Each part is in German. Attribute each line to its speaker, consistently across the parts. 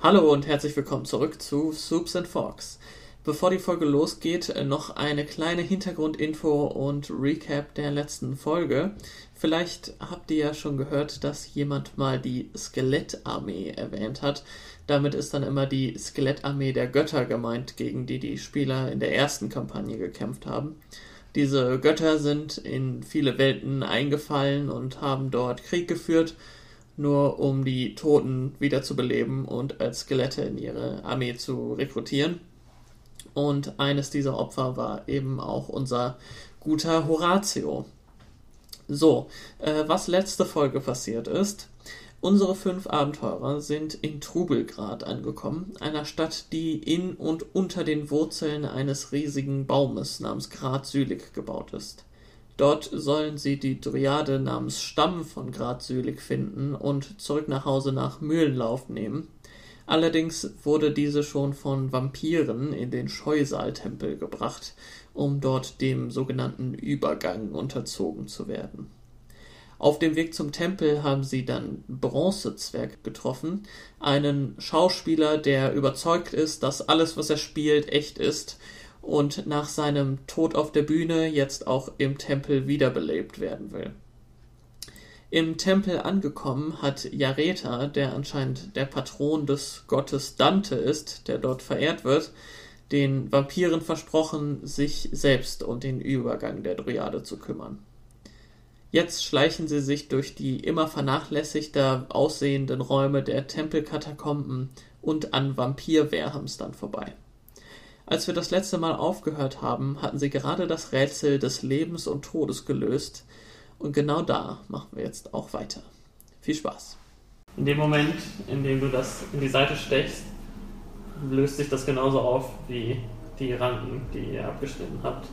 Speaker 1: Hallo und herzlich willkommen zurück zu Soups and Forks. Bevor die Folge losgeht, noch eine kleine Hintergrundinfo und Recap der letzten Folge. Vielleicht habt ihr ja schon gehört, dass jemand mal die Skelettarmee erwähnt hat. Damit ist dann immer die Skelettarmee der Götter gemeint, gegen die die Spieler in der ersten Kampagne gekämpft haben. Diese Götter sind in viele Welten eingefallen und haben dort Krieg geführt, nur um die Toten wiederzubeleben und als Skelette in ihre Armee zu rekrutieren. Und eines dieser Opfer war eben auch unser guter Horatio. So, äh, was letzte Folge passiert ist. Unsere fünf Abenteurer sind in Trubelgrad angekommen, einer Stadt, die in und unter den Wurzeln eines riesigen Baumes namens Grad Sülig gebaut ist. Dort sollen sie die Dryade namens Stamm von Grad Sülig finden und zurück nach Hause nach Mühlenlauf nehmen. Allerdings wurde diese schon von Vampiren in den Scheusaaltempel gebracht, um dort dem sogenannten Übergang unterzogen zu werden. Auf dem Weg zum Tempel haben sie dann Bronzezwerg getroffen, einen Schauspieler, der überzeugt ist, dass alles, was er spielt, echt ist und nach seinem Tod auf der Bühne jetzt auch im Tempel wiederbelebt werden will. Im Tempel angekommen hat Jareta, der anscheinend der Patron des Gottes Dante ist, der dort verehrt wird, den Vampiren versprochen, sich selbst um den Übergang der Dryade zu kümmern. Jetzt schleichen sie sich durch die immer vernachlässigter aussehenden Räume der Tempelkatakomben und an Vampir-Wehrhamstern vorbei. Als wir das letzte Mal aufgehört haben, hatten sie gerade das Rätsel des Lebens und Todes gelöst, und genau da machen wir jetzt auch weiter. Viel Spaß. In dem Moment, in dem du das in die Seite stechst, löst sich das genauso auf wie die Ranken, die ihr abgeschnitten habt.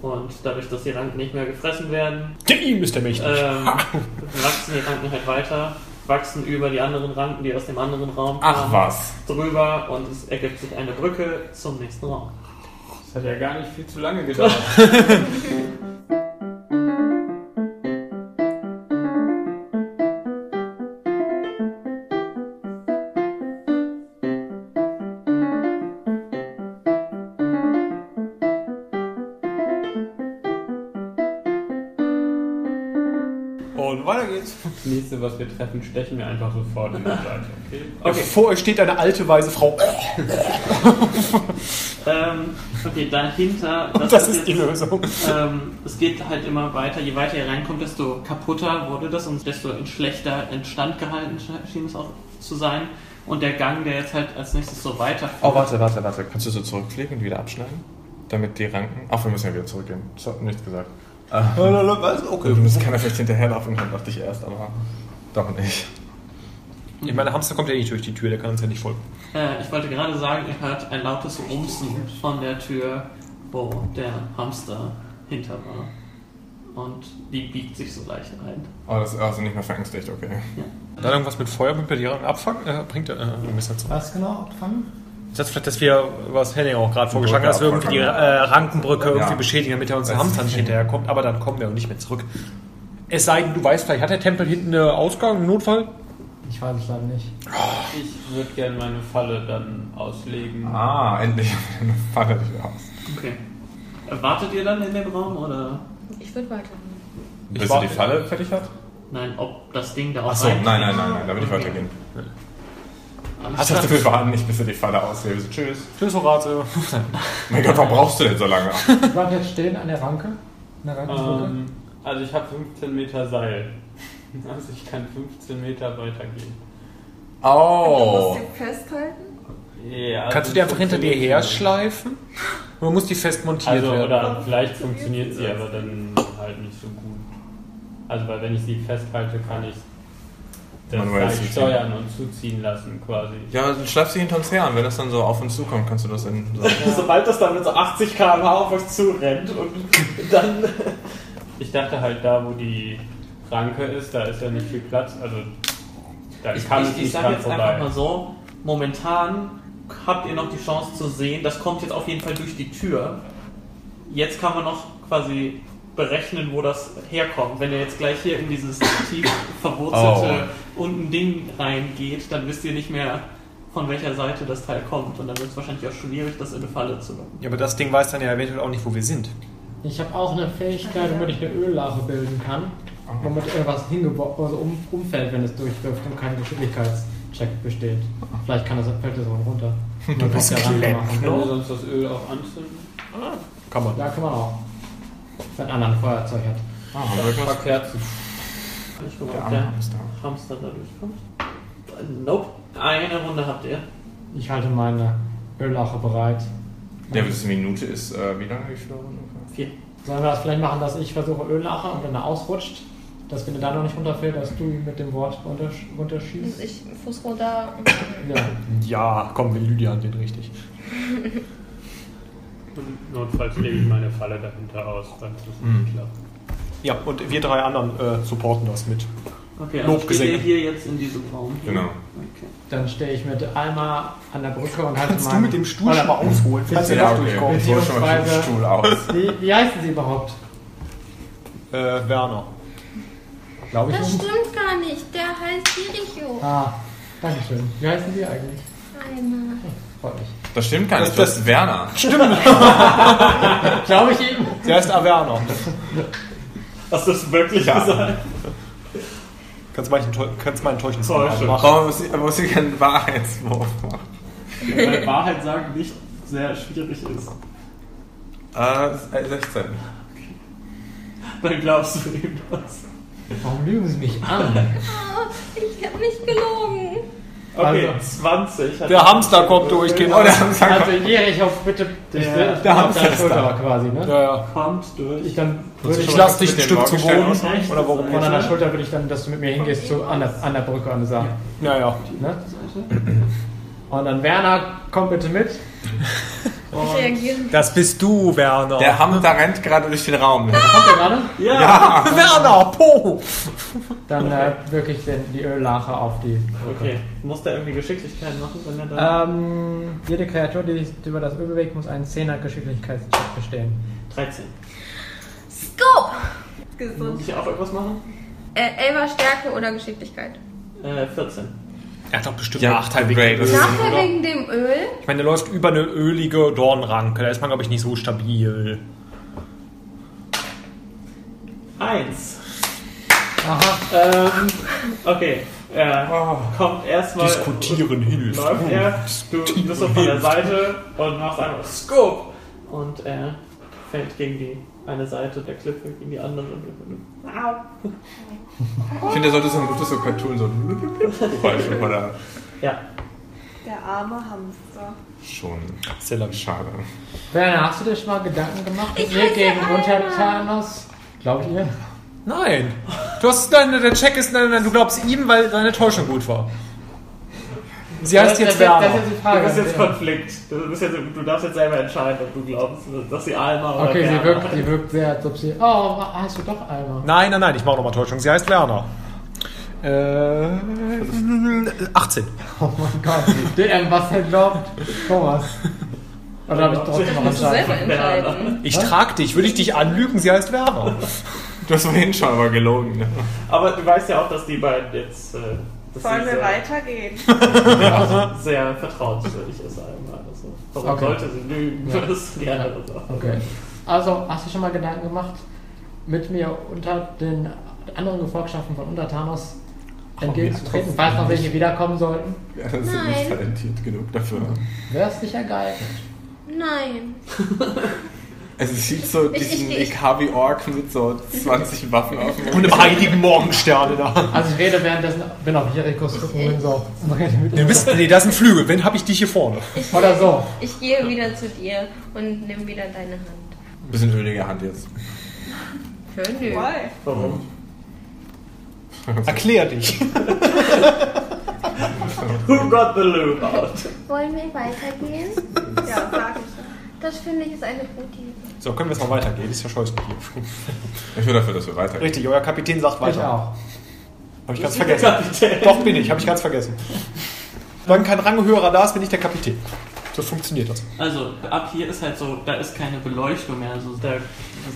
Speaker 1: Und dadurch, dass die Ranken nicht mehr gefressen werden,
Speaker 2: Der ihm ist der mächtig.
Speaker 1: ähm, wachsen die Ranken halt weiter, wachsen über die anderen Ranken, die aus dem anderen Raum
Speaker 2: Ach was.
Speaker 1: drüber und es ergibt sich eine Brücke zum nächsten Raum.
Speaker 3: Das hat ja gar nicht viel zu lange gedauert. Und weiter geht's. Das nächste, was wir treffen, stechen wir einfach sofort in die Seite, okay?
Speaker 1: Okay.
Speaker 2: Vor euch steht eine alte, weise Frau.
Speaker 1: Ähm, okay, dahinter.
Speaker 2: Das ist die
Speaker 1: jetzt-
Speaker 2: Lösung.
Speaker 1: Ähm, es geht halt immer weiter. Je weiter ihr reinkommt, desto kaputter wurde das und desto in schlechter Instand gehalten sch- schien es auch zu sein. Und der Gang, der jetzt halt als nächstes so weiterführt.
Speaker 2: Oh, warte, warte, warte. Kannst du so zurückfliegen und wieder abschneiden? Damit die Ranken. Ach, wir müssen ja wieder zurückgehen. Ich hab nichts gesagt. Ah.
Speaker 3: Was?
Speaker 2: Du
Speaker 3: Okay.
Speaker 2: musst keiner vielleicht hinterherlaufen kann, dachte ich erst, aber doch nicht. Ich meine, Hamster kommt ja nicht durch die Tür, der kann uns ja nicht folgen.
Speaker 1: Äh, ich wollte gerade sagen, ihr hört ein lautes Rumsen von der Tür, wo der Hamster hinter war. Und die biegt sich so leicht ein.
Speaker 2: Oh, das ist also nicht mehr verängstigt, okay.
Speaker 1: Ja.
Speaker 2: Da irgendwas mit Feuer mit bei dir abfangen? Äh, bringt er äh, Messer zu.
Speaker 4: Was genau? Abfangen?
Speaker 5: Ich dachte vielleicht, dass wir, was Henning auch gerade vorgeschlagen hat, dass wir irgendwie die äh, Rankenbrücke irgendwie beschädigen, damit er uns Hamster nicht hinterherkommt, aber dann kommen wir auch nicht mehr zurück. Es sei denn, du weißt, vielleicht hat der Tempel hinten einen Ausgang, einen Notfall?
Speaker 4: Ich weiß es leider nicht.
Speaker 3: Ich würde gerne meine Falle dann auslegen.
Speaker 2: Ah, endlich. Fahr dich wieder aus.
Speaker 1: Okay. Äh, Wartet ihr dann in dem Raum oder?
Speaker 6: Ich würde weiter.
Speaker 2: Bis sie die Falle fertig hat?
Speaker 1: Nein, ob das Ding da auch
Speaker 2: Achso, nein,
Speaker 1: rein-
Speaker 2: nein, nein, nein, da will ich
Speaker 1: Okay.
Speaker 2: weitergehen.
Speaker 1: Alles
Speaker 2: Hast du das
Speaker 1: klar.
Speaker 2: Gefühl, wir warten nicht, bis du die Falle auslebst? Tschüss.
Speaker 5: Tschüss, Horate.
Speaker 2: Mein Gott, warum brauchst du denn so lange?
Speaker 4: Wir waren jetzt stehen an der Ranke. An der Rankenbrücke.
Speaker 3: Ähm, also ich habe 15 Meter Seil. Also ich kann 15 Meter weitergehen.
Speaker 2: Oh.
Speaker 6: Du musst ihn festhalten?
Speaker 3: Ja,
Speaker 5: Kannst
Speaker 3: also
Speaker 5: du die einfach hinter dir
Speaker 3: 15
Speaker 5: her
Speaker 3: Meter.
Speaker 5: schleifen? Oder muss die fest montiert
Speaker 3: Also
Speaker 5: werden?
Speaker 3: oder vielleicht funktioniert sie, aber dann halt nicht so gut. Also weil wenn ich sie festhalte, kann ich das
Speaker 2: Manuell
Speaker 3: Seil
Speaker 2: zuziehen.
Speaker 3: steuern und zuziehen lassen quasi.
Speaker 2: Ja, dann schlepp sie hinter uns her und wenn das dann so auf uns zukommt, kannst du das in. So.
Speaker 1: Sobald das dann mit so 80 km/h auf euch zurennt und dann.
Speaker 3: Ich dachte halt da, wo die Ranke ist, da ist ja nicht viel Platz. Also da
Speaker 1: Ich,
Speaker 3: kann es
Speaker 1: ich, ich
Speaker 3: nicht
Speaker 1: sage
Speaker 3: dran
Speaker 1: jetzt einfach
Speaker 3: vorbei.
Speaker 1: mal so: Momentan habt ihr noch die Chance zu sehen, das kommt jetzt auf jeden Fall durch die Tür. Jetzt kann man noch quasi berechnen, wo das herkommt. Wenn ihr jetzt gleich hier in dieses tief verwurzelte unten Ding reingeht, dann wisst ihr nicht mehr,
Speaker 7: von welcher Seite das Teil kommt. Und dann wird es wahrscheinlich auch schwierig, das in eine Falle zu locken.
Speaker 5: Ja, aber das Ding weiß dann ja eventuell auch nicht, wo wir sind.
Speaker 8: Ich habe auch eine Fähigkeit, womit ich eine Öllache bilden kann, womit irgendwas hingeworfen, also um, umfällt, wenn es durchwirft und kein Geschwindigkeitscheck besteht. Vielleicht kann das, fällt das auch runter.
Speaker 5: Du bist
Speaker 8: Ja,
Speaker 5: clever.
Speaker 8: machen.
Speaker 3: Können wir sonst das Öl auch anzünden?
Speaker 5: Kann man.
Speaker 8: Da kann man auch. Wenn einer ein Feuerzeug hat.
Speaker 2: Ah, haben wir irgendwas?
Speaker 3: Verkehrt. Ich gucke,
Speaker 2: Der
Speaker 3: ob
Speaker 2: arme
Speaker 3: der
Speaker 2: Hamster.
Speaker 7: Hamster da durchkommt. Nope. Eine Runde habt ihr.
Speaker 8: Ich halte meine Öllache bereit.
Speaker 2: Der bis eine Minute ist, äh, wie lange? Wie viele Runden?
Speaker 7: Vier.
Speaker 2: ungefähr?
Speaker 8: Sollen wir das vielleicht machen, dass ich versuche Öllache und wenn er ausrutscht, dass wenn er da noch nicht runterfällt, dass du ihn mit dem Wort runtersch
Speaker 6: Muss
Speaker 8: runterschießt?
Speaker 6: ich Fuß runter?
Speaker 8: Ja.
Speaker 5: Ja, komm, Lydia hat den richtig.
Speaker 3: Und notfalls lege ich meine Falle dahinter aus, wenn es nicht klappt.
Speaker 5: Mhm. Ja, und wir drei anderen äh, supporten das mit.
Speaker 7: Okay, also
Speaker 5: Lob
Speaker 7: steht ihr
Speaker 5: gesungen.
Speaker 7: hier jetzt in diesem Raum.
Speaker 2: Genau.
Speaker 7: Okay.
Speaker 8: Dann stehe ich mit einmal an der Brücke und halte
Speaker 5: Kannst du
Speaker 8: meinen-
Speaker 5: mit dem Stuhl
Speaker 8: Oder-
Speaker 5: schon mal ausholen, falls wir
Speaker 2: Ja,
Speaker 5: da
Speaker 2: okay.
Speaker 5: durchkommen?
Speaker 2: Ich hole schon mal den
Speaker 8: Beziehungsweise-
Speaker 2: Stuhl aus.
Speaker 8: Wie, wie heißen sie überhaupt?
Speaker 5: Äh, Werner.
Speaker 8: Glaube ich
Speaker 6: Das
Speaker 8: nicht.
Speaker 6: stimmt gar nicht. Der heißt Jericho.
Speaker 8: Ah, danke schön. Wie heißen sie eigentlich?
Speaker 6: Einer.
Speaker 8: Freut mich.
Speaker 2: Das stimmt gar nicht,
Speaker 5: Das-
Speaker 2: das ist Werner.
Speaker 8: Glaube ich eben.
Speaker 5: Der ist Averno.
Speaker 7: Hast du es wirklich
Speaker 2: Ja.
Speaker 7: gesagt?
Speaker 5: Kannst mal ein Teu- kannst mal ein täuschendes Mal
Speaker 3: Täuschend.
Speaker 5: machen.
Speaker 2: Aber man muss, aber man muss hier keinen Wahrheitswurf machen.
Speaker 7: Weil Wahrheit sagen nicht sehr schwierig ist.
Speaker 2: Äh, 16.
Speaker 7: Dann glaubst du ihm das.
Speaker 8: Warum lügen sie mich an?
Speaker 6: Ah, ich habe nicht gelogen.
Speaker 7: Okay,
Speaker 8: Also.
Speaker 7: 20. hat-
Speaker 5: Der Hamster kommt durch, genau.
Speaker 2: Oh, der Hamster
Speaker 8: Also
Speaker 2: kommt.
Speaker 8: Jericho, bitte. Ich
Speaker 7: Der-
Speaker 8: bin
Speaker 5: der
Speaker 8: auf
Speaker 5: Hamster
Speaker 8: deiner
Speaker 5: ist
Speaker 8: Schulter
Speaker 5: da.
Speaker 8: quasi, ne?
Speaker 5: Ja, ja.
Speaker 7: kommt durch.
Speaker 8: Ich dann würde
Speaker 5: Ich
Speaker 8: ich
Speaker 5: lass dich ein
Speaker 2: Den
Speaker 5: Stück zu
Speaker 2: Morgenstern
Speaker 5: Boden.
Speaker 2: aus-
Speaker 5: Oder warum
Speaker 8: von
Speaker 5: nicht?
Speaker 8: deiner Schulter würde ich dann, dass du mit mir hingehst zu, an, der, an der Brücke an der Sache.
Speaker 5: Ja, ja.
Speaker 8: Ne? Und dann Werner, komm bitte mit.
Speaker 6: Ich reagiere.
Speaker 5: Das bist du, Werner.
Speaker 2: Der Hamster rennt gerade durch den Raum.
Speaker 8: Kommt ihr gerade?
Speaker 7: ja,
Speaker 5: Werner, Po!
Speaker 8: Dann äh, wirklich den, die Öllache auf die Brücke.
Speaker 7: Okay, muss der irgendwie Geschicklichkeit machen, wenn er da.
Speaker 8: Ähm, jede Kreatur, die sich über das Öl bewegt, muss einen 10er Geschicklichkeitscheck bestehen.
Speaker 7: 13.
Speaker 6: Scope!
Speaker 7: Muss
Speaker 6: Gesund.
Speaker 7: ich auch irgendwas machen?
Speaker 6: Äh, Elva Stärke oder Geschicklichkeit?
Speaker 7: Äh, 14.
Speaker 5: Er hat doch bestimmt
Speaker 2: Ja,
Speaker 5: einen Nachteil
Speaker 2: great.
Speaker 5: wegen
Speaker 2: Das
Speaker 5: Öl,
Speaker 2: ist-
Speaker 6: Nachher
Speaker 5: oder?
Speaker 6: wegen dem Öl.
Speaker 5: Ich meine, der läuft über eine ölige Dornranke. Da ist man, glaube ich, nicht so stabil.
Speaker 7: 1.
Speaker 8: Aha,
Speaker 7: Ähm, okay. Er
Speaker 2: Oh.
Speaker 7: kommt erstmal.
Speaker 5: hilft.
Speaker 2: Uh.
Speaker 7: Läuft er, du bist so von der Seite und machst einfach Scope! Und er fällt gegen die eine Seite der Klippe, gegen die andere. Au.
Speaker 2: Ich finde, der sollte so ein gutes so Cartoon, so ein Geräusch oder
Speaker 7: Ja,
Speaker 9: Der arme Hamster.
Speaker 2: schon.
Speaker 5: Sehr lang.
Speaker 2: Schade.
Speaker 8: Werner, hast du dir schon mal Gedanken gemacht,
Speaker 6: Ich
Speaker 8: wir
Speaker 6: heiße
Speaker 8: gegen
Speaker 6: Alma.
Speaker 8: Untertanos? Glaubt ihr?
Speaker 5: Nein. Du hast deine, der Check ist, nein, nein, du glaubst ihm, weil deine Täuschung gut war. Sie heißt
Speaker 8: Das-
Speaker 5: jetzt
Speaker 8: das, das,
Speaker 5: Werner.
Speaker 8: das ist die
Speaker 7: du
Speaker 8: Frage.
Speaker 7: bist jetzt Konflikt. Du, bist jetzt, du darfst jetzt selber entscheiden, ob du glaubst, dass sie Alma oder
Speaker 8: okay, sie
Speaker 7: Werner-
Speaker 8: wirkt, sie wirkt sehr, als ob sie. Oh, hast du doch einmal.
Speaker 5: Nein, nein, nein, ich mache nochmal Täuschung. Sie heißt Werner. Äh, 18.
Speaker 8: Oh mein Gott, DM, was er glaubt. Thomas. Oder habe ich trotzdem noch
Speaker 6: Musst du selber
Speaker 8: entscheiden?
Speaker 6: entscheiden.
Speaker 5: Ich trag dich. Würde ich dich anlügen? Sie heißt Werner.
Speaker 2: Du hast vorhin schon aber gelogen. Ne?
Speaker 7: Aber du weißt ja auch, dass die beiden jetzt. Äh, dass
Speaker 9: Sollen
Speaker 7: sie
Speaker 9: wir
Speaker 7: sehr,
Speaker 9: weitergehen?
Speaker 7: sehr vertrauenswürdig ist Alma. Also, warum
Speaker 8: Okay.
Speaker 7: sollte sie lügen?
Speaker 8: Ja.
Speaker 7: Das ist die andere Sache.
Speaker 8: Okay. Also, hast du schon mal Gedanken gemacht, mit mir unter den anderen Gefolgschaften von Untertanos entgegenzutreten, falls noch welche wiederkommen sollten?
Speaker 2: Ja, das sind
Speaker 6: Nein.
Speaker 2: nicht talentiert genug dafür.
Speaker 8: Wär's sicher geil.
Speaker 6: Nein.
Speaker 2: Also es sieht so
Speaker 6: Ich- ich-
Speaker 2: diesen
Speaker 6: ich-
Speaker 2: EKW-Ork mit so 20 Waffen auf dem
Speaker 5: Und im heiligen Morgenstern da.
Speaker 8: Also ich rede währenddessen, bin auf Jerikos Rücken und so. und rede mit
Speaker 5: Du
Speaker 8: ihm.
Speaker 5: bist, nee, das sind Flügel. Wen hab ich dich hier vorne?
Speaker 6: Ich,
Speaker 8: Oder so.
Speaker 6: ich gehe wieder zu dir und nimm wieder deine Hand.
Speaker 2: Bisschen ölige Hand jetzt.
Speaker 6: Schön, nö.
Speaker 9: Why?
Speaker 7: Warum?
Speaker 5: Erklär dich.
Speaker 7: Who got the lube out?
Speaker 6: Wollen wir weitergehen?
Speaker 9: Ja, sag ich.
Speaker 6: Das finde ich ist eine gute Idee.
Speaker 5: So, können wir jetzt mal weitergehen? Das ist ja scheußlich.
Speaker 2: Ich bin dafür, dass wir weitergehen.
Speaker 5: Richtig, euer Kapitän sagt
Speaker 8: Ich
Speaker 5: weiter.
Speaker 8: auch.
Speaker 5: Habe ich ganz vergessen. Doch bin ich, habe ich ganz vergessen. Wenn kein Ranghörer da ist, bin ich der Kapitän. So funktioniert das.
Speaker 7: Also, ab hier ist halt so, da ist keine Beleuchtung mehr. Also, da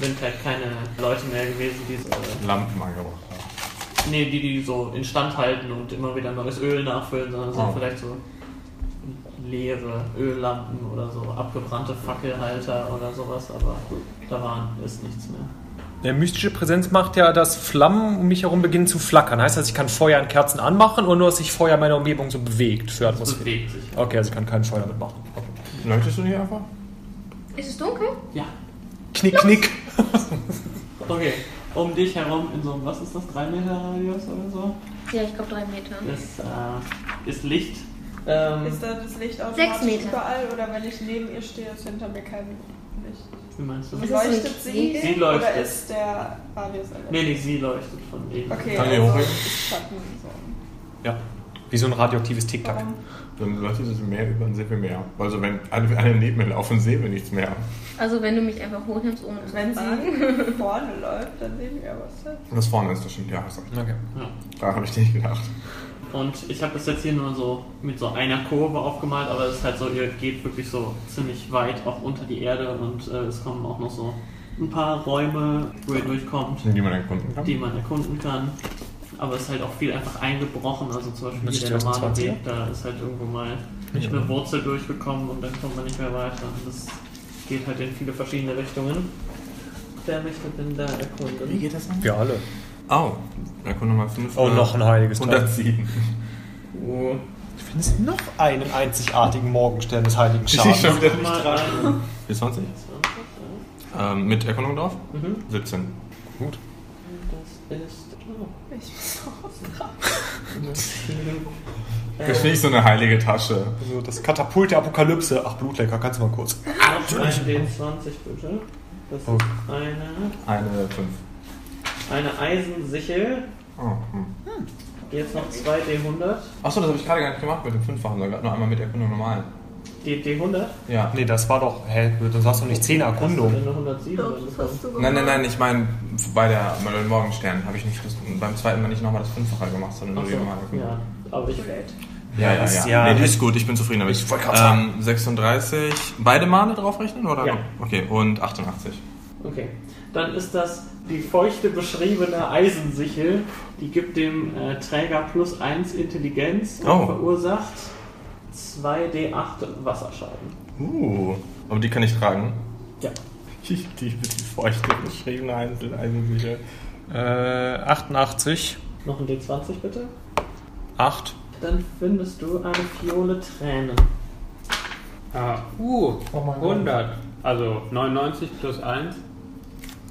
Speaker 7: sind halt keine Leute mehr gewesen, die so, äh,
Speaker 2: Lampen angebracht haben.
Speaker 7: nee, die, die so instand halten und immer wieder neues Öl nachfüllen, sondern so
Speaker 2: Oh.
Speaker 7: vielleicht so leere Öllampen oder so, abgebrannte Fackelhalter oder sowas, aber da waren ist nichts mehr.
Speaker 5: Der mystische Präsenz macht ja, dass Flammen um mich herum beginnen zu flackern. Heißt das, ich kann Feuer und Kerzen anmachen oder nur, dass sich Feuer in meiner Umgebung so bewegt für
Speaker 7: Es
Speaker 5: Atmosphäre?
Speaker 7: bewegt sich.
Speaker 5: Okay, also ich kann kein Feuer damit machen. Okay.
Speaker 2: Leuchtest du nicht einfach?
Speaker 6: Ist es dunkel?
Speaker 7: Ja,
Speaker 5: Knick, knick.
Speaker 7: okay. Um dich herum in so einem, was ist das, 3 Meter Radius oder so?
Speaker 6: Ja, ich glaube drei Meter.
Speaker 7: Ist, äh, ist Licht. Ähm,
Speaker 9: Ist da das Licht
Speaker 6: Sechs
Speaker 9: automatisch
Speaker 6: Meter.
Speaker 9: überall oder wenn ich neben ihr stehe, ist hinter mir kein Licht?
Speaker 7: wie meinst du?
Speaker 6: Ist es
Speaker 9: Leuchtet
Speaker 6: nicht
Speaker 9: sie?
Speaker 6: sie?
Speaker 7: Sie
Speaker 9: oder
Speaker 7: leuchtet.
Speaker 9: ist der Radius erlaubt?
Speaker 7: Nee, nee, sie leuchtet von neben.
Speaker 9: Okay,
Speaker 2: Kann ich
Speaker 9: also
Speaker 2: hochheben?
Speaker 9: ist Schatten. So.
Speaker 5: Ja, wie so ein radioaktives Tick-Tack.
Speaker 9: Warum?
Speaker 2: Dann leuchtet es mehr über ein Seemeer. Also wenn alle, alle neben mir laufen, sehen wir nichts mehr.
Speaker 6: Also wenn du mich einfach hochnimmst, ohne zu
Speaker 9: Wenn
Speaker 6: fragen.
Speaker 9: sie vorne läuft, dann sehen wir was.
Speaker 2: Das vorne ist das schon. Ja, hast recht.
Speaker 5: Okay.
Speaker 7: Ja.
Speaker 2: Da habe ich nicht gedacht.
Speaker 7: Und ich habe das jetzt hier nur so mit so einer Kurve aufgemalt, aber es ist halt so, ihr geht wirklich so ziemlich weit auch unter die Erde und äh, es kommen auch noch so ein paar Räume, wo ihr durchkommt,
Speaker 2: Die man erkunden kann.
Speaker 7: die man erkunden kann. Aber es ist halt auch viel einfach eingebrochen, also zum Beispiel
Speaker 5: Muss ich
Speaker 7: hier
Speaker 5: die
Speaker 7: der normale
Speaker 5: 20er?
Speaker 7: Weg, da ist halt irgendwo mal
Speaker 5: Ich
Speaker 7: eine
Speaker 5: auch.
Speaker 7: Wurzel durchgekommen und dann kommt man nicht mehr weiter. Und das geht halt in viele verschiedene Richtungen. Wer möchte denn da erkunden?
Speaker 2: Wie geht das an?
Speaker 5: Wir alle.
Speaker 2: Oh, Erkunde mal 5.
Speaker 5: Oh, noch ein heiliges Teil.
Speaker 2: 107.
Speaker 7: Oh,
Speaker 5: Du findest noch einen einzigartigen Morgenstern des heiligen
Speaker 2: Ich sehe schon
Speaker 5: Schadens.
Speaker 2: wieder nicht
Speaker 7: mal
Speaker 2: dran.
Speaker 7: rein.
Speaker 2: Bis 20?
Speaker 7: 20,
Speaker 2: Ähm, mit Erkundung drauf?
Speaker 7: ja. Mhm.
Speaker 2: 17.
Speaker 5: Gut.
Speaker 7: Das ist. Oh,
Speaker 9: Ich muss raus.
Speaker 2: Das finde ich so eine heilige Tasche.
Speaker 5: Also das Katapult der Apokalypse. Ach, Blutlecker, kannst du mal kurz.
Speaker 7: Noch ein D20 bitte. Das ist
Speaker 5: Oh.
Speaker 7: eine,
Speaker 2: Eine 5.
Speaker 7: eine Eisensichel.
Speaker 2: Oh, hm.
Speaker 7: Jetzt noch zwei D100.
Speaker 2: Achso, das habe ich gerade gar nicht gemacht mit dem 5-fachen, sondern gerade nur einmal mit Erkundung normal.
Speaker 7: Die D100?
Speaker 2: Ja.
Speaker 5: Nee, das war doch. Hä, sonst hast du nicht 10
Speaker 7: Hast du
Speaker 5: Erkundung.
Speaker 7: denn eine 107
Speaker 9: Doch, das hast
Speaker 7: bekommen?
Speaker 9: du
Speaker 2: Nein,
Speaker 9: gemacht.
Speaker 2: nein, nein, ich meine, bei der bei den Morgenstern habe ich nicht das, beim zweiten Mal nicht nochmal das Fünffache gemacht, sondern nur die normale.
Speaker 7: Achso, ja. Aber ich.
Speaker 9: Too late.
Speaker 2: ja, ja.
Speaker 5: Das-
Speaker 2: ja.
Speaker 5: ja.
Speaker 2: Nee, die ist gut, ich bin zufrieden damit.
Speaker 5: Ich wollte gerade sagen.
Speaker 2: Ähm, 36, beide Male draufrechnen? Oder?
Speaker 7: Ja.
Speaker 2: Okay, und 88.
Speaker 7: Okay. Dann ist das die feuchte beschriebene Eisensichel. Die gibt dem äh, Träger plus 1 Intelligenz und
Speaker 2: Oh.
Speaker 7: verursacht 2D8 Wasserschaden.
Speaker 2: Uh, aber die kann ich tragen.
Speaker 7: Ja.
Speaker 2: Die mit die feuchte beschriebene Einzeleisensichere.
Speaker 5: Äh, 88.
Speaker 7: Noch ein D20 bitte.
Speaker 5: 8.
Speaker 7: Dann findest du eine Fiole Tränen.
Speaker 3: Ah,
Speaker 8: Uh, oh mein
Speaker 3: 100. Also 99 plus 1.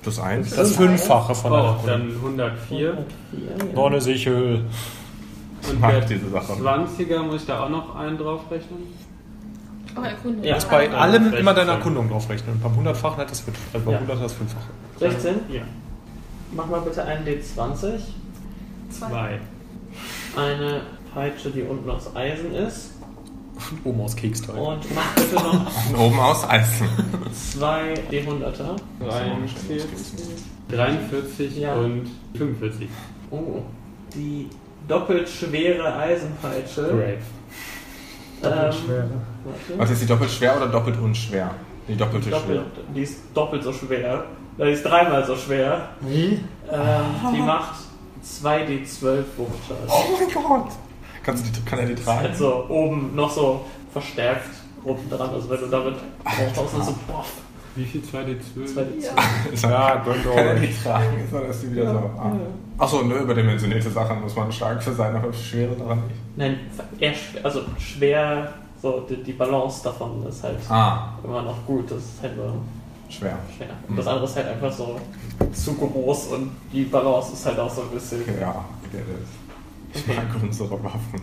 Speaker 2: Plus 1.
Speaker 5: Das Fünffache von der
Speaker 3: Oh,
Speaker 5: Erkundung.
Speaker 3: dann
Speaker 1: Oh,
Speaker 3: 104.
Speaker 7: 104, ja.
Speaker 5: Noch eine Sichel.
Speaker 3: Und
Speaker 2: mag
Speaker 3: der
Speaker 2: diese Sache.
Speaker 3: 20er muss ich da auch noch einen draufrechnen.
Speaker 6: Oh, erkunde.
Speaker 7: Ja.
Speaker 5: Muss
Speaker 2: Äh,
Speaker 5: bei
Speaker 3: Ja,
Speaker 5: allem
Speaker 3: vielleicht
Speaker 5: immer deine
Speaker 3: schon.
Speaker 5: Erkundung draufrechnen. Und beim Hundertfachen hat das fünf. Also
Speaker 7: Ja.
Speaker 5: beim Hunderter das Fünffache.
Speaker 7: 16?
Speaker 3: Ja,
Speaker 7: Mach mal bitte einen D20.
Speaker 9: Zwei.
Speaker 3: 2.
Speaker 7: Eine Peitsche, die unten aus Eisen ist.
Speaker 5: Und oben aus Keksteig.
Speaker 1: Oh.
Speaker 7: Und mach bitte noch
Speaker 2: Von oben aus Eisen.
Speaker 7: zwei D100er.
Speaker 3: 43, 43
Speaker 7: Ja.
Speaker 3: und 45.
Speaker 7: Oh, die doppelt schwere Eisenpeitsche.
Speaker 3: Great.
Speaker 7: Ähm,
Speaker 2: Was
Speaker 7: warte.
Speaker 2: ist die doppelt schwer oder doppelt unschwer? Die doppelte
Speaker 7: Doppelt,
Speaker 2: schwer.
Speaker 7: die ist doppelt so schwer. Äh, Die ist dreimal so schwer.
Speaker 8: Wie?
Speaker 7: Ähm, die macht 2D12 Wuchtschaden.
Speaker 2: Oh mein Gott! Kannst du die, kann er die tragen?
Speaker 7: halt so oben noch so verstärkt oben dran. Also wenn du damit raushaust, dann so boah,
Speaker 3: Wie viel 2D12?
Speaker 7: zweite
Speaker 9: Ja.
Speaker 5: Ja, gönnt
Speaker 2: kann er
Speaker 5: euch.
Speaker 2: die tragen? Ist dann ist die wieder so. Ah. Achso, ne, überdimensionierte Sachen muss man stark für sein, aber schwere daran nicht.
Speaker 7: Nein, eher schwer, also schwer, so die, die Balance davon ist halt
Speaker 2: Ah,
Speaker 7: immer noch gut. Das ist halt nur
Speaker 2: schwer.
Speaker 7: schwer. Und das andere ist halt einfach so zu groß und die Balance ist halt auch so ein bisschen.
Speaker 2: Ja, der ist. Ich mag unsere Waffen.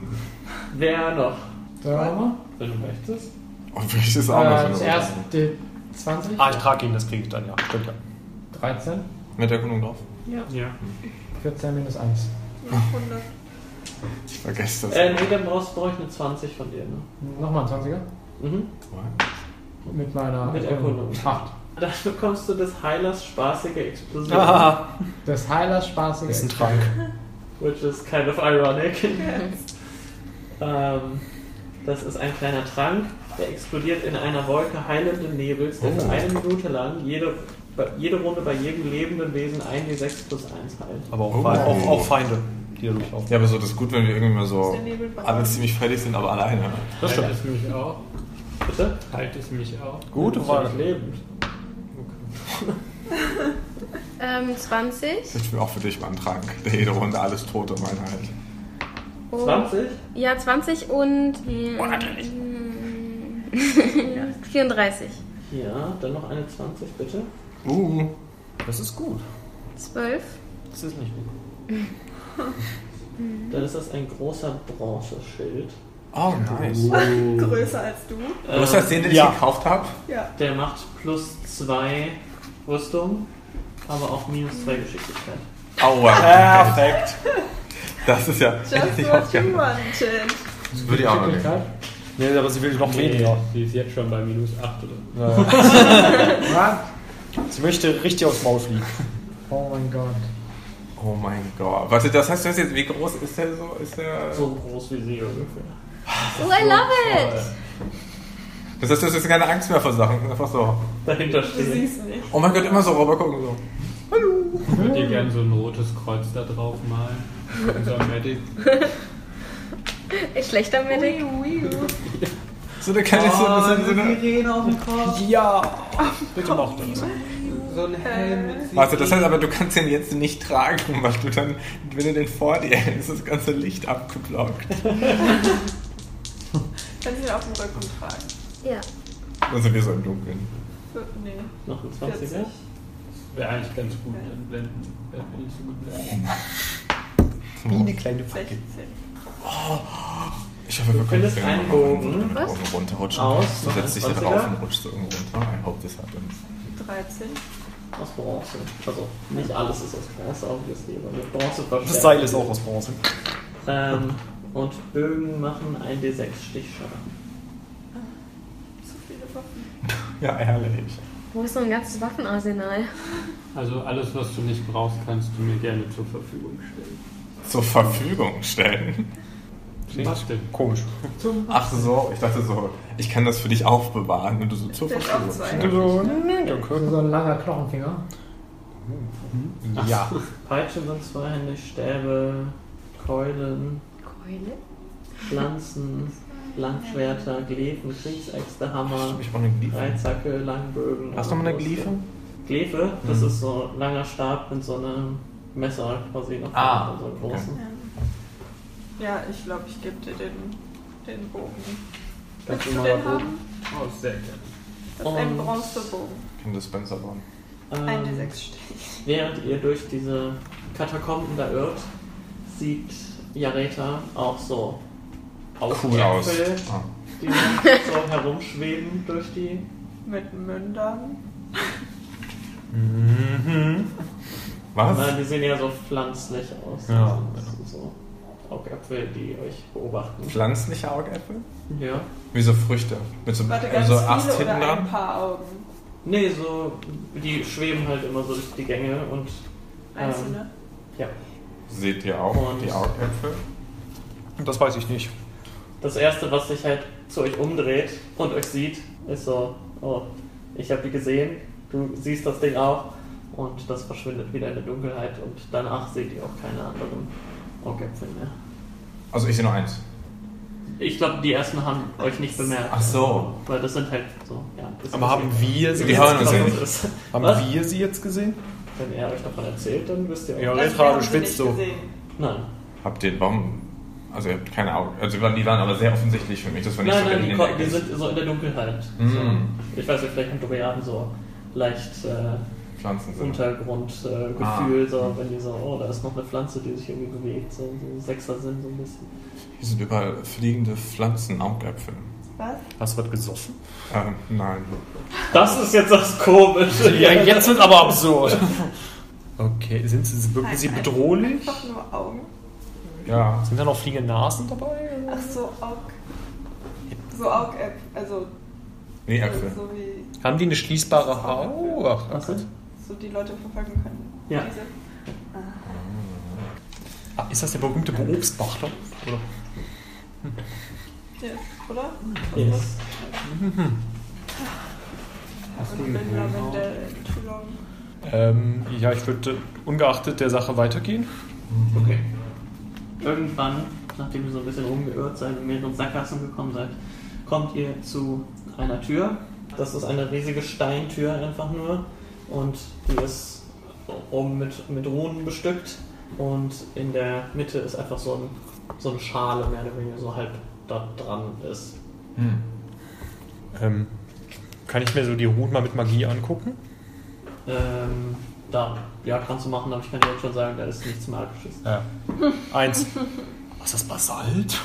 Speaker 7: Wer noch,
Speaker 8: Da haben
Speaker 7: wenn du möchtest?
Speaker 2: Und vielleicht Oh, ist
Speaker 8: wir.
Speaker 2: auch noch so
Speaker 8: Äh,
Speaker 2: eine
Speaker 8: zuerst
Speaker 2: Waffe.
Speaker 8: die 20.
Speaker 5: Ah, ich trage ihn, das kriege ich dann, ja. Stimmt, ja.
Speaker 8: 13.
Speaker 2: Mit Erkundung drauf.
Speaker 3: Ja.
Speaker 8: 14 minus 1.
Speaker 9: Ja, 100.
Speaker 2: Ich vergesse das.
Speaker 7: Äh, nee, dann brauchst brauche ich eine 20 von dir, ne?
Speaker 8: Nochmal ein 20er.
Speaker 7: Mhm.
Speaker 8: Mit meiner
Speaker 7: Mit Erkundung.
Speaker 8: 8.
Speaker 7: Dann bekommst du des Heilers spaßige Explosion,
Speaker 5: Ah,
Speaker 8: Des Heilers spaßige.
Speaker 5: ist ein Trank.
Speaker 7: which is kind of ironic. Ähm, das ist ein kleiner Trank, der explodiert in einer Wolke heilenden Nebels, der für
Speaker 2: Oh.
Speaker 7: eine Minute lang jede, bei- jede Runde bei jedem lebenden Wesen 1 d 6 plus 1 heilt.
Speaker 5: Aber auch,
Speaker 2: Oh.
Speaker 5: auch, auch Feinde. die da durchlaufen.
Speaker 2: Ja, aber so, das ist gut, wenn wir irgendwie mal so
Speaker 9: Der Nebel brennt.
Speaker 2: alle ziemlich fertig sind, aber alleine.
Speaker 5: Das
Speaker 3: Halt
Speaker 5: stimmt.
Speaker 3: es mich auch.
Speaker 5: Bitte?
Speaker 3: Halt es mich auch.
Speaker 5: Gute
Speaker 3: Bin ich
Speaker 5: Frage.
Speaker 3: nicht Lebend.
Speaker 6: Ähm, 20.
Speaker 2: Ich will auch für dich mal einen Trank. Der jede Runde alles Tote, meine halt.
Speaker 9: Oh.
Speaker 6: Und-
Speaker 3: 20?
Speaker 6: Ja, 20 und. äh, Mm, 34.
Speaker 7: Ja, dann noch eine 20, bitte.
Speaker 2: Uh,
Speaker 6: 12.
Speaker 7: Das ist nicht gut. Dann ist das ein großer Bronzeschild.
Speaker 2: oh nice.
Speaker 9: Größer als du.
Speaker 2: Was heißt den, den
Speaker 5: ja.
Speaker 2: ich gekauft habe?
Speaker 9: Ja.
Speaker 7: Ähm, Der macht plus 2 Rüstung, aber auch minus 2 Geschicklichkeit.
Speaker 2: Aua. Perfekt. Das ist ja
Speaker 9: Just
Speaker 2: richtig
Speaker 9: what you
Speaker 2: aufgehört.
Speaker 9: wanted.
Speaker 2: Das würde ich auch noch nehmen.
Speaker 8: Möglichkeit.
Speaker 5: Nee, aber sie will noch
Speaker 3: Nee,
Speaker 5: weniger.
Speaker 3: die ist jetzt schon bei minus 8 oder
Speaker 5: Sie möchte richtig aufs Maul fliegen.
Speaker 8: Oh mein Gott.
Speaker 2: Oh mein Gott. Warte, das heißt, das jetzt, wie groß ist der so? Ist der,
Speaker 7: So groß wie sie ungefähr.
Speaker 6: Oh, I love it!
Speaker 2: Das heißt, du hast jetzt keine Angst mehr vor Sachen. Einfach so.
Speaker 7: Dahinter
Speaker 9: Du
Speaker 7: steht.
Speaker 9: siehst nicht.
Speaker 2: Oh mein Gott, immer so rüber gucken. So.
Speaker 3: Ich würde dir gerne so ein rotes Kreuz da drauf malen. Unser Medic.
Speaker 6: Ist Schlechter Medic.
Speaker 2: So eine kleine so, so, so eine,
Speaker 7: Sirene auf dem Kopf.
Speaker 5: Ja! Bitte mach das.
Speaker 7: So ein Helm mit Sirene.
Speaker 2: Warte, das heißt aber, du kannst den jetzt nicht tragen, weil du dann, wenn du den vor dir hältst, ist das ganze Licht abgeblockt.
Speaker 9: Kannst du ihn auf dem Rücken tragen.
Speaker 6: Ja.
Speaker 2: Und sowieso im Dunkeln.
Speaker 9: Für, nee.
Speaker 7: Noch ein 20er.
Speaker 3: Wäre eigentlich ganz gut, wenn, wenn, wenn ich so gut wäre.
Speaker 5: Wie eine kleine
Speaker 9: 16.
Speaker 2: Ich hoffe, wir
Speaker 7: Du
Speaker 2: können
Speaker 7: findest einen Bogen.
Speaker 2: Bogen
Speaker 6: Was?
Speaker 2: runterrutschen.
Speaker 7: Aus.
Speaker 2: Du setzt dich da
Speaker 7: 20er.
Speaker 2: drauf und rutschst so irgendwo runter. Ein Haupt ist halt im
Speaker 9: 13.
Speaker 7: Aus Bronze. Also, nicht alles ist aus Bronze, obviously, aber mit Bronze verstärkt.
Speaker 5: Das Seil ist auch aus Bronze.
Speaker 7: Ähm, und Bögen machen ein D6 Stichschaden.
Speaker 9: Zu viele Waffen.
Speaker 2: Ja, ehrlich.
Speaker 6: Wo ist noch ein ganzes Waffenarsenal?
Speaker 3: Also alles, was du nicht brauchst, kannst du mir gerne zur Verfügung stellen.
Speaker 2: Zur Verfügung stellen.
Speaker 3: Klingt denn?
Speaker 5: Komisch.
Speaker 2: Ach so, ich dachte so, ich kann das für dich aufbewahren und du so zur
Speaker 9: Der ist
Speaker 2: Verfügung
Speaker 9: auch zwei.
Speaker 2: stellen.
Speaker 5: nee, danke.
Speaker 8: So ein langer Knochenfinger.
Speaker 5: Ja.
Speaker 7: Peitschen sind zweihändig, Stäbe, Keulen,
Speaker 6: Keule?
Speaker 7: Pflanzen, Langschwerter, Glefen, Kriegsäxte, Hammer,
Speaker 2: Ich brauche eine Gliefe.
Speaker 7: Dreizacke, Langbögen.
Speaker 2: Hast du mal eine
Speaker 7: und-
Speaker 2: Gliefe?
Speaker 7: Glefe, das
Speaker 2: Mhm.
Speaker 7: ist so ein langer Stab mit so einem Messer quasi noch
Speaker 2: Ah,
Speaker 7: vorne, so einem großen.
Speaker 9: Ja, ich glaube, ich gebe dir den, den Bogen.
Speaker 7: Ganz
Speaker 9: Willst du
Speaker 7: normaler
Speaker 9: den
Speaker 7: Bogen.
Speaker 9: haben?
Speaker 3: Oh, sehr gerne.
Speaker 9: Das ist ein
Speaker 7: Und-
Speaker 9: Bronzebogen.
Speaker 2: Ich kann das beim Sabon.
Speaker 9: Ein d
Speaker 7: Ähm,
Speaker 9: 6 Stich.
Speaker 7: Während ihr durch diese Katakomben da irrt, sieht Jareta auch so
Speaker 2: Cool aus.
Speaker 7: Augäpfel,
Speaker 2: Ah.
Speaker 7: die so herumschweben durch die.
Speaker 9: Mit Mündern.
Speaker 7: Nein,
Speaker 2: Was?
Speaker 7: die sehen ja so pflanzlich aus.
Speaker 5: Ja,
Speaker 7: also so Augäpfel, die euch beobachten.
Speaker 2: Pflanzliche Augäpfel?
Speaker 7: Ja.
Speaker 2: Wie so Früchte. Mit so,
Speaker 9: Warte,
Speaker 2: äh,
Speaker 9: ganz
Speaker 2: so
Speaker 9: viele
Speaker 2: Ast hinten
Speaker 9: oder ein
Speaker 2: dran.
Speaker 9: paar Augen.
Speaker 7: Nee, so die schweben halt immer so durch die Gänge und ähm,
Speaker 9: Einzelne.
Speaker 7: ja.
Speaker 2: Seht ihr auch
Speaker 7: Und-
Speaker 2: die Augäpfel?
Speaker 5: Das weiß ich nicht.
Speaker 7: Das erste, was sich halt zu euch umdreht und euch sieht, ist so, oh, ich habe die gesehen, du siehst das Ding auch und das verschwindet wieder in der Dunkelheit und danach seht ihr auch keine anderen Augäpfel mehr.
Speaker 2: Also ich sehe nur eins.
Speaker 7: Ich glaube, die ersten haben euch nicht bemerkt.
Speaker 2: Ach so.
Speaker 7: Weil das sind halt so, ja. das
Speaker 5: Aber
Speaker 7: ist
Speaker 5: haben
Speaker 7: egal.
Speaker 5: wir sie
Speaker 2: Wir
Speaker 5: jetzt
Speaker 2: hören uns
Speaker 7: Was
Speaker 2: ja
Speaker 5: gesehen?
Speaker 7: das
Speaker 2: nicht.
Speaker 7: ist.
Speaker 5: Haben
Speaker 7: Was?
Speaker 5: wir sie jetzt gesehen?
Speaker 7: Wenn er euch davon erzählt, dann wisst ihr auch.
Speaker 5: Ja.
Speaker 9: Also,
Speaker 5: Retra,
Speaker 9: wir
Speaker 5: du
Speaker 9: haben sie
Speaker 5: schwitzt
Speaker 9: nicht
Speaker 5: so.
Speaker 9: gesehen.
Speaker 7: Nein.
Speaker 2: Habt ihr Baum? Also ihr habt keine Augen. Also die waren, die waren aber sehr offensichtlich für mich. Das war nicht
Speaker 7: Nein,
Speaker 2: so
Speaker 7: nein,
Speaker 2: wenn
Speaker 7: die,
Speaker 2: in
Speaker 7: ko-
Speaker 2: den
Speaker 7: die
Speaker 2: Ecken ist.
Speaker 7: sind so in der Dunkelheit.
Speaker 5: Mhm.
Speaker 2: Mm.
Speaker 7: So. Ich weiß nicht, vielleicht haben Doriaden so leicht äh,
Speaker 2: Pflanzen sind.
Speaker 7: Untergrundgefühl, äh,
Speaker 2: Ah.
Speaker 7: Gefühl, so wenn die so, oh, da ist noch eine Pflanze, die sich irgendwie bewegt, so, so Sechser sind so ein bisschen.
Speaker 2: Hier sind überall fliegende Pflanzen, Augäpfel.
Speaker 9: Was?
Speaker 5: Hast du was gesoffen?
Speaker 2: Ähm, nein.
Speaker 7: Das ist jetzt das Komische.
Speaker 5: Ja, jetzt wird aber absurd. Okay, sind sie, wirken
Speaker 9: Nein,
Speaker 5: sie
Speaker 9: nein.
Speaker 5: bedrohlich?
Speaker 9: Einfach nur Augen.
Speaker 2: Ja.
Speaker 5: Sind da noch fliegende Nasen dabei?
Speaker 9: Ach so, Aug. So Aug-App. Also, äh,
Speaker 2: Nee, Äpfel.
Speaker 9: so wie
Speaker 5: Haben die eine schließbare Haut?
Speaker 7: Was denn?
Speaker 9: so die Leute verfolgen können.
Speaker 7: Ja.
Speaker 9: Diese.
Speaker 5: Ah, ist das der berühmte Beobachter? Oder?
Speaker 9: Ja, oder?
Speaker 7: Yes.
Speaker 3: Hast du
Speaker 9: Und
Speaker 3: einen
Speaker 9: wenn
Speaker 3: Höhenraum?
Speaker 9: Lavendel in Toulon.
Speaker 5: Ähm, ja, ich würde ungeachtet der Sache weitergehen.
Speaker 7: Okay.
Speaker 1: irgendwann, nachdem ihr so ein bisschen rumgeirrt seid und mehreren Sackgassen gekommen seid, kommt ihr zu einer Tür. Das ist eine riesige Steintür einfach nur und die ist oben mit, mit Runen bestückt und in der Mitte ist einfach so, ein, so eine Schale, mehr oder weniger so halb da dran ist.
Speaker 5: Hm. Ähm, kann ich mir so die Runen mal mit Magie angucken?
Speaker 1: Ähm, da, ja, kannst du machen, aber ich kann dir jetzt schon sagen, da ist nichts Magisches.
Speaker 5: Ja. Eins. Was ist das Basalt?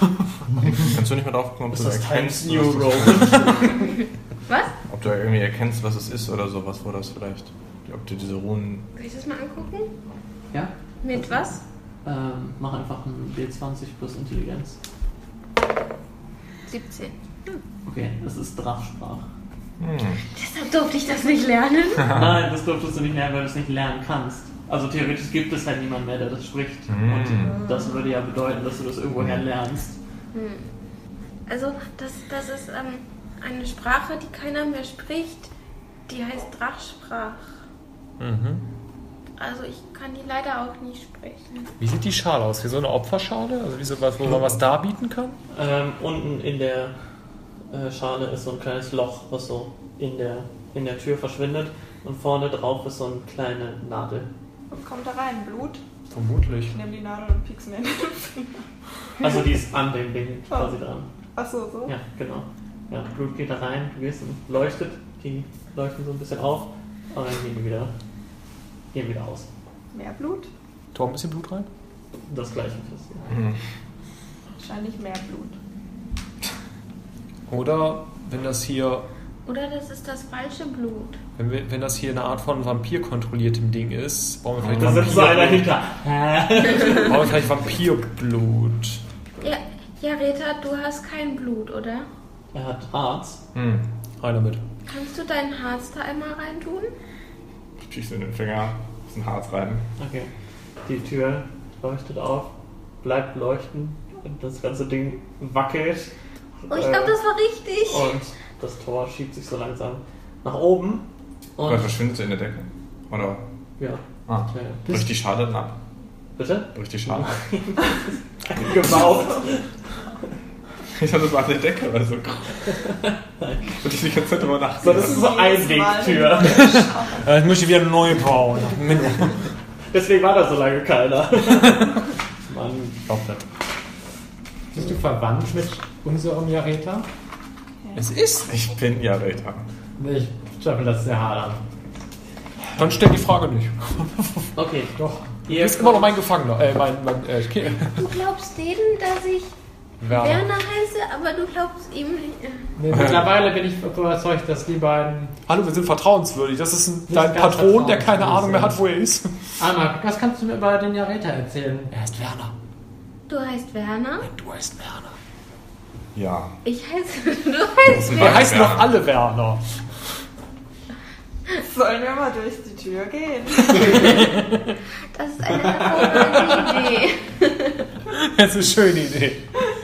Speaker 2: Kannst du nicht mal drauf kommen, ob
Speaker 1: Ist
Speaker 2: du
Speaker 1: das Times
Speaker 2: erkennst,
Speaker 1: New
Speaker 2: was das-
Speaker 1: Roman?
Speaker 2: ob du irgendwie erkennst, was es ist oder sowas, wo das vielleicht. Ob du diese Runen.
Speaker 6: Kann ich das mal angucken?
Speaker 1: ja?
Speaker 6: Mit was?
Speaker 1: Ähm, mach einfach ein D20 plus Intelligenz.
Speaker 6: 17.
Speaker 1: Okay, das ist Drachsprache.
Speaker 2: Hm.
Speaker 6: Deshalb durfte ich das nicht lernen.
Speaker 1: Nein, das durftest du nicht lernen, weil du es nicht lernen kannst. Also theoretisch gibt es halt niemanden mehr, der das spricht.
Speaker 2: Mm.
Speaker 1: Und das würde ja bedeuten, dass du das irgendwoher lernst.
Speaker 6: Hm. Also, das, das ist ähm, eine Sprache, die keiner mehr spricht. Die heißt Drachsprach.
Speaker 5: Mhm.
Speaker 6: Also, ich kann die leider auch nicht sprechen.
Speaker 5: Wie sieht die Schale aus? Wie so eine Opferschale? Also wie so was, wo man was darbieten kann?
Speaker 1: Ähm, unten in der äh, Schale ist so ein kleines Loch, was so in der, in der Tür verschwindet. Und vorne drauf ist so eine kleine Nadel.
Speaker 9: Und kommt da rein Blut.
Speaker 5: Vermutlich.
Speaker 9: Ich nehme die Nadel und piekse mir in den Finger.
Speaker 1: Also die ist an dem Ding quasi dran.
Speaker 9: Achso, so.
Speaker 1: Ja, genau. Ja, Blut geht da rein, du gehst und leuchtet. Die leuchten so ein bisschen auf. Und dann gehen die wieder, gehen wieder aus.
Speaker 9: Mehr Blut?
Speaker 5: Tor ein bisschen Blut rein?
Speaker 1: Das gleiche Fest.
Speaker 2: Hm.
Speaker 9: Wahrscheinlich mehr Blut.
Speaker 5: Oder wenn das hier,
Speaker 6: Oder das ist das falsche Blut.
Speaker 5: wenn, wir, wenn das hier eine Art von vampirkontrolliertem Ding ist, brauchen wir vielleicht,
Speaker 1: Da sitzt so einer hinter.
Speaker 5: Vampir, brauchen wir vielleicht Vampirblut.
Speaker 6: Ja, ja, Rita, du hast kein Blut, oder?
Speaker 1: Er hat Harz.
Speaker 2: Hm.
Speaker 5: Rein damit.
Speaker 6: Kannst du deinen Harz da einmal reintun?
Speaker 2: Ich schieße in den Finger, ein bisschen Harz rein.
Speaker 1: Okay. Die Tür leuchtet auf, bleibt leuchten und das ganze Ding wackelt.
Speaker 6: Oh, ich glaube, das war richtig.
Speaker 7: Oh.
Speaker 1: Und das Tor schiebt sich so langsam nach oben. Und
Speaker 2: Oder verschwindet sie in der Decke? Oder.
Speaker 1: ja,
Speaker 2: Ah.
Speaker 1: ja, ja.
Speaker 2: Bricht die Schale dann ab?
Speaker 1: Bitte?
Speaker 2: Bricht die Schale?
Speaker 1: Gebaut.
Speaker 2: Ich dachte, das war an der Decke oder so. Und ich die ganze Zeit immer nach.
Speaker 1: So, das ist so Einwegtür.
Speaker 5: Jetzt möchte Äh, ich wieder neu bauen.
Speaker 1: Deswegen war da so lange keiner. Mann.
Speaker 8: Bist du verwandt mit unserem Jareta?
Speaker 5: Es ist.
Speaker 2: Ich bin ja Rita.
Speaker 8: Ich staffel das sehr hart an.
Speaker 5: Dann stell die Frage nicht.
Speaker 1: Okay.
Speaker 8: Doch.
Speaker 5: Du bist immer noch mein Gefangener. Äh, mein, mein äh, Kind.
Speaker 6: Du glaubst denen, dass ich
Speaker 5: Werner.
Speaker 6: Werner heiße, aber du glaubst ihm nicht.
Speaker 8: Nee, mittlerweile bin ich überzeugt, dass die beiden.
Speaker 5: Hallo, wir sind vertrauenswürdig. Das ist ein, dein
Speaker 8: ganz
Speaker 5: Patron, der keine
Speaker 8: vertrauenswürdig.
Speaker 5: Ahnung mehr hat, wo er ist.
Speaker 8: Einmal, Ah, was kannst du mir über den Jareta erzählen?
Speaker 5: Er ist Werner.
Speaker 6: Du heißt Werner?
Speaker 5: Du heißt Werner.
Speaker 2: Ja.
Speaker 6: Ich heiße. Du heißt
Speaker 5: Wir
Speaker 6: Werner.
Speaker 5: heißen doch alle Werner.
Speaker 9: Sollen wir mal durch die Tür gehen?
Speaker 6: Das ist eine hervorragende Idee.
Speaker 5: Das ist eine schöne Idee.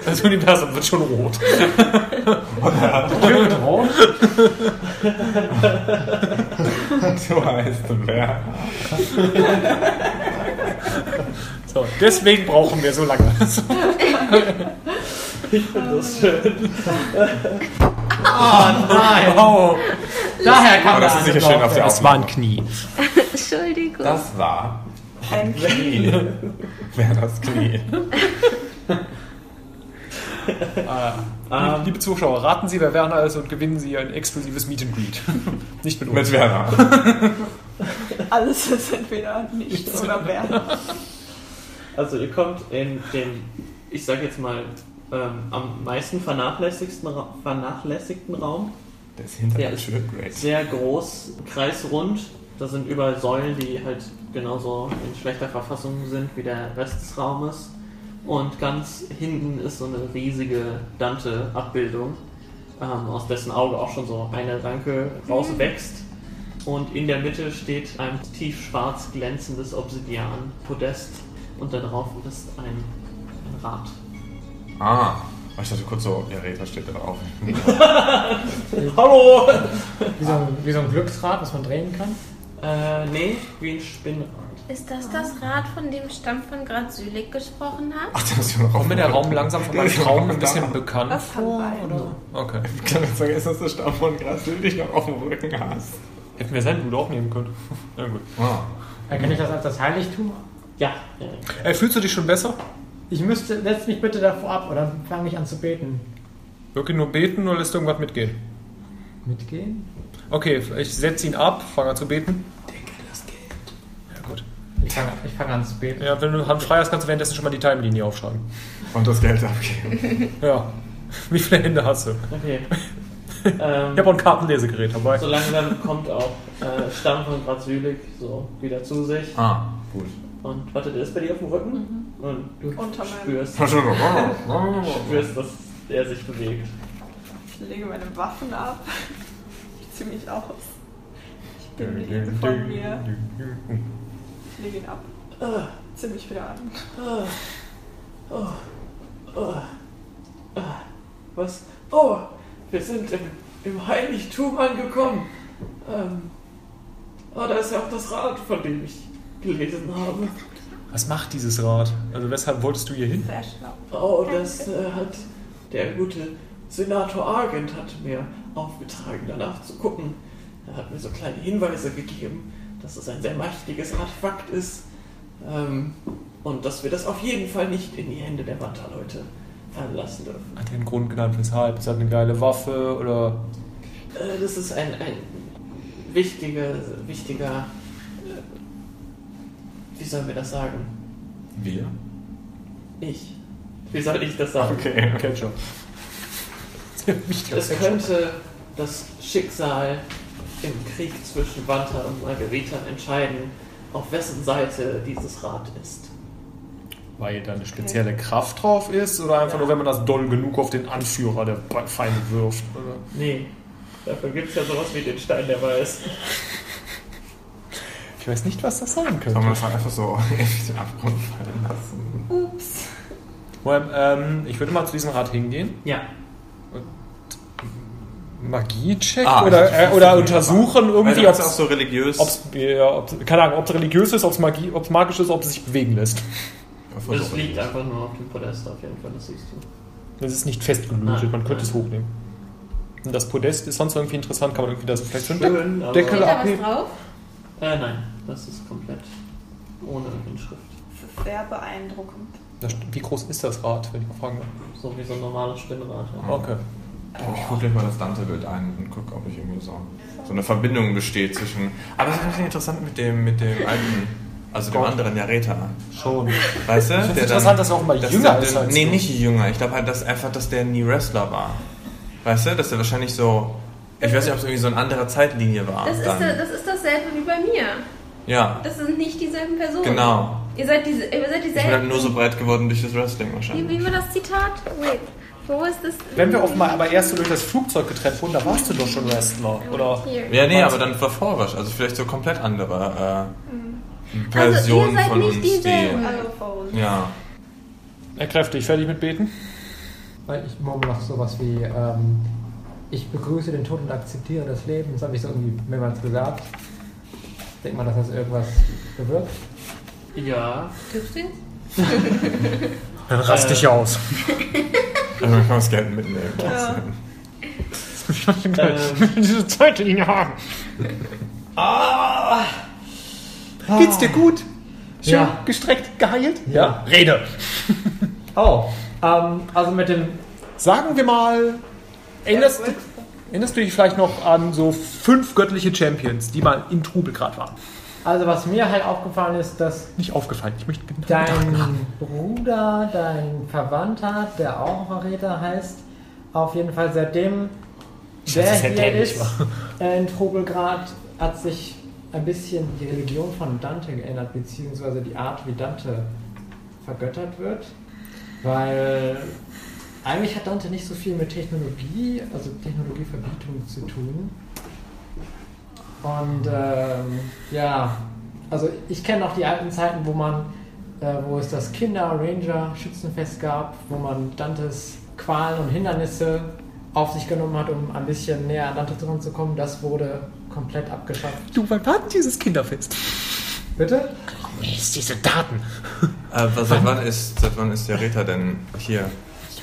Speaker 5: Das Universum wird schon rot.
Speaker 2: Du heißt wer?
Speaker 5: So, deswegen brauchen wir so lange.
Speaker 1: Ich finde das schön.
Speaker 5: Ah,
Speaker 8: Nein!
Speaker 5: Wow.
Speaker 8: Daher kam
Speaker 2: Aber das ist sicher schön auf der
Speaker 5: Das war ein Knie.
Speaker 6: Entschuldigung.
Speaker 2: Das war
Speaker 9: Ein
Speaker 2: Knie. Wer das Knie?
Speaker 1: Ähm,
Speaker 5: Ah, Liebe Zuschauer, raten Sie, wer Werner ist und gewinnen Sie ein exklusives Meet and Greet. Nicht mit uns.
Speaker 2: Mit Werner.
Speaker 9: Alles ist entweder nichts oder wer.
Speaker 1: Also ihr kommt in den, ich sag jetzt mal, ähm, am meisten vernachlässigsten Ra vernachlässigten Raum.
Speaker 2: Der ist hinter
Speaker 1: Der
Speaker 2: der
Speaker 1: ist-
Speaker 2: Tür. Great.
Speaker 1: Sehr groß, kreisrund. Da sind überall Säulen, die halt genauso in schlechter Verfassung sind wie der Rest des Raumes. Und ganz hinten ist so eine riesige Dante-Abbildung, ähm, aus dessen Auge auch schon so eine Ranke rauswächst. Und in der Mitte steht ein tiefschwarz glänzendes Obsidian-Podest und da drauf ist ein, ein Rad.
Speaker 2: Ah. Oh, Ich dachte kurz so, ja, Rita steht da drauf.
Speaker 1: Hallo!
Speaker 8: Wie so, ein, wie so ein Glücksrad, was man drehen kann.
Speaker 1: Äh, nee, wie ein Spinnrad.
Speaker 6: Ist das das Rad, von dem Stamm von Grad Sülik gesprochen hat?
Speaker 2: Ach, da muss ich noch rauf.
Speaker 5: Kommt mir der Raum langsam von meinem
Speaker 2: Der ist
Speaker 5: Traum
Speaker 2: noch
Speaker 5: ein bisschen
Speaker 2: da.
Speaker 5: bekannt
Speaker 9: Das kann
Speaker 5: vor?
Speaker 9: sein.
Speaker 5: Oder? Okay.
Speaker 2: Ich kann jetzt sagen, ist das der Stamm von Gras, den ich noch auf dem Rücken hast?
Speaker 5: Hätten wir sein Blut auch nehmen können. Na gut.
Speaker 2: Ah.
Speaker 8: Erkenne ich das als das Heiligtum?
Speaker 7: Ja, ja.
Speaker 5: Äh, fühlst du dich schon besser?
Speaker 8: Ich müsste, setz mich bitte davor ab oder fange ich an zu beten.
Speaker 5: Wirklich nur beten oder lässt du irgendwas mitgehen?
Speaker 8: Mitgehen?
Speaker 5: Okay, ich setze ihn ab, fange an zu beten. Denke das Geld.
Speaker 8: Ich fange ich fang an zu beten.
Speaker 5: Ja gut. Ja, wenn du Hand frei hast, kannst du währenddessen schon mal die Timelinie aufschreiben.
Speaker 2: Und das Geld abgeben.
Speaker 5: Ja. Wie viele Hände hast du?
Speaker 7: okay.
Speaker 5: Ich habe auch
Speaker 7: ähm,
Speaker 5: ein Kartenlesegerät dabei.
Speaker 7: so langsam kommt auch äh, Stamm von Grad Sülik so wieder zu sich.
Speaker 2: Ah, gut.
Speaker 7: Und warte, der ist bei dir auf dem Rücken? Und du
Speaker 9: Unter meinem-
Speaker 7: spürst,
Speaker 2: War schon noch.
Speaker 7: spürst, dass er sich bewegt.
Speaker 9: Ich lege meine Waffen ab. Ich ziehe mich aus. Ich bin liebe von mir. Ich lege ihn ab. Zieh mich wieder an.
Speaker 7: Was? Oh, wir sind im, im Heiligtum angekommen. Ähm, oh, da ist ja auch das Rad, von dem ich gelesen habe.
Speaker 5: Was macht dieses Rad? Also weshalb wolltest du hier hin?
Speaker 9: Sehr schlau.
Speaker 7: Oh, das äh, hat der gute Senator Argent hat mir aufgetragen, danach zu gucken. Er hat mir so kleine Hinweise gegeben, dass es ein sehr mächtiges Artefakt ist ähm, und dass wir das auf jeden Fall nicht in die Hände der Wanderleute fallen lassen dürfen.
Speaker 5: Hat er einen Grund genannt, weshalb? Ist das halt eine geile Waffe oder
Speaker 7: Äh, Das ist ein, ein wichtiger, wichtiger, äh, wie sollen wir das sagen?
Speaker 2: Wir?
Speaker 7: Ich. Wie soll ich das sagen?
Speaker 2: Okay.
Speaker 5: Ketchup?
Speaker 7: Es könnte das Schicksal im Krieg zwischen Wanta und Margarita entscheiden, auf wessen Seite dieses Rad ist.
Speaker 5: Weil da eine spezielle Kraft drauf ist oder einfach
Speaker 7: Ja.
Speaker 5: nur, wenn man das doll genug auf den Anführer der Be- Feinde wirft? Oder?
Speaker 7: Nee, dafür gibt es ja sowas wie den Stein der Weiß.
Speaker 5: Ich weiß nicht, was das sein
Speaker 2: Sollen wir
Speaker 5: könnte.
Speaker 2: das einfach so in den Abgrund fallen lassen?
Speaker 9: Ups.
Speaker 5: Well, ähm, ich würde mal zu diesem Rad hingehen.
Speaker 7: Ja.
Speaker 5: Magie-Check
Speaker 2: Ah,
Speaker 5: oder,
Speaker 2: ich-
Speaker 5: äh, oder untersuchen
Speaker 2: Weil
Speaker 5: irgendwie,
Speaker 2: du
Speaker 5: ob
Speaker 2: bist also auch
Speaker 5: es
Speaker 2: so religiös.
Speaker 5: ja, ob's- keine Ahnung, ob es religiös ist, ob es Magie, ob's magisch ist, ob es sich bewegen lässt.
Speaker 2: Versuch
Speaker 7: Das liegt
Speaker 2: religiös.
Speaker 7: einfach nur auf dem Podest auf jeden Fall, das siehst du.
Speaker 5: Es ist nicht festgelötet,
Speaker 7: Nein,
Speaker 5: man könnte
Speaker 7: nein.
Speaker 5: es hochnehmen. Und das Podest ist sonst irgendwie interessant, kann man irgendwie das vielleicht so einen Deck-
Speaker 7: Schön, aber...
Speaker 5: Deckel
Speaker 6: Steht da was
Speaker 5: abheben.
Speaker 6: drauf?
Speaker 7: Äh, nein, das ist komplett ohne Inschrift.
Speaker 9: Das ist sehr beeindruckend.
Speaker 5: Das st- Wie groß ist das Rad, wenn ich mal fragen darf?
Speaker 7: So wie so ein normales Spinnrad. Ja.
Speaker 2: Ah.
Speaker 5: Okay.
Speaker 2: Oh, ich gucke gleich mal das Dante-Bild ein und gucke, ob ich irgendwie so, so eine Verbindung besteht zwischen. Aber das ist natürlich interessant mit dem, mit dem alten, also dem
Speaker 5: Gott.
Speaker 2: anderen, der Reta.
Speaker 5: Schon.
Speaker 2: Weißt du?
Speaker 5: find's interessant, dass er offenbar jünger ist als
Speaker 2: Nee,
Speaker 5: du.
Speaker 2: nicht jünger. Ich glaube halt, dass einfach, dass der nie Wrestler war. Weißt du? Dass er wahrscheinlich so. Ich weiß nicht, ob es irgendwie so eine andere Zeitlinie war.
Speaker 6: Das ist,
Speaker 2: Ah, dann.
Speaker 6: das ist dasselbe wie bei mir.
Speaker 2: ja,
Speaker 6: Das sind nicht dieselben Personen.
Speaker 2: genau.
Speaker 6: Ihr seid, diese, ihr seid
Speaker 2: Ich bin halt
Speaker 6: dieselben.
Speaker 2: nur so breit geworden durch das Wrestling
Speaker 6: Wie,
Speaker 2: wahrscheinlich.
Speaker 6: wie war das Zitat? Wait, wo ist das?
Speaker 5: Wenn wir offenbar aber erst so durch das Flugzeug getrennt wurden, da warst du doch schon Wrestler, oder?
Speaker 6: Hier.
Speaker 2: Ja, nee, aber dann war Vorwasch. Also vielleicht so komplett andere äh,
Speaker 6: Mhm. Also ihr
Speaker 2: Versionen
Speaker 6: seid
Speaker 2: von
Speaker 6: nicht
Speaker 2: uns, die.
Speaker 6: dieselben.
Speaker 9: Hallo, Fold.
Speaker 2: Ja.
Speaker 5: Er kräftig, fertig mit Beten?
Speaker 8: Weil ich murmel noch sowas wie, ähm, ich begrüße den Tod und akzeptiere das Leben. Das habe ich so irgendwie mehrmals gesagt. Denkt man, dass das irgendwas bewirkt?
Speaker 7: ja,
Speaker 6: Gibt's den?
Speaker 5: Dann rast
Speaker 7: dich
Speaker 5: aus.
Speaker 2: Also man kann das Geld mitnehmen.
Speaker 9: Ja.
Speaker 7: Ähm.
Speaker 5: Diese Zeit in ihn haben. Geht's dir gut? Schön
Speaker 8: Ja.
Speaker 5: gestreckt, geheilt?
Speaker 8: Ja.
Speaker 5: Rede.
Speaker 8: Oh, ähm, also mit dem
Speaker 5: Sagen wir mal, erinnerst, erinnerst du dich vielleicht noch an so fünf göttliche Champions, die mal in Trubelgrad waren?
Speaker 8: Also was mir halt aufgefallen ist, dass
Speaker 5: Nicht aufgefallen, ich möchte genau
Speaker 8: dein Bruder, dein Verwandter, der auch Verräter heißt, auf jeden Fall seitdem der
Speaker 5: das hätte
Speaker 8: hier
Speaker 5: er nicht
Speaker 8: ist, äh, in Trobelgrad, hat sich ein bisschen die Religion von Dante geändert, beziehungsweise die Art, wie Dante vergöttert wird. Weil eigentlich hat Dante nicht so viel mit Technologie, also Technologieverbietung zu tun. Und ähm, ja, also ich kenne noch die alten Zeiten, wo man, äh, wo es das Kinder-Ranger-Schützenfest gab, wo man Dantes Qualen und Hindernisse auf sich genommen hat, um ein bisschen näher an Dante dran zu kommen. Das wurde komplett abgeschafft.
Speaker 5: Du, wann war denn dieses Kinderfest?
Speaker 8: Bitte?
Speaker 5: Mist, diese Daten.
Speaker 2: Äh, was- seit, wann ist, seit wann ist der Räter denn hier?
Speaker 8: Das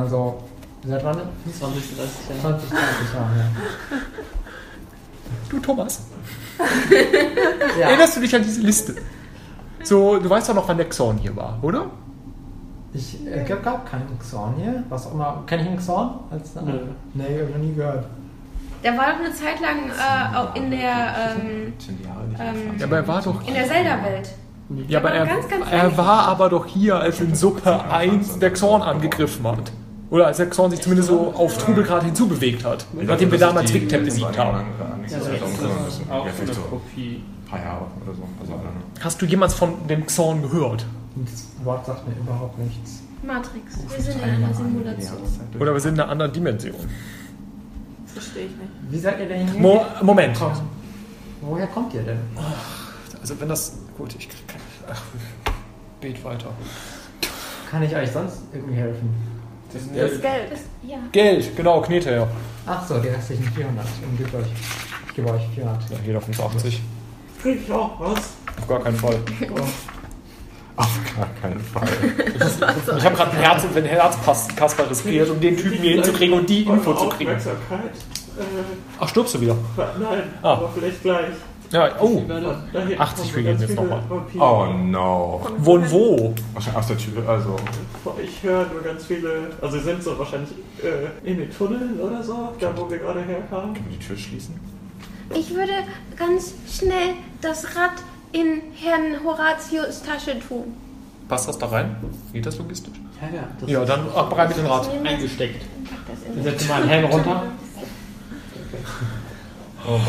Speaker 8: waren so. Seit wann?
Speaker 7: 20, 30 Jahre.
Speaker 8: 20, 30 Jahre. her.
Speaker 5: Du, Thomas,
Speaker 8: Ja.
Speaker 5: erinnerst du dich an diese Liste? So, du weißt doch noch, wann der Xorn hier war, oder?
Speaker 8: Ich äh, glaube, gab keinen Xorn hier. Was auch immer. Kenn ich einen Xorn? Als eine
Speaker 7: Nö.
Speaker 8: Nee, hab ich noch nie gehört.
Speaker 6: Der war doch eine Zeit lang äh, auch in der, ähm,
Speaker 2: Sind die Jahre nicht
Speaker 6: ähm,
Speaker 5: Ja, aber er war doch.
Speaker 6: in der Zelda-Welt.
Speaker 5: Ja, aber
Speaker 6: war
Speaker 5: er,
Speaker 6: ganz, ganz
Speaker 5: er
Speaker 6: ehrlich.
Speaker 5: war aber doch hier, als in Suppe 1 der Xorn angegriffen hat. Oder als der Xorn sich zumindest so auf Trubelgrad hinzubewegt hat. Nachdem wir damals Wigtap besiegt haben.
Speaker 2: Ja,
Speaker 7: Also
Speaker 2: vielleicht
Speaker 7: jetzt ist
Speaker 2: so
Speaker 7: das auch eine
Speaker 2: ein
Speaker 7: Kopie.
Speaker 2: paar Jahre oder so. Also, I don't know.
Speaker 5: Hast du jemals von dem Xorn gehört?
Speaker 8: Das Wort sagt mir überhaupt nichts.
Speaker 6: Matrix. Wir sind in einer Simulation.
Speaker 5: Oder wir sind in einer anderen Dimension.
Speaker 9: Verstehe ich nicht.
Speaker 8: Wie seid ihr denn hier?
Speaker 5: Mo Moment.
Speaker 8: gekommen? Woher kommt ihr denn?
Speaker 5: Also wenn das... Gut, ich krieg keine... Ach, bet weiter.
Speaker 8: Kann ich euch sonst irgendwie helfen?
Speaker 9: Das Geld.
Speaker 6: Das, ja.
Speaker 5: Geld, genau, Knete, ja.
Speaker 8: Ach so, die restlichen 400. Und gebt euch. Ich gebe euch 400.
Speaker 5: Ja, jeder von uns 80.
Speaker 7: Krieg ich auch was?
Speaker 5: Auf gar keinen Fall.
Speaker 2: Auf gar keinen Fall.
Speaker 5: Ich habe gerade ein Herz, wenn Herz passt, Kasper riskiert, um den Typen hier hinzukriegen und die Info zu kriegen.
Speaker 7: Aufmerksamkeit? Äh,
Speaker 5: Ach, stirbst du wieder?
Speaker 7: nein,
Speaker 5: Ah.
Speaker 7: aber vielleicht gleich.
Speaker 5: Ja, oh.
Speaker 7: Von
Speaker 5: 80
Speaker 7: daher kommen
Speaker 5: für jeden
Speaker 7: ganz
Speaker 5: jetzt
Speaker 7: viele
Speaker 5: nochmal.
Speaker 7: Vampire.
Speaker 2: Oh no.
Speaker 5: Von wo?
Speaker 2: Aus der Tür, also.
Speaker 7: Ich höre nur ganz viele, also sie sind so wahrscheinlich äh, in den Tunneln oder so, da wo wir gerade herkamen.
Speaker 2: Können wir die Tür schließen?
Speaker 6: Ich würde ganz schnell das Rad in Herrn Horatius Tasche tun.
Speaker 5: Passt das da rein? Geht das logistisch?
Speaker 7: Ja, ja. Das
Speaker 5: Ja, dann ach, bereit mit dem Rad.
Speaker 3: Eingesteckt.
Speaker 6: Pack das
Speaker 8: Ich
Speaker 6: in
Speaker 8: setze mal einen Helm runter.
Speaker 2: Oh boy.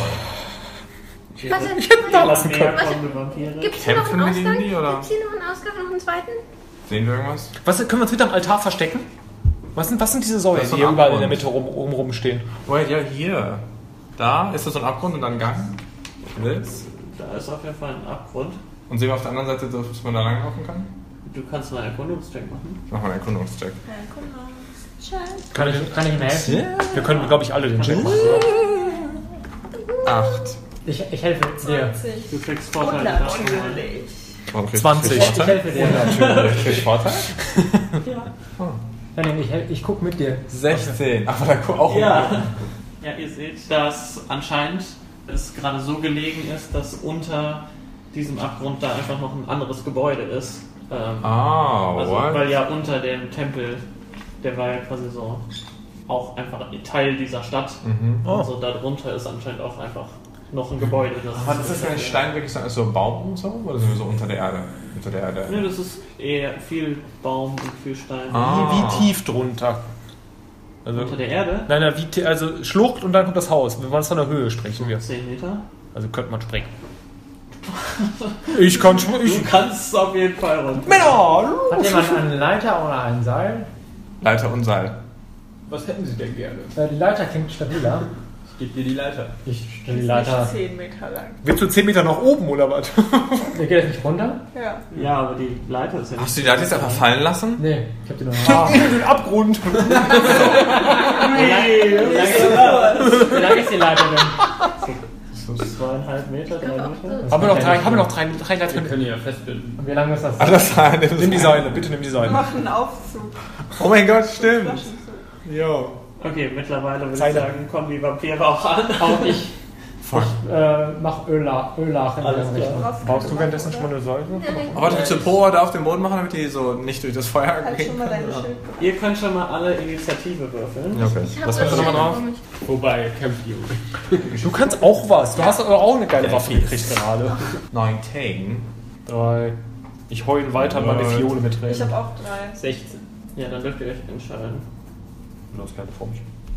Speaker 6: Warte,
Speaker 5: Da lassen können.
Speaker 7: herkommende Vampire.
Speaker 6: gibt's hier noch
Speaker 2: Kämpfen
Speaker 6: einen
Speaker 2: wir
Speaker 6: Ausgang?
Speaker 2: gegen die, oder?
Speaker 6: Gibt's hier noch einen Ausgang, noch einen zweiten?
Speaker 2: Sehen wir irgendwas?
Speaker 5: Was, können wir uns hinterm Altar verstecken? Was sind, was sind diese Säulen,
Speaker 2: Das ist
Speaker 5: die
Speaker 2: ein
Speaker 5: hier überall in der
Speaker 2: Abgrund.
Speaker 5: Mitte rum, um, rum, rumstehen?
Speaker 2: Wait, Oh, ja, hier. Da ist das so ein Abgrund und dann ein Gang. Willst?
Speaker 7: Da ist auf jeden Fall ein Abgrund.
Speaker 2: Und sehen wir auf der anderen Seite, dass man da langlaufen kann?
Speaker 7: Du kannst mal einen Erkundungscheck machen.
Speaker 2: Ich mach mal einen Erkundungscheck.
Speaker 5: Kann ich,
Speaker 8: Kann ich ihm helfen?
Speaker 5: wir können, glaube ich, alle den Check machen.
Speaker 2: Acht.
Speaker 8: Ich, ich helfe dir.
Speaker 9: 20.
Speaker 7: Du kriegst Vorteile davon.
Speaker 9: Unnatürlich.
Speaker 2: Warum krieg ich
Speaker 5: 20.
Speaker 2: krieg ich
Speaker 8: Ich
Speaker 2: Vorteil?
Speaker 8: helfe dir.
Speaker 2: Natürlich. Krieg ich Vorteil?
Speaker 8: Nein, nein, ich, hel- ich guck mit dir.
Speaker 2: 16. Aber da guck auch.
Speaker 7: Ja. ja, ihr seht, dass anscheinend es gerade so gelegen ist, dass unter diesem Abgrund da einfach noch ein anderes Gebäude ist. Ähm,
Speaker 2: Ah,
Speaker 7: also,
Speaker 2: what?
Speaker 7: weil ja unter dem Tempel, der war ja quasi so auch einfach Teil dieser Stadt.
Speaker 2: Mhm.
Speaker 5: Oh.
Speaker 7: Und so darunter ist anscheinend auch einfach noch ein Gebäude. Das
Speaker 2: Aber das ist ein Stein wirklich so als so ein Baum und so? Oder sind wir so unter der Erde? Unter der Erde.
Speaker 7: Ne, das ist eher viel Baum und viel Stein.
Speaker 2: Ah.
Speaker 5: Wie tief drunter? Also,
Speaker 7: Unter der Erde,
Speaker 5: nein, nein, wie, tie- also Schlucht und dann kommt das Haus. Wenn man es von der Höhe sprechen wir.
Speaker 7: 10 Meter.
Speaker 5: Also könnte man springen. Ich kann
Speaker 7: Du
Speaker 5: springen.
Speaker 7: kannst auf jeden Fall runter.
Speaker 5: Männer!
Speaker 8: Hat jemand eine Leiter oder ein Seil?
Speaker 2: Leiter und Seil.
Speaker 10: Was hätten Sie denn gerne?
Speaker 8: Äh, die Leiter klingt stabiler.
Speaker 10: Ich gebe dir die Leiter.
Speaker 8: Ich
Speaker 9: Die
Speaker 8: stelle die
Speaker 9: ist
Speaker 8: Leiter.
Speaker 9: nicht 10 Meter lang.
Speaker 5: Willst du 10 Meter nach oben oder was?
Speaker 8: Ihr geht jetzt nicht runter?
Speaker 9: Ja.
Speaker 7: Ja, aber die Leiter ist ja
Speaker 2: Hast du die Leiter jetzt einfach fallen lassen?
Speaker 8: Nee, ich hab die noch. Ah,
Speaker 5: In den Abgrund.
Speaker 7: Wie lang ist die Leiter denn? Zweieinhalb Meter, drei Meter?
Speaker 5: Haben wir noch drei, haben wir noch drei, drei
Speaker 10: Wir
Speaker 5: Leitern?
Speaker 10: können ihn ja festbinden.
Speaker 8: und wie lange ist das?
Speaker 2: Ah, das Seil.
Speaker 5: Nimm die Seile, bitte nimm die
Speaker 9: Wir
Speaker 5: Seile.
Speaker 9: machen einen Aufzug.
Speaker 2: Oh mein Gott, stimmt.
Speaker 9: Flaschenzug.
Speaker 2: Jo.
Speaker 7: Okay, mittlerweile würde ich
Speaker 5: Zeile.
Speaker 7: sagen, kommen die Vampire auch an.
Speaker 8: Auch ich
Speaker 2: Fuck.
Speaker 8: äh, mach Öla, Ölach in
Speaker 7: Alles
Speaker 8: der
Speaker 7: klar.
Speaker 8: Richtung.
Speaker 9: Drauf kann man, oder?
Speaker 5: eine Seile?
Speaker 6: Nein.
Speaker 2: Aber warte, willst du Pro oder auf den Boden machen, damit die so nicht durch das Feuer
Speaker 9: Halt schon
Speaker 2: gehen?
Speaker 9: mal deine Schildkröte.
Speaker 7: Ihr könnt schon mal alle Initiative würfeln.
Speaker 2: Ja, okay.
Speaker 6: Ich
Speaker 2: Was
Speaker 6: habe
Speaker 2: kommt da nochmal drauf?
Speaker 10: Wobei, kämpft ihr.
Speaker 5: Du kannst auch was. Du hast aber auch eine geile Waffe gekriegt gerade.
Speaker 2: 19.
Speaker 5: Drei. Ich heul weiter meine
Speaker 2: Nein.
Speaker 5: Fiole mit
Speaker 9: Ich
Speaker 5: Tränen.
Speaker 9: habe auch drei.
Speaker 10: 16.
Speaker 7: Ja, dann dürft ihr euch entscheiden.
Speaker 5: Das ist keine Form.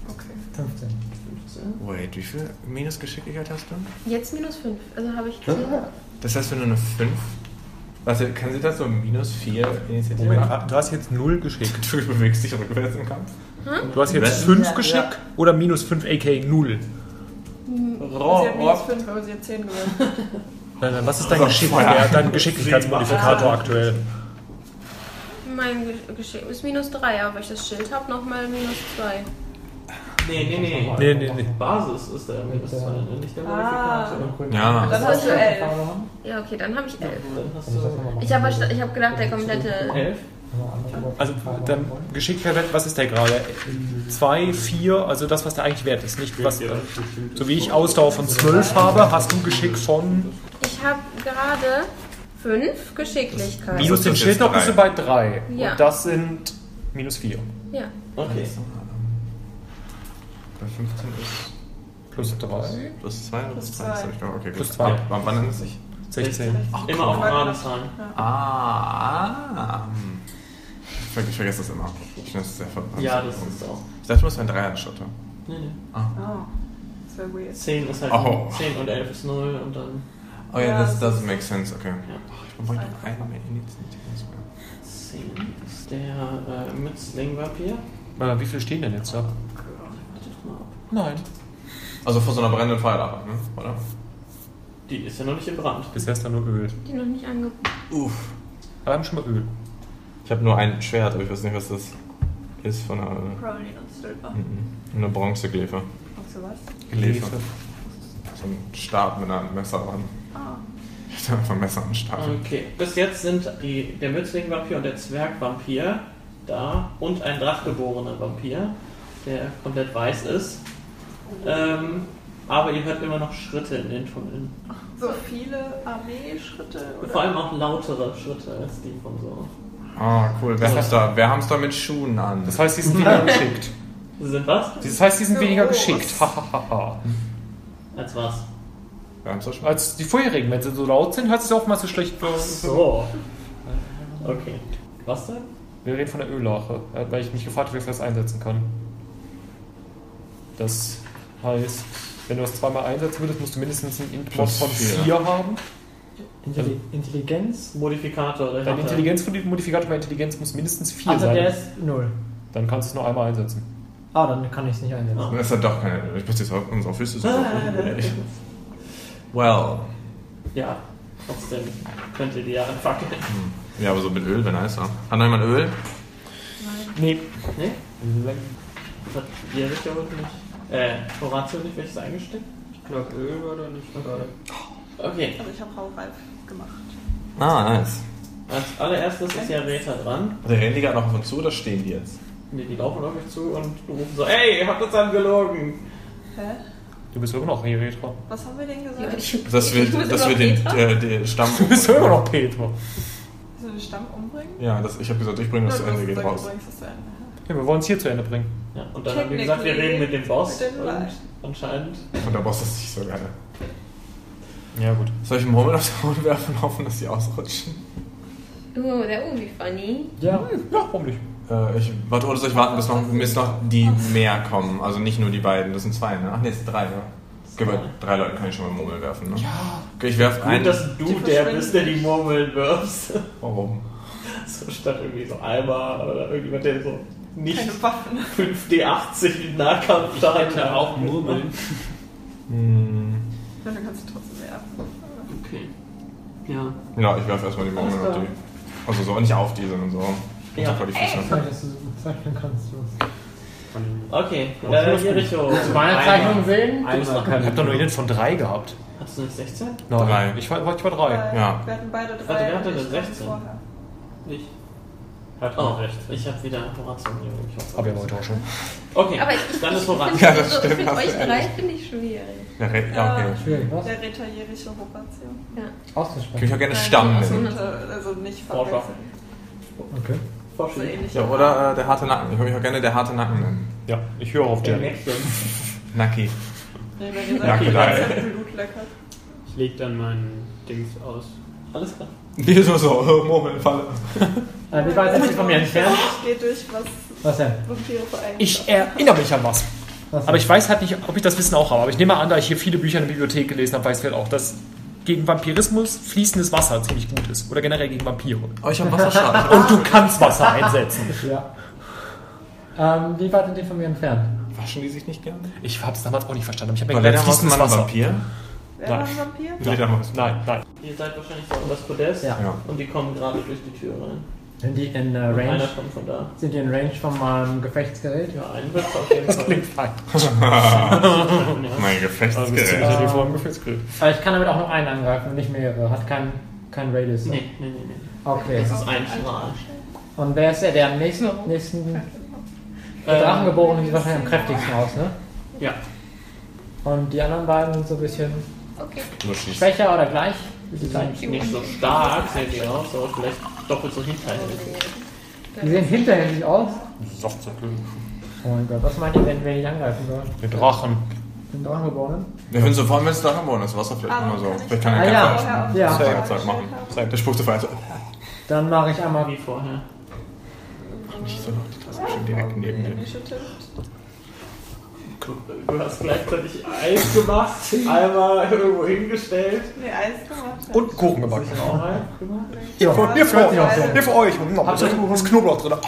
Speaker 9: Okay.
Speaker 8: 15.
Speaker 7: 15.
Speaker 2: Wait, wie viel Minusgeschicklichkeit hast du?
Speaker 6: Jetzt minus 5. Also habe ich 10.
Speaker 2: Das heißt, wenn du eine 5. Warte, kann sie das so minus 4 Initiative
Speaker 5: Moment, ah,
Speaker 2: machen?
Speaker 5: du hast jetzt null Geschick.
Speaker 2: Du bewegst dich rückwärts im Kampf.
Speaker 5: Du hast jetzt fünf Geschick oder minus fünf, AK null.
Speaker 9: Sie
Speaker 2: Rohr,
Speaker 9: hat minus 5, aber sie hat 10 gewonnen.
Speaker 5: Nein, nein, was ist dein Geschick? Der- Dein Geschicklichkeitsmodifikator aktuell.
Speaker 6: Mein Ge- Geschick ist minus 3, aber weil ich das Schild habe, nochmal minus 2.
Speaker 7: Nee, nee, nee.
Speaker 5: Nee, nee, nee.
Speaker 7: Basis ist der
Speaker 8: Mit,
Speaker 7: Mindestzahl, ne? nicht der
Speaker 9: Ah.
Speaker 7: Modifikator.
Speaker 2: Ja.
Speaker 9: Dann hast du elf.
Speaker 6: Ja, okay, dann habe ich elf.
Speaker 7: Dann hast du
Speaker 6: Ich habe ich hab gedacht, der komplette.
Speaker 7: elf.
Speaker 5: Also dann Geschicklichkeit, was ist der gerade? 2, 4, also das, was der eigentlich wert ist. Nicht was, so wie ich Ausdauer von 12 habe, hast du Geschick von...
Speaker 6: Ich habe gerade fünf Geschicklichkeit.
Speaker 5: Minus
Speaker 2: ist
Speaker 5: den
Speaker 2: das
Speaker 5: Schild
Speaker 2: jetzt
Speaker 5: noch bist du bei 3.
Speaker 6: Ja.
Speaker 5: Und das sind minus 4.
Speaker 6: Ja.
Speaker 7: Okay.
Speaker 2: Bei 15 ist
Speaker 5: Plus 3,
Speaker 2: plus 2 oder
Speaker 9: Plus
Speaker 2: plus 2? Das
Speaker 9: zwei.
Speaker 2: hab ich doch, okay,
Speaker 5: Plus
Speaker 2: gut.
Speaker 5: zwei.
Speaker 2: Ja, Wann, wann ist ich?
Speaker 5: 16.
Speaker 9: Oh.
Speaker 7: Immer auf gerade Zahlen.
Speaker 2: Ah. hm. Ich, ver ich vergesse das immer. Ich finde das sehr verpasst.
Speaker 7: Ja, das ist auch.
Speaker 2: Ich dachte, du bist ein Dreier-Schotter.
Speaker 7: Nee, nee.
Speaker 9: Oh, das wäre weird.
Speaker 7: 10 ist halt
Speaker 2: Oh.
Speaker 7: 10 und 11 ist 0 und dann
Speaker 2: Oh ja,
Speaker 9: Ja,
Speaker 2: das
Speaker 9: das
Speaker 2: does make sense, okay. Ach, Ich wollte noch einen mehr Initiative.
Speaker 7: 10 ist der äh, Mützling-Vampir.
Speaker 5: Äh, wie viele stehen denn jetzt da?
Speaker 7: Warte doch mal ab.
Speaker 5: Nein.
Speaker 2: Also vor so einer brennenden Feuerlache, ne? oder?
Speaker 7: Die ist ja noch nicht in Brand.
Speaker 5: Bisher ist da nur Öl.
Speaker 6: Die noch nicht angeguckt.
Speaker 2: Uff.
Speaker 5: Aber wir haben schon mal Öl.
Speaker 2: Ich habe nur ein Schwert, aber ich weiß nicht, was das ist von einer...
Speaker 9: Brownie und Silber.
Speaker 2: Mhm. Eine Bronzegläfe.
Speaker 9: Und sowas.
Speaker 2: Gläfe. So ein Stab mit einem Messer dran.
Speaker 9: Ah.
Speaker 2: Hm. Ich hab einfach ein Messer und Stab.
Speaker 7: Okay. Bis jetzt sind die, der Mützling-Vampir und der Zwerg-Vampir da und ein drachgeborener Vampir, der komplett weiß ist. Ähm, aber ihr hört immer noch Schritte in den Tunneln.
Speaker 9: So viele Armeeschritte oder?
Speaker 7: Vor allem auch lautere Schritte als die von so.
Speaker 2: Ah, cool. Wer Hamster, wer Hamster mit Schuhen an?
Speaker 5: Das heißt, die sind weniger geschickt.
Speaker 7: Sie sind was?
Speaker 5: Das heißt, die sind weniger
Speaker 9: Groß.
Speaker 5: geschickt. Hahaha.
Speaker 7: Als was?
Speaker 2: wer Hamster schon?
Speaker 5: Als die vorherigen, wenn sie so laut sind, hört es auch mal so schlecht.
Speaker 7: So. Okay. Was denn?
Speaker 5: Wir reden von der Öllache, äh, weil ich mich gefragt habe, wie ich das einsetzen kann. Das heißt, wenn du das zweimal einsetzen würdest, musst du mindestens einen Int-Mod
Speaker 2: Plus
Speaker 5: von
Speaker 2: vier.
Speaker 5: 4 haben.
Speaker 8: Intelli Intelligenz?
Speaker 7: Modifikator oder
Speaker 5: Dein
Speaker 7: Härte?
Speaker 5: Intelligenz-Modifikator bei Intelligenz muss mindestens 4
Speaker 8: Also der
Speaker 5: sein.
Speaker 8: ist 0.
Speaker 5: Dann kannst du es nur einmal einsetzen.
Speaker 8: Ah, dann kann ich es nicht einsetzen.
Speaker 2: Das ist ja doch keine. Ich muss jetzt auf unsere Füße
Speaker 7: Äh,
Speaker 2: suchen. Well.
Speaker 7: Ja, trotzdem könnt ihr die ja anfackeln.
Speaker 2: Ja, aber so mit Öl wäre nicer. Hat noch jemand Öl?
Speaker 5: Nee.
Speaker 7: Nee? Das hat ihr sich ja heute nicht. Äh, Horatio nicht welches eingesteckt? Ich glaube, Öl war da nicht dabei. Okay,
Speaker 9: Aber Also ich habe Rauchreif gemacht.
Speaker 2: Ah, nice.
Speaker 7: als allererstes ist ja Reta dran.
Speaker 2: Der rennen die gerade noch auf uns zu oder stehen die jetzt?
Speaker 7: Nee, die laufen auf mich zu und rufen so: Ey, ihr habt uns angelogen!
Speaker 9: Hä?
Speaker 5: Du bist immer noch Petra.
Speaker 9: Was haben wir denn gesagt? Dass
Speaker 2: Dass wir, dass wir den, äh, den Stamm.
Speaker 5: Du bist immer noch Petra.
Speaker 9: wir den Stamm umbringen?
Speaker 2: Ja, das, ich habe gesagt, ich bringe das zu
Speaker 9: Nein,
Speaker 2: Ende,
Speaker 9: du
Speaker 2: geht
Speaker 9: hast gesagt,
Speaker 2: raus.
Speaker 9: du bringst das zu Ende.
Speaker 5: Ja, wir wollen es hier zu Ende bringen.
Speaker 7: Ja, und dann haben wir gesagt: Wir reden mit dem Boss.
Speaker 9: Mit dem
Speaker 7: und
Speaker 9: Leid.
Speaker 7: anscheinend.
Speaker 2: Und der Boss ist nicht so geil.
Speaker 5: Ja, gut.
Speaker 2: Soll ich einen Murmel auf den Hund werfen und hoffen, dass die ausrutschen?
Speaker 6: Oh, that would be funny.
Speaker 8: Ja.
Speaker 5: Ja, warum nicht?
Speaker 2: Äh, ich, warte, oder soll ich warten, bis noch, bis noch die mehr kommen? Also nicht nur die beiden, das sind zwei, ne? Ach ne, es sind drei, ne? Okay, bei drei Leuten kann ich schon mal Murmel werfen, ne? Ja. Okay, ich werfe
Speaker 7: Gut,
Speaker 2: einen.
Speaker 7: dass du
Speaker 9: Die
Speaker 7: der
Speaker 9: verschwinden
Speaker 7: bist, der die Murmeln wirfst.
Speaker 2: Warum?
Speaker 7: So statt irgendwie so Alma oder irgendjemand, der so nicht
Speaker 9: Keine Waffen.
Speaker 7: 5D80 im Nahkampf da
Speaker 10: Hätte auch Murmeln.
Speaker 2: Hm.
Speaker 9: Dann kannst du trotzdem werfen.
Speaker 7: Okay. Ja.
Speaker 2: Ja, ich werfe erstmal die Murmel
Speaker 7: Alles
Speaker 2: auf
Speaker 7: klar.
Speaker 2: die. Also so, nicht auf die, sondern so.
Speaker 7: Ja.
Speaker 2: Auf die Füße.
Speaker 8: Zeig, dass du so gut zeichnen kannst. Du.
Speaker 7: Okay, äh, Jericho.
Speaker 8: Meine Zeichnung sehen?
Speaker 10: Einmal kann
Speaker 5: Ich hab doch nur einen von 3 gehabt.
Speaker 7: Hast du nicht 16?
Speaker 5: Nein.
Speaker 2: Drei.
Speaker 5: Ich war, ich war 3.
Speaker 9: Weil
Speaker 2: Ja.
Speaker 9: Äh, Wir hatten beide drei.
Speaker 7: wer hatte
Speaker 9: und ich
Speaker 7: denn
Speaker 9: hatte
Speaker 7: 16?
Speaker 9: vorher.
Speaker 7: Nicht.
Speaker 10: Hat
Speaker 7: Oh,
Speaker 10: man recht.
Speaker 7: ich habe wieder Horatio. Ich hoffe.
Speaker 5: Aber wir haben heute auch schon.
Speaker 7: Okay,
Speaker 6: Aber ich, ich,
Speaker 7: dann ist
Speaker 6: ich
Speaker 7: Horatio.
Speaker 2: Ja,
Speaker 6: finde
Speaker 2: das
Speaker 6: so,
Speaker 2: stimmt,
Speaker 6: find
Speaker 2: hast
Speaker 6: euch
Speaker 2: du ehrlich.
Speaker 6: drei finde ich schwierig.
Speaker 2: Ja, re- ja, okay.
Speaker 8: Schwierig, was?
Speaker 9: Äh, Der retaillerische Horatio.
Speaker 2: Kann ich auch
Speaker 8: Auszusprechen.
Speaker 2: gerne Stamm
Speaker 9: Also,
Speaker 7: ne,
Speaker 2: nennen.
Speaker 9: unter- also nicht Also
Speaker 7: Forscher.
Speaker 9: eh verwechseln.
Speaker 8: Okay.
Speaker 9: So
Speaker 7: Vorschläge.
Speaker 9: ähnlich.
Speaker 2: Ja, oder äh, der harte Nacken. Ich kann mich auch gerne der harte Nacken nennen.
Speaker 5: Ja, ich höre auf
Speaker 7: Der
Speaker 5: Jerry.
Speaker 7: Mäckchen.
Speaker 2: Nacki.
Speaker 9: Nee, wenn ihr
Speaker 2: Ja,
Speaker 9: sagt, ihr
Speaker 2: klar.
Speaker 9: seid blutlecker.
Speaker 10: Ich leg dann mein Dings aus.
Speaker 7: Alles klar.
Speaker 2: Nee, so, so, Murmelfalle.
Speaker 8: Äh, wie weit sind Sie von mir entfernt?
Speaker 9: Ich gehe durch, was
Speaker 8: Was denn?
Speaker 9: Vampire für einen.
Speaker 5: Ich erinnere mich an was.
Speaker 8: Was
Speaker 5: Aber ich weiß halt nicht, ob ich das Wissen auch habe. Aber ich nehme mal an, da ich hier viele Bücher in der Bibliothek gelesen habe, weiß ich halt auch, dass gegen Vampirismus fließendes Wasser ziemlich gut ist. Oder generell gegen Vampire.
Speaker 2: Oh, ich hab Wasserschaden.
Speaker 5: Und du kannst Wasser einsetzen.
Speaker 8: Ja. Ähm, wie weit sind die von mir entfernt?
Speaker 2: Waschen die sich nicht gerne?
Speaker 5: Ich habe es damals auch nicht verstanden. Ich habe mir
Speaker 2: Weil
Speaker 5: gedacht,
Speaker 2: der ist ein
Speaker 5: fließendes
Speaker 2: Mann ein
Speaker 5: Wasser.
Speaker 2: Vampir.
Speaker 9: Wer war ein Vampir?
Speaker 2: Ledermaus.
Speaker 5: Nein, nein.
Speaker 7: Ihr seid wahrscheinlich so um das Podest
Speaker 8: Ja.
Speaker 2: Ja.
Speaker 7: und die kommen gerade durch die Tür rein.
Speaker 8: Sind die in äh,
Speaker 1: Einer
Speaker 8: Range?
Speaker 1: kommt von da.
Speaker 8: Sind die in Range von meinem Gefechtsgerät?
Speaker 1: Ja, einen wird auf jeden
Speaker 5: Das
Speaker 1: Fall.
Speaker 5: klingt fein.
Speaker 2: mein
Speaker 5: Also bist du
Speaker 2: Gefechtsgerät.
Speaker 5: hinter dir vor dem Gefechtsgrill.
Speaker 8: Aber ich kann damit auch nur einen angreifen und nicht mehrere. Hat keinen kein Radius.
Speaker 1: Nee, nee, nee, nee.
Speaker 8: Okay.
Speaker 1: Das ist ein Strahl.
Speaker 8: Und wer ist der, der am nächsten. nächsten der
Speaker 1: Ähm,
Speaker 8: Drachengeborene sieht wahrscheinlich am kräftigsten aus, ne?
Speaker 1: Ja.
Speaker 8: Und die anderen beiden sind so ein bisschen
Speaker 6: Okay.
Speaker 2: Muschis.
Speaker 8: schwächer oder gleich.
Speaker 1: Die sind nicht so stark, sehen die aus, aber vielleicht doppelt so hinterhältig.
Speaker 8: Die sehen hinterhältig aus.
Speaker 5: Softsackel.
Speaker 8: Oh mein Gott, was meint ihr, wenn wir nicht angreifen sollen?
Speaker 5: Den Drachen.
Speaker 8: Den Drachengeborenen?
Speaker 2: Wir finden sofort, wenn es da haben wollen, das Wasser vielleicht
Speaker 9: Ah,
Speaker 2: nur so.
Speaker 9: kann ich-
Speaker 2: Vielleicht kann
Speaker 8: Ah
Speaker 2: er
Speaker 8: ja.
Speaker 2: keinen
Speaker 9: Vorher auf
Speaker 8: Ja.
Speaker 9: die Frage
Speaker 2: Zeig, zeig, machen.
Speaker 9: gestellt habe.
Speaker 2: Zeit. Der spuckt sofort so. Oh,
Speaker 8: Dann mache ich einmal
Speaker 1: Wie vorher.
Speaker 2: Ich so, das ist bestimmt direkt neben
Speaker 9: Wenn
Speaker 2: mir.
Speaker 9: ihr schüttelt.
Speaker 1: Du hast gleichzeitig Eis gemacht, einmal irgendwo hingestellt.
Speaker 9: Nee, Eis gemacht. hat.
Speaker 5: Und Kuchen gebacken.
Speaker 1: Sicher auch Eis gemacht.
Speaker 8: Ja,
Speaker 5: Von mir für
Speaker 8: hört
Speaker 5: euch.
Speaker 8: sich auch so.
Speaker 5: Hier für euch. Habt ihr ist Knoblauch drin?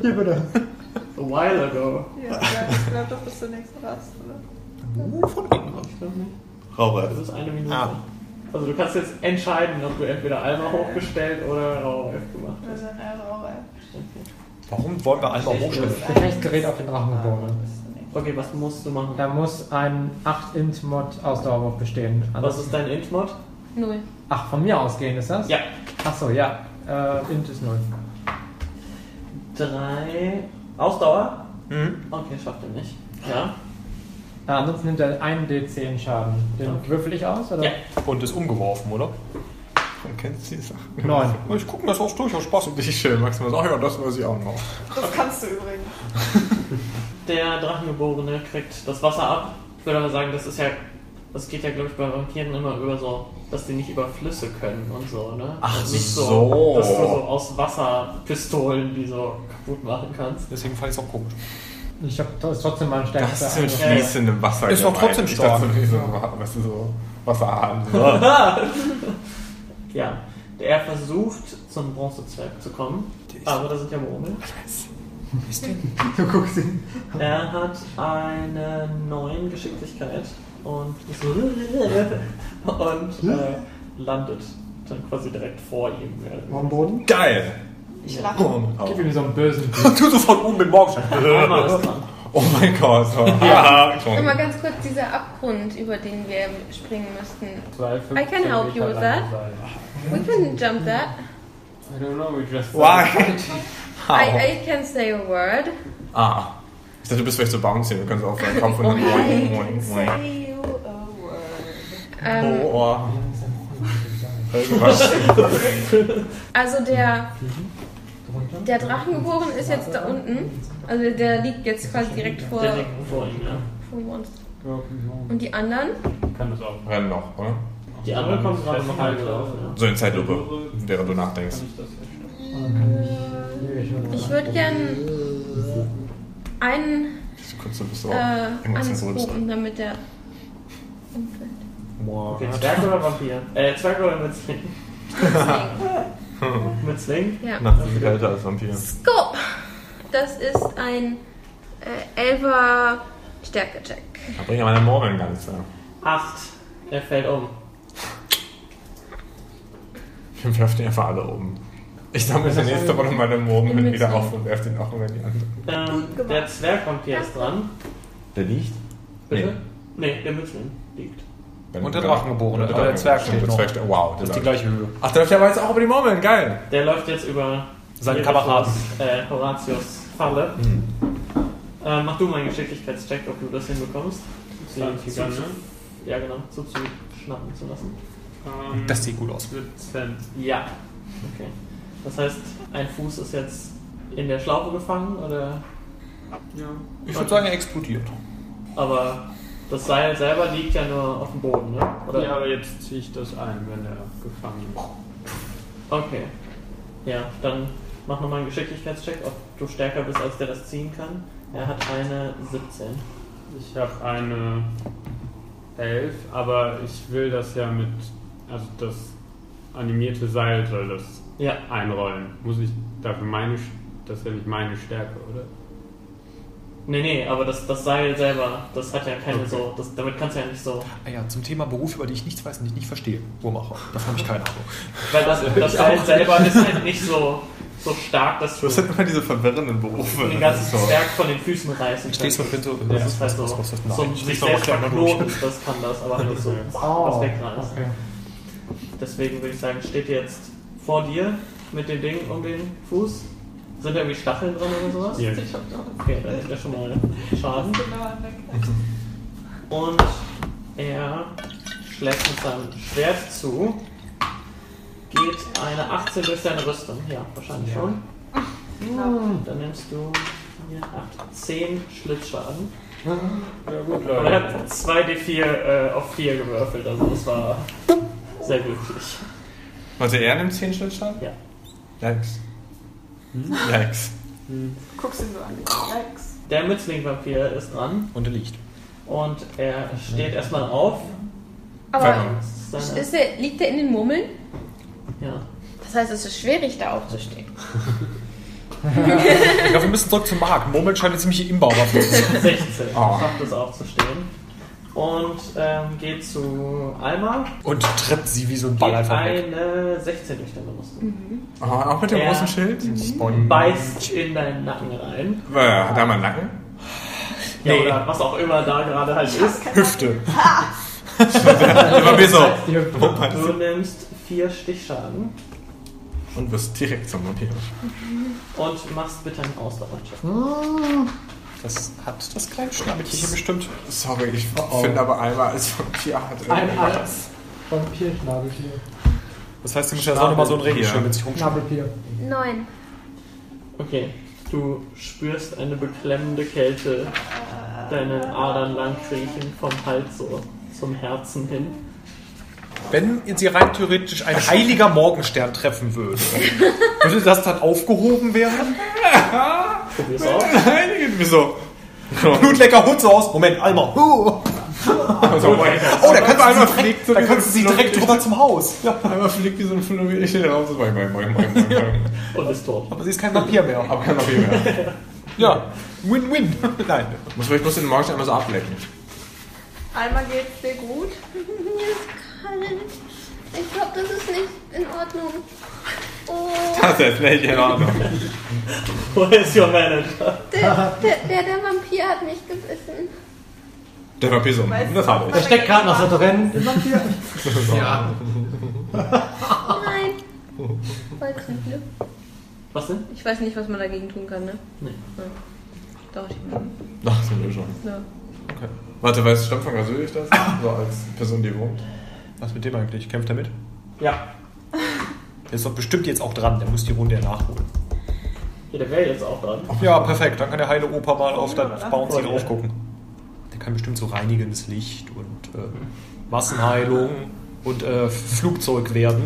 Speaker 8: Hier bitte.
Speaker 1: A while ago.
Speaker 9: Ja, aber ich glaube doch bis zur nächsten Rast, oder?
Speaker 1: Ich glaub nicht. Das
Speaker 2: Rauchreif.
Speaker 1: ist eine Minute.
Speaker 5: Ah.
Speaker 1: Also du kannst jetzt entscheiden, ob du entweder einmal hochgestellt oder Raureif gemacht hast.
Speaker 9: Also, ja, auch
Speaker 5: Warum wollen wir einmal hochstellen?
Speaker 8: Gefechtsgerät auf den
Speaker 1: Ah.
Speaker 8: Drachengeborenen.
Speaker 1: Okay, was musst du machen?
Speaker 8: Da muss ein 8-Int-Mod Ausdauerwurf bestehen.
Speaker 1: Was ist dein Int-Mod?
Speaker 6: Null.
Speaker 2: Hm.
Speaker 8: Ach, von mir ausgehen ist das?
Speaker 1: Ja.
Speaker 8: Achso, ja. Äh, Int ist 0.
Speaker 1: Drei. Ausdauer?
Speaker 5: Mhm.
Speaker 1: Okay, schafft er nicht. Ja.
Speaker 8: Ah, ansonsten nimmt er 1 D10 Schaden. Den
Speaker 1: Okay.
Speaker 8: würfel ich aus, oder?
Speaker 1: Ja.
Speaker 5: Und ist umgeworfen, oder?
Speaker 2: Man kennt die Sachen.
Speaker 8: Neun.
Speaker 5: Ich gucke mir das auch durchaus Spaß.
Speaker 2: Die schön, Max. Ach äh, ja, das weiß ich auch noch.
Speaker 9: Das kannst du übrigens.
Speaker 1: Der Drachengeborene kriegt das Wasser ab. Ich würde aber sagen, das ist ja. Das geht ja, glaube ich, bei Vampiren immer über so, dass die nicht über Flüsse können und so, ne?
Speaker 2: Ach
Speaker 1: Also nicht
Speaker 2: so.
Speaker 1: Dass du so aus Wasser Pistolen, die so kaputt machen kannst.
Speaker 5: Deswegen fand ich es auch komisch.
Speaker 8: Ich hab das ist trotzdem mein
Speaker 2: Das
Speaker 8: stärkster
Speaker 2: ist mit
Speaker 8: Angriff.
Speaker 2: fließendem Wasser.
Speaker 5: Ist doch
Speaker 2: gemeint.
Speaker 5: trotzdem
Speaker 2: Ich dachte,
Speaker 5: stark.
Speaker 2: das ist so, Weißt du, so Wasserhahn.
Speaker 1: Ja. Er versucht, zum Bronzezwerg zu kommen. Aber da sind ja Murmeln.
Speaker 8: Du guckst ihn.
Speaker 1: Er hat eine 9 Geschicklichkeit und, ist so und äh, landet dann quasi direkt vor ihm.
Speaker 8: Am Boden?
Speaker 2: Geil!
Speaker 9: Ich
Speaker 1: Ja.
Speaker 9: lache.
Speaker 8: Gib ihm so einen bösen Blick.
Speaker 5: Du sofort oben mit Morgen.
Speaker 1: Einmal ist dran.
Speaker 2: Oh mein Gott. Oh. Ja.
Speaker 6: Nochmal ganz kurz dieser Abgrund, über den wir springen müssten.
Speaker 3: Zwei, fünf,
Speaker 6: I can
Speaker 3: zehn
Speaker 6: help you
Speaker 3: Meter
Speaker 6: with
Speaker 3: lang
Speaker 6: that.
Speaker 3: sein.
Speaker 6: We can jump that.
Speaker 3: I don't know, we just...
Speaker 2: Why?
Speaker 6: I, I can say a word.
Speaker 2: Ah. Ich dachte, du bist vielleicht so bouncy. Wir können es aufhören. Komm von dann.
Speaker 6: Okay.
Speaker 2: Moin, moin,
Speaker 9: Say you a word.
Speaker 6: Ähm,
Speaker 2: moin. Oh. Irgendwas.
Speaker 6: Also der, der Drachengeboren ist jetzt da unten. Also der liegt jetzt quasi direkt vor,
Speaker 1: Der liegt vor ihm, ja.
Speaker 6: vor uns. Und die anderen?
Speaker 3: Kann das auch.
Speaker 2: Rennen noch, oder?
Speaker 1: Die andere kommt gerade noch halb drauf. Ja.
Speaker 2: So in Zeitlupe, während du nachdenkst.
Speaker 3: ne? Ist das jetzt?
Speaker 6: Ich würde gern einen
Speaker 2: Du kannst ein bisschen
Speaker 6: äh,
Speaker 2: emotionslos.
Speaker 6: anproben, damit der umfällt.
Speaker 1: Okay, Zwerg oder Vampir? Äh, Zwerg oder mit Sling? mit Sling?
Speaker 6: Ja.
Speaker 2: Nachts sind wir älter als Vampir.
Speaker 6: Scope! Das ist ein äh, Elfer Stärke-Check.
Speaker 2: Da bringe ich meine Morgen ganz. Ja.
Speaker 1: Acht. Er fällt um.
Speaker 2: Wir werfen die einfach alle oben. Ich sammle den nächste Woche meine Morgen wieder auf und werfe den auch über die andere.
Speaker 1: Ähm, der Zwergvampir ist dran.
Speaker 2: Der liegt?
Speaker 1: Bitte? Nee, der Mützling liegt.
Speaker 5: Und der Drachengeborene, aber der Zwerg steht
Speaker 2: Der
Speaker 5: noch.
Speaker 2: Zwerg steht, wow,
Speaker 5: Das ist
Speaker 2: der
Speaker 5: die
Speaker 2: läuft.
Speaker 5: gleiche Höhe.
Speaker 2: Ach, der läuft ja aber jetzt auch über die Murmeln, geil.
Speaker 1: Der läuft jetzt über
Speaker 5: Seinen
Speaker 1: Jerichos,
Speaker 5: Kameraden.
Speaker 1: Äh, Horatius Falle.
Speaker 2: Hm.
Speaker 1: Äh, mach du mal einen Geschicklichkeitscheck, ob du das hinbekommst.
Speaker 3: Zehn Figur, ne?
Speaker 1: Ja, genau, so zu schnappen zu lassen.
Speaker 3: Ähm,
Speaker 5: Das sieht gut aus.
Speaker 3: 17.
Speaker 1: Ja. Okay. Das heißt, ein Fuß ist jetzt in der Schlaufe gefangen, oder?
Speaker 3: Ja.
Speaker 5: Ich würde sagen, er explodiert.
Speaker 1: Aber das Seil selber liegt ja nur auf dem Boden, ne? Oder?
Speaker 3: ja, aber jetzt ziehe ich das ein, wenn er gefangen ist.
Speaker 1: Okay. Ja, dann mach nochmal einen Geschicklichkeitscheck, ob du stärker bist, als der das ziehen kann. Er hat eine 17.
Speaker 3: Ich habe eine 11, aber ich will das ja mit. Also das animierte Seil soll das
Speaker 1: Ja,
Speaker 3: einrollen. Muss ich dafür meine. Sch- Das ist ja nicht meine Stärke, oder?
Speaker 7: Nee, nee, aber das, das Seil selber, das hat ja keine so. Das, damit kannst du ja nicht so.
Speaker 5: Ah ja, zum Thema Beruf, über die ich nichts weiß und die ich nicht verstehe. Uhrmacher. Davon habe ich keine Ahnung.
Speaker 7: Weil das, das Seil selber ist halt nicht so, so stark, dass du
Speaker 2: Das sind immer diese verwirrenden Berufe.
Speaker 7: den
Speaker 2: Das
Speaker 7: ganzen
Speaker 2: ist so.
Speaker 7: Zwerg von den Füßen reißen
Speaker 5: Stehst
Speaker 7: kannst.
Speaker 5: du mit so.
Speaker 7: Das ist halt so. so
Speaker 5: Nein,
Speaker 7: sich
Speaker 5: stehst du auf
Speaker 7: selbst
Speaker 5: der Knoten.
Speaker 7: verknoten, das kann das, aber halt nicht so, was
Speaker 8: Oh,
Speaker 7: wegreißen.
Speaker 8: okay.
Speaker 7: Deswegen würde ich sagen, steht jetzt vor dir mit dem Ding um den Fuß. Sind da irgendwie Stacheln drin oder sowas?
Speaker 3: Hier.
Speaker 9: Ich hab noch
Speaker 7: Okay, dann ist ja schon mal Schaden.
Speaker 9: was genau an der Kette.
Speaker 7: Und er schlägt mit seinem Schwert zu. Geht eine 18 durch seine Rüstung. Ja, wahrscheinlich
Speaker 8: Ja.
Speaker 7: schon.
Speaker 9: Genau.
Speaker 8: Hm.
Speaker 7: Dann nimmst du hier 8, 10 Schlitzschaden.
Speaker 3: Ja, gut,
Speaker 7: Aber er
Speaker 3: Leute.
Speaker 7: hat 2d4 äh, auf 4 gewürfelt, also das war sehr glücklich.
Speaker 2: Warte, er nimmt 10 Schlitzschaden?
Speaker 7: Ja.
Speaker 2: Yikes.
Speaker 5: Hm?
Speaker 2: Yikes.
Speaker 9: Guckst ihn so an. Yikes.
Speaker 7: Der Mützling-Vampir ist dran
Speaker 5: Und er liegt.
Speaker 7: und er steht erstmal auf.
Speaker 6: Aber
Speaker 7: Das ist seine-
Speaker 6: ist er, liegt er in den Murmeln?
Speaker 7: ja.
Speaker 6: Das heißt, es ist schwierig, da aufzustehen.
Speaker 5: Ich glaube, wir müssen zurück zum Markt. Moment scheint eine ziemliche Imbauwaffe zu sein.
Speaker 7: 16.
Speaker 5: Ah.
Speaker 2: Oh.
Speaker 7: Schafft es aufzustehen. Und ähm, geht zu Alma.
Speaker 5: Und tritt sie wie so ein
Speaker 7: Geht
Speaker 5: Ball einfach weg.
Speaker 7: eine 16 durch deine Muskeln.
Speaker 2: Oh, auch mit dem
Speaker 7: Ja.
Speaker 2: großen Schild?
Speaker 5: Boing.
Speaker 7: Beißt in deinen Nacken rein.
Speaker 2: Äh, da mal Nacken.
Speaker 7: Ja,
Speaker 5: Nee.
Speaker 7: oder was auch immer da gerade halt ist.
Speaker 5: Hüfte.
Speaker 2: Immer wie so.
Speaker 8: Die Hüpfung.
Speaker 7: Du nimmst 4 Stichschaden
Speaker 2: Und wirst direkt zum Vampir.
Speaker 7: und machst bitte einen Ausdauercheck.
Speaker 5: Das hat das kleine Schnabeltierchen bestimmt.
Speaker 2: Sorry, ich
Speaker 8: oh.
Speaker 2: finde aber einmal als Vampir hat
Speaker 8: Ein
Speaker 2: irgendwie was.
Speaker 8: als Vampirschnabeltier.
Speaker 5: Das heißt, sie müssen jetzt auch nochmal so ein
Speaker 2: Schnabeltier.
Speaker 5: Regenschirm mit sich rumschnappen.
Speaker 8: Schnabeltier.
Speaker 6: Neun.
Speaker 7: Okay, du spürst eine beklemmende Kälte deinen Adern lang kriechen, vom Hals so zum Herzen hin.
Speaker 5: Wenn sie rein theoretisch ein heiliger Morgenstern treffen würde, würde das dann aufgehoben werden?
Speaker 7: Probier's aus.
Speaker 2: Einigen wir so.
Speaker 5: Blutlecker holt so aus. Moment, Alma. Oh,
Speaker 2: Also,
Speaker 5: oh da kannst
Speaker 2: einmal
Speaker 5: du sie direkt,
Speaker 2: fliegt so
Speaker 5: da
Speaker 2: wie
Speaker 5: kannst du
Speaker 2: so
Speaker 5: sie
Speaker 2: ein
Speaker 5: direkt
Speaker 2: Flummi-
Speaker 5: drüber zum Haus. Ja.
Speaker 2: Einmal fliegt wie so ein Phänomen hier raus. Boing, boing, boing, boing, boing, boing.
Speaker 7: Und ist tot.
Speaker 5: Aber sie ist kein Vampir mehr.
Speaker 2: Aber kein Vampir mehr.
Speaker 5: Ja, Win-Win. Nein.
Speaker 2: Muss, ich muss den Morgen einmal so ablecken.
Speaker 9: Einmal geht's dir
Speaker 6: Mir
Speaker 9: gut.
Speaker 6: ist kalt. Ich glaube, das ist nicht in Ordnung. Oh,
Speaker 2: Das ist nicht in Ordnung.
Speaker 7: Wo ist your manager?
Speaker 6: der, der, der, der Vampir hat mich gebissen.
Speaker 2: Der Vampir so.
Speaker 9: Weißt
Speaker 2: Das habe
Speaker 8: Da steckt gerade noch so drin. Im Vampir.
Speaker 2: ich.
Speaker 8: Ja.
Speaker 6: Nein. Voll zum Glück.
Speaker 7: Was denn?
Speaker 6: Ich weiß nicht, was man dagegen tun kann, ne?
Speaker 7: Nee.
Speaker 6: Ja. Doch, ich bin.
Speaker 2: Ach, sind wir schon.
Speaker 6: Ja.
Speaker 2: Warte, weißt du, stammt von Asyl das? So als Person, die wohnt.
Speaker 5: Was mit dem eigentlich? Kämpft er mit?
Speaker 7: Ja,
Speaker 5: Der ist doch bestimmt jetzt auch dran. Der muss die Runde ja nachholen.
Speaker 7: ja der wäre jetzt auch dran.
Speaker 5: Ja, perfekt. Dann kann der heile Opa mal auf das
Speaker 9: Ja,
Speaker 5: Bouncy
Speaker 7: voll.
Speaker 5: draufgucken. Der kann bestimmt so reinigendes Licht und äh, Massenheilung und äh, Flugzeug werden.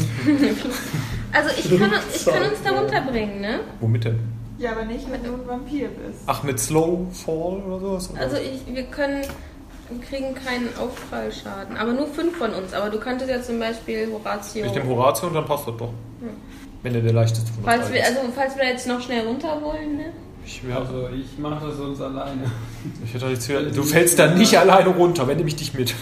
Speaker 6: Also ich kann, uns- ich kann uns da runterbringen, ne?
Speaker 5: Womit denn?
Speaker 9: Ja, aber nicht, wenn du ein Vampir bist.
Speaker 5: Ach, mit Slow Fall oder sowas? Oder?
Speaker 6: Also ich, wir können, wir kriegen keinen Auffallschaden, aber nur fünf von uns. Aber du könntest ja zum Beispiel Horatio,
Speaker 5: ich nehme Horatio und dann passt das doch. Wenn er der leichteste von uns
Speaker 6: Hm. falls
Speaker 5: allen
Speaker 6: wir,
Speaker 5: ist.
Speaker 6: also falls wir jetzt noch schnell runter wollen, ne?
Speaker 5: ich, wär,
Speaker 10: Also ich mache das uns alleine.
Speaker 5: ich hätte halt jetzt hier, Du fällst da nicht alleine runter, wenn nehme ich dich mit.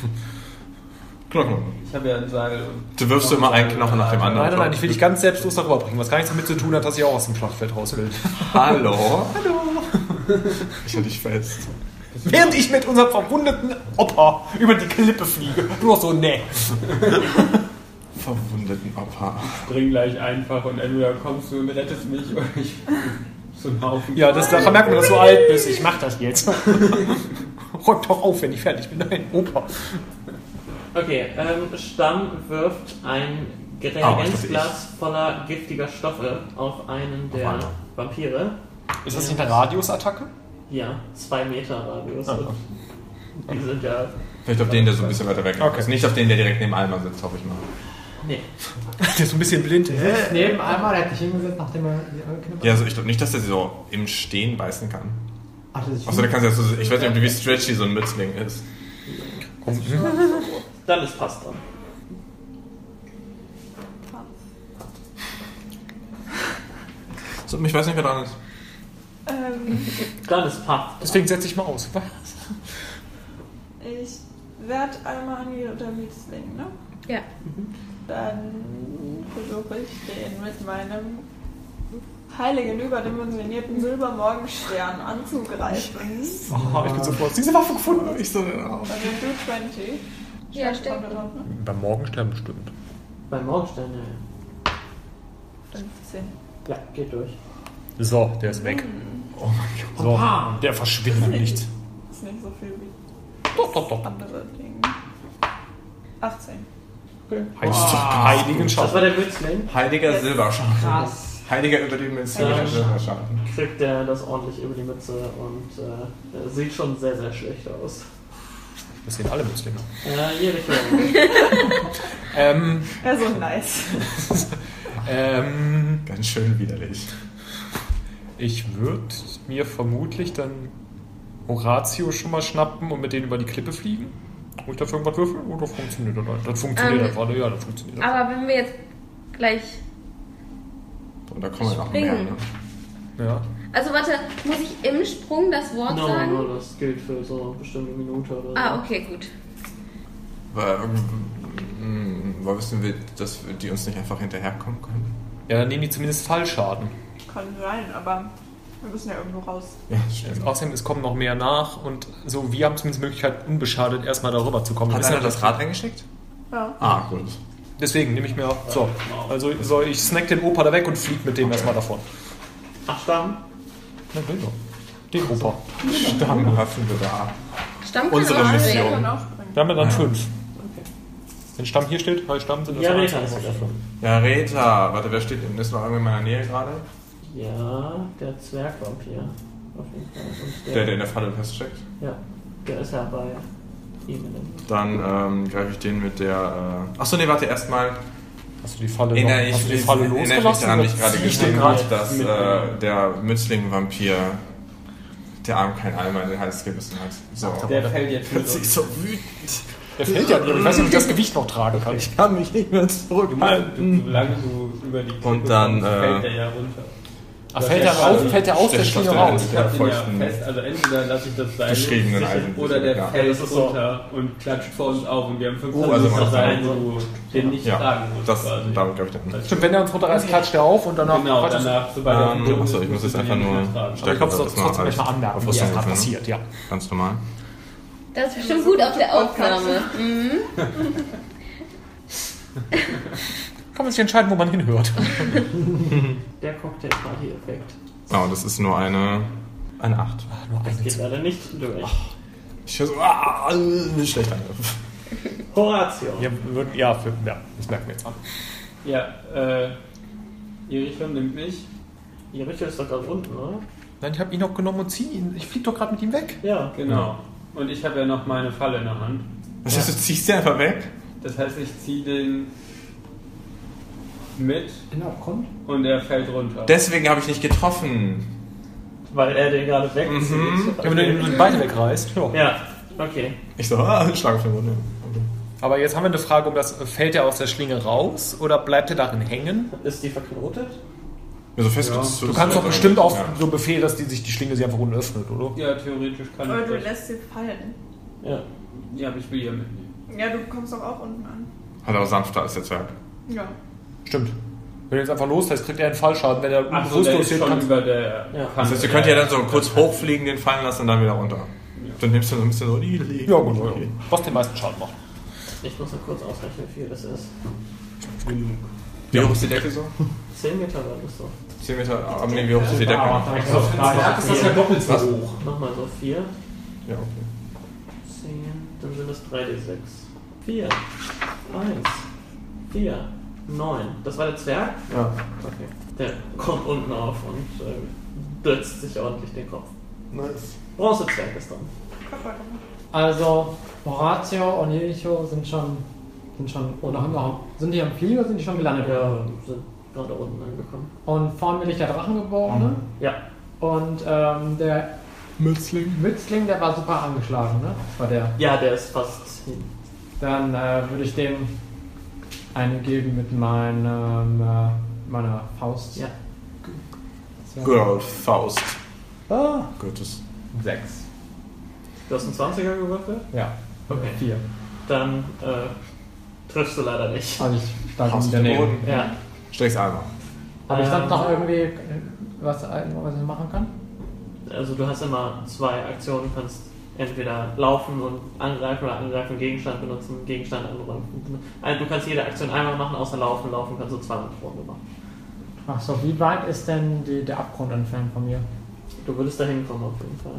Speaker 2: Knochen.
Speaker 10: Ich habe ja ein Seil und
Speaker 2: Du wirfst immer einen Knochen nach dem anderen.
Speaker 5: Nein, nein, nein, ich will dich ganz selbstlos darüber bringen, was gar nichts damit zu tun hat, dass ich auch aus dem Schlachtfeld raus will.
Speaker 2: Hallo? Hallo. Ich halte dich fest.
Speaker 5: Während ich mit unserem verwundeten Opa über die Klippe fliege. Du hast so, nee.
Speaker 2: Verwundeten Opa.
Speaker 10: spring gleich einfach und entweder kommst du und rettest mich oder ich so einen Haufen.
Speaker 5: Ja, das, daran merkt man, dass du alt bist. Ich mach das jetzt. Räumt doch auf, wenn ich fertig bin. Nein, Opa.
Speaker 7: Okay, ähm, Stamm wirft ein Reagenzglas voller giftiger Stoffe auf einen der
Speaker 2: einmal.
Speaker 7: Vampire.
Speaker 5: Ist das nicht eine Radiusattacke?
Speaker 7: Ja, zwei Meter Radius.
Speaker 5: Ah.
Speaker 7: Die sind ja.
Speaker 2: Vielleicht auf den, der so ein bisschen weiter weg
Speaker 5: Okay.
Speaker 2: ist. Nicht auf den, der direkt neben Alma sitzt, hoffe ich mal.
Speaker 7: Nee.
Speaker 5: Der ist so ein bisschen blind.
Speaker 8: Neben einmal, der hat dich hingesetzt, nachdem er sie angeknüpft
Speaker 2: Ja, also ich glaube nicht, dass der sie so im Stehen beißen kann.
Speaker 8: Ach, das ist
Speaker 2: Achso, der kann sie ja so. Ich weiß nicht, wie stretchy so ein Mützling ist.
Speaker 7: Dann ist Pass dran.
Speaker 2: So, ich weiß nicht, wer dran ist.
Speaker 9: Ähm,
Speaker 7: Dann ist Path.
Speaker 5: Deswegen setze ich mal aus. Was?
Speaker 9: ich werde einmal angehen oder Mietsling, ne?
Speaker 6: Ja.
Speaker 9: Dann versuche ich den mit meinem heiligen, überdimensionierten Silbermorgenstern anzugreifen.
Speaker 5: Oh, ich bin so froh, dass ich diese Waffe gefunden habe. Ich so, oh.
Speaker 9: Also D20.
Speaker 6: Ja,
Speaker 9: Schreibst du
Speaker 6: stimmt.
Speaker 9: drauf, ne?
Speaker 5: Beim Morgenstern bestimmt.
Speaker 7: Bei Morgenstern, ja.
Speaker 9: 15.
Speaker 7: Ja, geht durch.
Speaker 5: So, der ist weg. Oh mein Gott. So, der verschwindet nicht.
Speaker 9: Ist nicht so viel wie
Speaker 5: Doch, doch, doch.
Speaker 9: andere Dinge. 18.
Speaker 5: Heißt doch heiligen
Speaker 7: Das war
Speaker 5: Schatten.
Speaker 7: der Würzling.
Speaker 2: Ah. Heiliger Silberschaden.
Speaker 8: Krass.
Speaker 2: Heiliger über den Münzen.
Speaker 7: Ja.
Speaker 2: Silberschaden.
Speaker 7: Kriegt der das ordentlich über die Mütze und äh, äh, sieht schon sehr, sehr schlecht aus. Äh,
Speaker 5: Das sehen alle Müslinger.
Speaker 7: Ja, jede Richtung.
Speaker 5: Ähm,
Speaker 9: Ja, so Also, nice.
Speaker 5: ähm,
Speaker 2: Ganz schön widerlich.
Speaker 5: ich würde mir vermutlich dann Horatio schon mal schnappen und mit denen über die Klippe fliegen. Muss ich dafür irgendwas würfeln? Oder funktioniert das? nicht? Das funktioniert
Speaker 6: Ähm,
Speaker 5: einfach. Ja, das funktioniert einfach.
Speaker 6: Aber wenn wir jetzt gleich.
Speaker 2: Und da kommen ja noch mehr. Ne?
Speaker 6: Springen.
Speaker 5: Ja.
Speaker 6: Also warte, muss ich im Sprung das Wort
Speaker 7: No,
Speaker 6: sagen?
Speaker 7: no, das gilt für so eine bestimmte Minute oder so.
Speaker 6: Ah, okay, gut.
Speaker 2: Weil, ähm, mh, weil wissen wir, dass wir- die uns nicht einfach hinterherkommen können?
Speaker 5: ja, dann nehmen die zumindest Fallschaden.
Speaker 9: Kann sein, aber wir müssen ja irgendwo raus.
Speaker 2: Ja, stimmt.
Speaker 5: Außerdem, es kommen noch mehr nach und so, wir haben zumindest die Möglichkeit, unbeschadet erstmal darüber zu kommen.
Speaker 2: Hat
Speaker 5: Das ist
Speaker 2: einer das Rad eingeschickt?
Speaker 9: Ja.
Speaker 2: Ah, gut.
Speaker 5: Deswegen nehme ich mir. So, also so, ich snack den Opa da weg und flieg mit dem erstmal davon.
Speaker 7: Abstammen.
Speaker 5: Na, will doch. Den Opa.
Speaker 2: Stamm hatten wir da.
Speaker 6: Stamm
Speaker 2: Unsere
Speaker 6: kann
Speaker 2: Mission.
Speaker 9: Kann auch springen.
Speaker 5: Wir haben ja dann
Speaker 2: Ja.
Speaker 5: fünf. Wenn Stamm hier steht, bei Stamm sind das
Speaker 7: Ja,
Speaker 5: dann
Speaker 7: Rita
Speaker 5: eins.
Speaker 7: ist wieder dran.
Speaker 2: Ja, Reta. Warte, wer steht? Ist noch irgendwer in meiner Nähe gerade?
Speaker 7: Ja, der Zwergvampir. Auf jeden Fall. Und
Speaker 2: Der, der in der Falle feststeckt?
Speaker 7: Ja, der ist ja bei ihm in dem.
Speaker 2: Dann ähm, greife ich den mit der. Äh Achso, nee, warte, erstmal.
Speaker 5: Hast du die Falle, noch,
Speaker 2: Erinnere ich
Speaker 5: hast du die
Speaker 2: mich
Speaker 5: Falle
Speaker 2: erinnere ich mich
Speaker 5: losgelassen?
Speaker 2: daran,
Speaker 5: oder
Speaker 2: nicht gerade
Speaker 5: ziehst du den
Speaker 2: gesehen
Speaker 5: grad?
Speaker 2: habe, dass
Speaker 7: mit-
Speaker 2: äh, der Mützling-Vampir der Arm kein Eimer in den Hals gebissen hat. So.
Speaker 10: Der fällt jetzt mit uns.
Speaker 2: so wütend.
Speaker 5: Der fällt ja nicht. Ich weiß nicht, ob ich das Gewicht noch tragen kann. Ich kann mich nicht mehr zurückhalten.
Speaker 10: Solange du über die Klippe
Speaker 2: halt Und dann,
Speaker 10: kommst, fällt
Speaker 2: äh,
Speaker 10: der ja runter.
Speaker 5: Ach, Ah, fällt er rauf, fällt er aus der
Speaker 2: Stich
Speaker 5: Schiene
Speaker 2: aus der
Speaker 5: raus.
Speaker 2: Hand.
Speaker 10: Ich hab den ja
Speaker 2: feuchten-
Speaker 10: fest, also entweder lasse ich das sein
Speaker 2: Geschriebenen Eisen.
Speaker 10: oder der
Speaker 2: Ja.
Speaker 10: fällt
Speaker 7: Das ist so.
Speaker 10: runter und klatscht vor uns auf und wir haben fünf
Speaker 2: Oh, also
Speaker 10: Meter
Speaker 2: man-
Speaker 10: sein, wo den nicht
Speaker 2: Ja,
Speaker 10: tragen musst
Speaker 2: das,
Speaker 10: quasi.
Speaker 2: damit glaube ich dann.
Speaker 5: Stimmt, wenn er uns runterreißt, klatscht er auf und danach.
Speaker 10: Genau,
Speaker 5: Warte,
Speaker 3: äh,
Speaker 10: danach, sobald er
Speaker 2: Ähm, achso, ich muss jetzt einfach nur
Speaker 5: Aber ich glaube, es
Speaker 2: das
Speaker 5: ist trotzdem
Speaker 2: als-
Speaker 5: erstmal anmerken, was
Speaker 2: Ja.
Speaker 5: da gerade passiert. Ja.
Speaker 2: Ganz normal.
Speaker 6: Das ist bestimmt gut auf der Aufnahme. Mhm.
Speaker 5: Kann man sich entscheiden, wo man hinhört.
Speaker 7: Der Cocktail-Party-Effekt.
Speaker 2: Genau, das ist nur eine. Eine 8.
Speaker 5: Nur eine
Speaker 7: Geht leider nicht durch.
Speaker 2: Ich höre so. Ah, äh, schlechter Angriff.
Speaker 7: Horatio.
Speaker 5: Ja, würd, ja, für, ja, das merken wir jetzt an.
Speaker 10: Ja, äh, Jericho nimmt mich.
Speaker 7: Die Richtung ist doch gerade unten, oder?
Speaker 5: Nein, ich habe ihn noch genommen und ziehe ihn. Ich fliege doch gerade mit ihm weg.
Speaker 7: Ja.
Speaker 10: Genau. Und ich habe ja noch meine Falle in der Hand.
Speaker 2: Das heißt, du ziehst den einfach weg?
Speaker 10: Das heißt, ich ziehe den mit
Speaker 8: Genau, kommt.
Speaker 10: und er fällt runter.
Speaker 2: Deswegen habe ich nicht getroffen.
Speaker 7: Weil er den gerade wegzieht.
Speaker 2: Mhm.
Speaker 5: Ja, wenn du
Speaker 7: Okay.
Speaker 5: ihn beide wegreißt. Ja.
Speaker 7: Ja, okay.
Speaker 2: Ich so, ah, Schlag auf den Runde.
Speaker 5: Aber jetzt haben wir eine Frage, um das fällt er aus der Schlinge raus oder bleibt er darin hängen?
Speaker 7: Ist die verknotet?
Speaker 2: Ja, so fest bist
Speaker 5: Du kannst doch bestimmt auf
Speaker 2: Ja.
Speaker 5: so Befehl, dass die sich die Schlinge sie einfach unten öffnet, oder?
Speaker 10: Ja, theoretisch kann
Speaker 9: Aber du
Speaker 10: ich das.
Speaker 9: lässt sie fallen.
Speaker 7: Ja.
Speaker 10: Ja, aber ich will ja mitnehmen.
Speaker 9: Ja, du kommst doch auch unten an.
Speaker 2: Hat aber sanfter als der Zwerg.
Speaker 9: Ja.
Speaker 5: Stimmt. Wenn du jetzt einfach loslässt, kriegt er einen Fallschaden. Wenn er
Speaker 10: Ach
Speaker 5: unten
Speaker 10: so, der
Speaker 5: rüstlos
Speaker 10: ist
Speaker 5: steht,
Speaker 10: schon
Speaker 5: kann
Speaker 10: über der
Speaker 7: Ja.
Speaker 2: Das heißt, ihr könnt ja dann so kurz hochfliegen, den fallen lassen und dann wieder runter. Dann nimmst du so ein bisschen so die
Speaker 5: Ja, genau. Was den meisten Schaden macht.
Speaker 7: Ich muss noch kurz ausrechnen, wie viel das ist.
Speaker 2: Wie hoch ist die Decke so?
Speaker 7: 10 Meter weit ist so.
Speaker 2: 10 Meter. Aber nee, wie hoch ist die Decke?
Speaker 5: Ah,
Speaker 7: ist das ja
Speaker 5: doppelt
Speaker 2: so Was?
Speaker 5: hoch.
Speaker 7: Nochmal so 4,
Speaker 2: Ja, okay.
Speaker 7: 10, dann sind das 3d6. 4, 1, 4, 9. Das war der Zwerg?
Speaker 2: Ja.
Speaker 7: Okay. Der kommt unten auf und äh, blitzt sich ordentlich den Kopf.
Speaker 2: Nice.
Speaker 7: Bronzezwerg ist dran.
Speaker 9: Körper gemacht.
Speaker 8: Also, Horatio und Jericho sind schon, sind schon, oder haben noch, sind die am Fliegen oder sind die schon gelandet?
Speaker 7: Wir sind gerade unten angekommen.
Speaker 8: Und vorne bin ich der Drachengeborene
Speaker 7: Ja,
Speaker 8: und ähm, der
Speaker 5: Mützling.
Speaker 8: Mützling, der war super angeschlagen, ne? Das war der.
Speaker 7: ja, der ist fast hin.
Speaker 8: Dann äh, würde ich dem einen geben mit meinem, äh, meiner Faust.
Speaker 7: Ja.
Speaker 8: Das wär-
Speaker 2: Good old Faust. Ah. Gottes.
Speaker 11: Sechs.
Speaker 1: Du hast einen 20er gewürfelt?
Speaker 11: Ja.
Speaker 1: Okay.
Speaker 11: Vier.
Speaker 1: Dann äh, triffst du leider nicht.
Speaker 8: Also ich stand
Speaker 2: Hast du
Speaker 8: daneben.
Speaker 2: Boden?
Speaker 1: Ja.
Speaker 2: Steck's einmal.
Speaker 8: Aber ich stand
Speaker 1: Ähm,
Speaker 8: noch irgendwie äh, was, was ich machen kann.
Speaker 1: Also du hast immer zwei Aktionen, du kannst entweder laufen und angreifen oder angreifen, Gegenstand benutzen, Gegenstand anrufen. Also du kannst jede Aktion einmal machen, außer laufen. Laufen kannst du zweimal pro Runde machen.
Speaker 8: Ach so, wie weit ist denn die, der Abgrund entfernt von mir?
Speaker 1: Du würdest da hinkommen auf jeden Fall.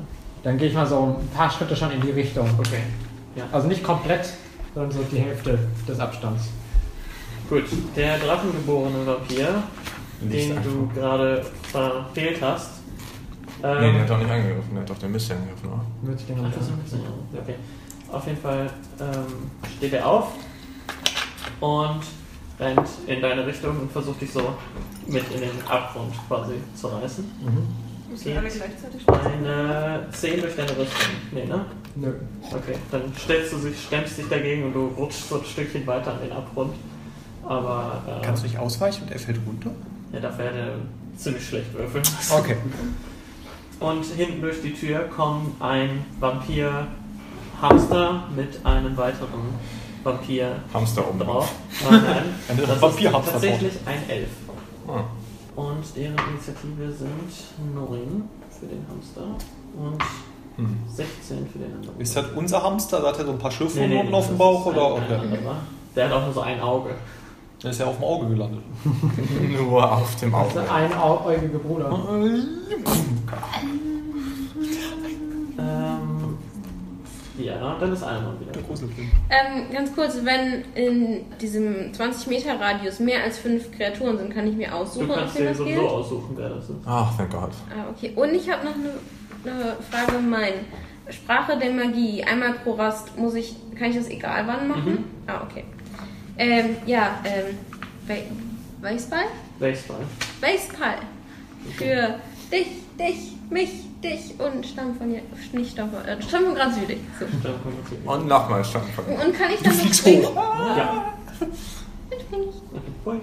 Speaker 8: Dann gehe ich mal so ein paar Schritte schon in die Richtung.
Speaker 1: Okay.
Speaker 8: Also nicht komplett, sondern so die Hälfte des Abstands.
Speaker 1: Gut, der drachengeborene Vampir,
Speaker 2: Nicht
Speaker 1: den du
Speaker 2: einfach.
Speaker 1: gerade verfehlt hast. Ähm,
Speaker 2: Nee, der hat doch nicht angegriffen, der hat doch der Mist angegriffen, oder?
Speaker 8: Würde ich den
Speaker 1: Ach, das ist ein bisschen, ja, okay. Auf jeden Fall ähm, steht er auf und rennt in deine Richtung und versucht dich so mit in den Abgrund quasi zu reißen.
Speaker 8: Mhm.
Speaker 9: Müssen alle gleichzeitig
Speaker 1: Eine 10 durch deine Rüstung. Nee, ne?
Speaker 8: Nö.
Speaker 1: Okay, dann stellst du dich, stemmst dich dagegen und du rutschst so ein Stückchen weiter an den Abgrund. Aber äh,
Speaker 5: Kannst du nicht ausweichen und er fällt runter?
Speaker 1: ja, dafür hätte er ziemlich schlecht würfeln.
Speaker 5: Okay.
Speaker 1: Und hinten durch die Tür kommen ein Vampir-Hamster mit einem weiteren Vampir
Speaker 2: Hamster oben
Speaker 1: drauf.
Speaker 2: drauf.
Speaker 1: Nein, nein.
Speaker 5: Ein
Speaker 1: Das ist
Speaker 5: Vampir-Hamster
Speaker 1: tatsächlich ein Elf.
Speaker 2: Ah.
Speaker 1: Und deren Initiative sind 9 für den Hamster und
Speaker 2: Hm.
Speaker 1: 16 für den anderen.
Speaker 5: Ist das unser Hamster? Da hat er so ein paar
Speaker 1: Nee,
Speaker 5: Schürfwunden
Speaker 1: nee,
Speaker 5: unten auf dem
Speaker 1: das
Speaker 5: Bauch?
Speaker 1: ist
Speaker 5: Oder?
Speaker 1: ein- ein
Speaker 5: Okay.
Speaker 1: anderer. Der hat auch nur so ein Auge.
Speaker 5: Der ist ja auf dem Auge gelandet.
Speaker 2: Nur auf dem
Speaker 8: Das ist
Speaker 2: Auge.
Speaker 8: der einäugige Bruder.
Speaker 1: Ähm, ja, dann ist einer mal wieder.
Speaker 5: Der Gruselfilm.
Speaker 6: Ähm, ganz kurz, wenn in diesem 20-Meter-Radius mehr als fünf Kreaturen sind, kann ich mir
Speaker 1: Du
Speaker 6: aussuchen, ob
Speaker 1: kannst
Speaker 6: mir
Speaker 1: dir
Speaker 6: das
Speaker 1: sowieso
Speaker 6: gilt.
Speaker 1: aussuchen, wer das ist.
Speaker 2: Ach, thank God.
Speaker 6: Ah, okay. Und ich habe noch eine eine Frage um mein. Sprache der Magie, einmal pro Rast, muss ich, kann ich das egal wann machen?
Speaker 1: Mhm.
Speaker 6: Ah, okay. Ähm, ja, ähm, Be- Baseball?
Speaker 1: Baseball.
Speaker 6: Baseball. Für dich, dich, mich, dich und Stamm von, Je- nicht Stamm von, äh, Stamm von Grad Südig. So.
Speaker 1: Dann kommen wir zu dir.
Speaker 2: Und nochmal Standpunkt.
Speaker 6: Und kann ich dann noch
Speaker 5: fliegst
Speaker 6: springen?
Speaker 1: Ja.
Speaker 6: Dann spring ich.
Speaker 1: Hui.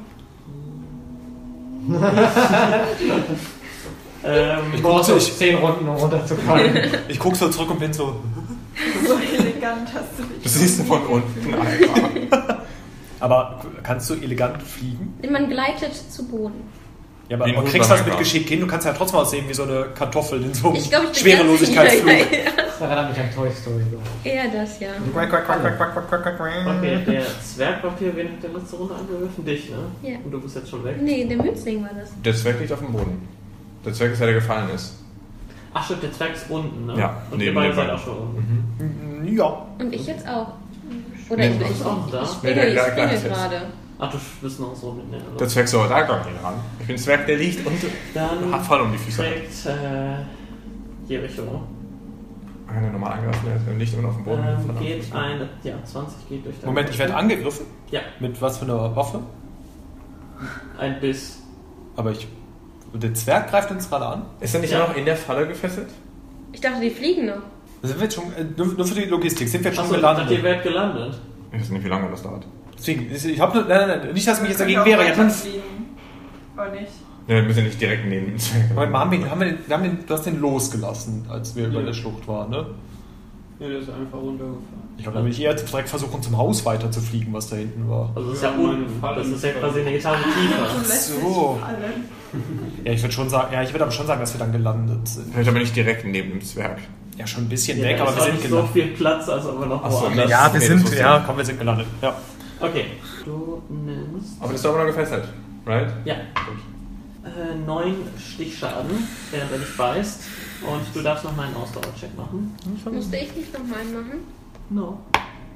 Speaker 1: ähm,
Speaker 5: Ich guck's
Speaker 8: Brauchst du
Speaker 5: euch.
Speaker 8: zehn Runden, um runterzufallen.
Speaker 5: Ich guck so zurück und bin so.
Speaker 9: So elegant hast du dich.
Speaker 2: Du siehst ihn von unten einfach.
Speaker 5: Aber kannst du elegant fliegen?
Speaker 6: Man gleitet zu Boden.
Speaker 5: Ja, aber
Speaker 2: Den
Speaker 5: du
Speaker 2: Hut
Speaker 5: kriegst
Speaker 2: beim
Speaker 5: das mit
Speaker 2: Anker.
Speaker 5: Geschick hin. Du kannst ja trotzdem aussehen wie so eine Kartoffel in so einem
Speaker 6: Ich glaube, ich bin
Speaker 5: Schwerelosigkeitsflug.
Speaker 6: ganz- Ja, ja,
Speaker 8: das erinnert mich an Toy Story. So.
Speaker 6: ja. Eher das, ja.
Speaker 5: Quack, quack, quack, quack, quack, quack, quack, quack, quack.
Speaker 1: Okay, der Zwergvampir, wen hat der letzte Runde angegriffen? Dich, ne?
Speaker 6: Ja.
Speaker 1: Und du bist jetzt schon weg.
Speaker 6: Nee, der Münzling war das.
Speaker 2: Der Zwerg liegt auf dem Boden. Der Zwerg ist der, der gefallen ist.
Speaker 1: Ach stimmt, der Zwerg ist unten, ne?
Speaker 2: Ja,
Speaker 1: Und
Speaker 2: neben
Speaker 1: ihr beide
Speaker 2: den
Speaker 1: seid
Speaker 2: beiden.
Speaker 1: auch schon unten.
Speaker 5: Ja.
Speaker 6: Und ich jetzt auch. Oder
Speaker 2: Nee,
Speaker 6: ich,
Speaker 2: du
Speaker 6: ich, ich,
Speaker 1: bist auch da.
Speaker 6: ich
Speaker 2: Nee,
Speaker 6: springe,
Speaker 2: der-
Speaker 6: ich
Speaker 2: der
Speaker 6: springe
Speaker 2: gleitet jetzt.
Speaker 6: gerade.
Speaker 1: Ach, du bist noch so mitten in der
Speaker 2: Der
Speaker 1: Luft.
Speaker 2: Zwerg soll da gar nicht ran. Ich bin Zwerg, der liegt und
Speaker 1: Dann
Speaker 2: hat voll um die Füße.
Speaker 1: trägt äh, Jericho.
Speaker 2: Einer nochmal angegriffen, der liegt und auf dem Boden.
Speaker 1: Ähm, geht eine, ja, 20 geht durch deine
Speaker 5: Genau. Moment, ich werde
Speaker 1: Rüstung.
Speaker 5: angegriffen.
Speaker 1: Ja,
Speaker 5: Mit was für einer Waffe?
Speaker 1: ein Biss.
Speaker 5: Aber ich. Der Zwerg greift uns gerade an.
Speaker 2: Ist er nicht
Speaker 1: Ja.
Speaker 2: auch noch in der Falle gefesselt?
Speaker 6: Ich dachte, die fliegen noch.
Speaker 5: Sind wir jetzt schon, äh, nur, nur für die Logistik, sind wir jetzt schon
Speaker 1: Achso, ich dachte, ihr
Speaker 5: gelandet?
Speaker 1: werdet gelandet.
Speaker 2: Ich weiß nicht, wie lange das dauert.
Speaker 5: Deswegen, ich hab, nur- nein, nein, nein, nicht, dass ich mich jetzt dagegen
Speaker 9: Können
Speaker 5: wäre.
Speaker 9: auch
Speaker 5: Ich hab nur-
Speaker 9: weiterfliegen. Oder nicht?
Speaker 2: Ja, wir müssen nicht direkt neben dem Zwerg.
Speaker 5: Moment mal, haben wir, haben wir, den- wir haben den, du hast den losgelassen, als wir über
Speaker 3: Ja.
Speaker 5: der Schlucht waren, ne?
Speaker 3: Ja, der ist einfach runtergefahren.
Speaker 5: Ich glaube, da will ich eher direkt versuchen, zum Haus weiter zu fliegen, was da hinten war.
Speaker 1: Also, das ist ja
Speaker 3: Ja, meine
Speaker 1: unten.
Speaker 3: Falle
Speaker 1: Das ist
Speaker 3: ist
Speaker 1: ja
Speaker 3: da.
Speaker 1: quasi eine Gitarre tiefer.
Speaker 9: Du lässt
Speaker 5: so.
Speaker 9: dich fallen.
Speaker 5: Ja, ich würde schon sagen, ja, ich würde aber schon sagen, dass wir dann gelandet sind.
Speaker 2: Vielleicht aber nicht direkt neben dem Zwerg.
Speaker 5: Ja, halt schon ein bisschen
Speaker 1: Ja,
Speaker 5: weg,
Speaker 1: da
Speaker 5: aber
Speaker 1: ist
Speaker 5: wir
Speaker 1: auch
Speaker 5: sind genau-
Speaker 1: nicht so
Speaker 5: gelandet.
Speaker 1: viel Platz, also aber noch
Speaker 2: Ach so, ne.
Speaker 1: woanders.
Speaker 2: ja. Nee, das ist ja-
Speaker 5: komm, wir sind gelandet. Ja.
Speaker 1: Okay, du nimmst.
Speaker 2: Aber das ist doch immer noch gefesselt, right?
Speaker 1: Ja, äh, neun Stichschaden, während er dich beißt. Und du darfst nochmal einen Ausdauercheck machen.
Speaker 6: Musste ich nicht nochmal machen?
Speaker 1: No.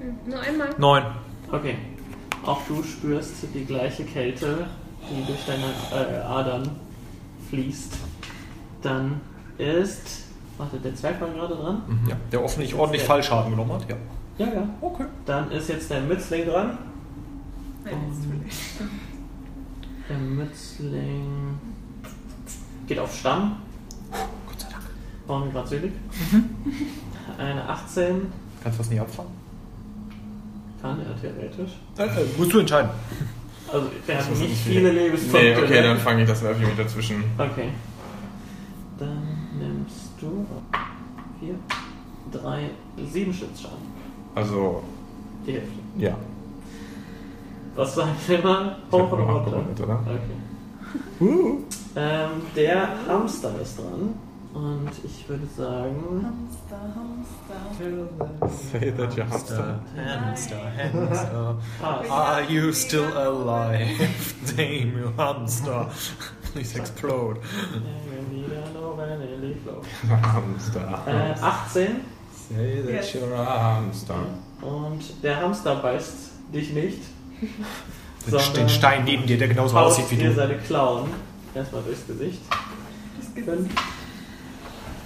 Speaker 6: Hm, Nur einmal.
Speaker 5: Neun.
Speaker 1: Okay. Auch du spürst die gleiche Kälte, die durch deine äh, Adern fließt. Dann ist. Warte, der Zwerg war gerade dran?
Speaker 5: Mhm. Ja, der offensichtlich ordentlich
Speaker 1: Ja.
Speaker 5: Fallschaden genommen hat, ja.
Speaker 1: Ja, ja.
Speaker 5: Okay.
Speaker 1: Dann ist jetzt der Mützling dran.
Speaker 9: Nein, ist zu late.
Speaker 1: Der Mützling geht auf Stamm.
Speaker 5: Gott sei Dank. Mhm.
Speaker 1: Vorne gerade selig. Eine 18
Speaker 5: Kannst du das nicht abfangen?
Speaker 1: kann er theoretisch.
Speaker 5: Äh, äh, musst du entscheiden.
Speaker 1: Also der hat
Speaker 2: muss
Speaker 1: nicht
Speaker 2: nicht
Speaker 1: viele
Speaker 2: Nee,
Speaker 1: Lebenspunkte.
Speaker 2: okay, dann fange ich das Werfi mit dazwischen.
Speaker 1: Okay. Dann nimmst
Speaker 7: du, vier, drei, sieben Schiffsschaden.
Speaker 2: Also,
Speaker 7: Die Hälfte.
Speaker 2: ja.
Speaker 7: Was sagt der mal? Hoch oder
Speaker 2: Hoch
Speaker 7: runter?
Speaker 2: gerundet, oder?
Speaker 7: Okay. Ähm, der Hamster ist dran. Und ich würde sagen.
Speaker 9: Hamster, Hamster.
Speaker 2: Say
Speaker 5: Äh,
Speaker 2: that you hamster.
Speaker 5: Hamster, Hamster.
Speaker 7: Ah,
Speaker 5: Are you still alive? Damn, you hamster. Please explode.
Speaker 7: äh,
Speaker 1: Äh,
Speaker 2: Hamster.
Speaker 7: 18
Speaker 2: Say that you're a hamster.
Speaker 7: und der Hamster beißt dich nicht.
Speaker 5: Den, den Stein neben dir, der genauso
Speaker 7: haut
Speaker 5: aussieht wie
Speaker 7: dir
Speaker 5: du.
Speaker 7: seine Klauen erstmal durchs Gesicht. Fünf,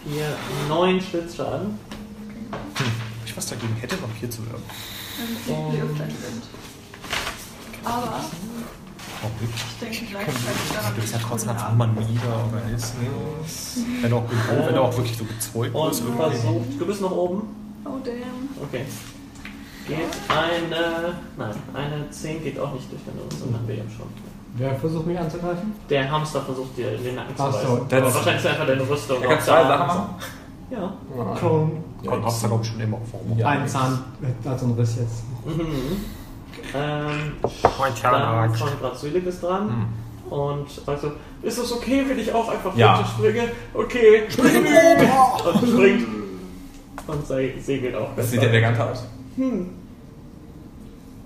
Speaker 7: vier, neun Schlitzschaden.
Speaker 5: Ich was dagegen hätte, Vampir zu werden.
Speaker 9: Wenn sie in die Luft entwind. Aber
Speaker 5: Warum nicht?
Speaker 9: ich denke gleichzeitig daran,
Speaker 5: Also Du bist ja trotzdem
Speaker 9: dass
Speaker 5: als
Speaker 9: ich
Speaker 5: Mann nieder Organismus. Wenn du auch, wenn du auch wirklich so gezwollen
Speaker 7: Und
Speaker 5: bist. irgendwie.
Speaker 7: versucht. Du bist noch oben?
Speaker 9: Oh damn.
Speaker 7: Okay. Geht eine. Nein, eine 10 geht auch nicht durch, wenn du so nach BM schon.
Speaker 8: Wer versucht mich anzugreifen?
Speaker 7: Der Hamster versucht dir in den Nacken zu
Speaker 8: Ach
Speaker 7: beißen.
Speaker 8: so,
Speaker 7: Aber
Speaker 2: that's-
Speaker 7: wahrscheinlich ist einfach deine Rüstung.
Speaker 2: Er kann
Speaker 7: auf
Speaker 2: zwei
Speaker 7: der
Speaker 2: Sachen
Speaker 7: Hand.
Speaker 2: machen.
Speaker 7: Ja.
Speaker 8: Cone.
Speaker 5: Gott, hast du, glaube ich, schon immer vor.
Speaker 2: Ja.
Speaker 8: Ein Zahn. äh, Also ein Riss jetzt.
Speaker 7: Mhm. Ähm,
Speaker 5: Mein
Speaker 7: dann
Speaker 5: Ternark.
Speaker 7: von Grazilik ist dran. Und sagt so, ist das okay, wenn ich auch einfach
Speaker 2: Hm. Ja.
Speaker 7: runterspringe? Okay. Spring oben! Und springt. Und sei- segelt auch.
Speaker 2: Das
Speaker 7: besser.
Speaker 2: sieht ja elegant aus.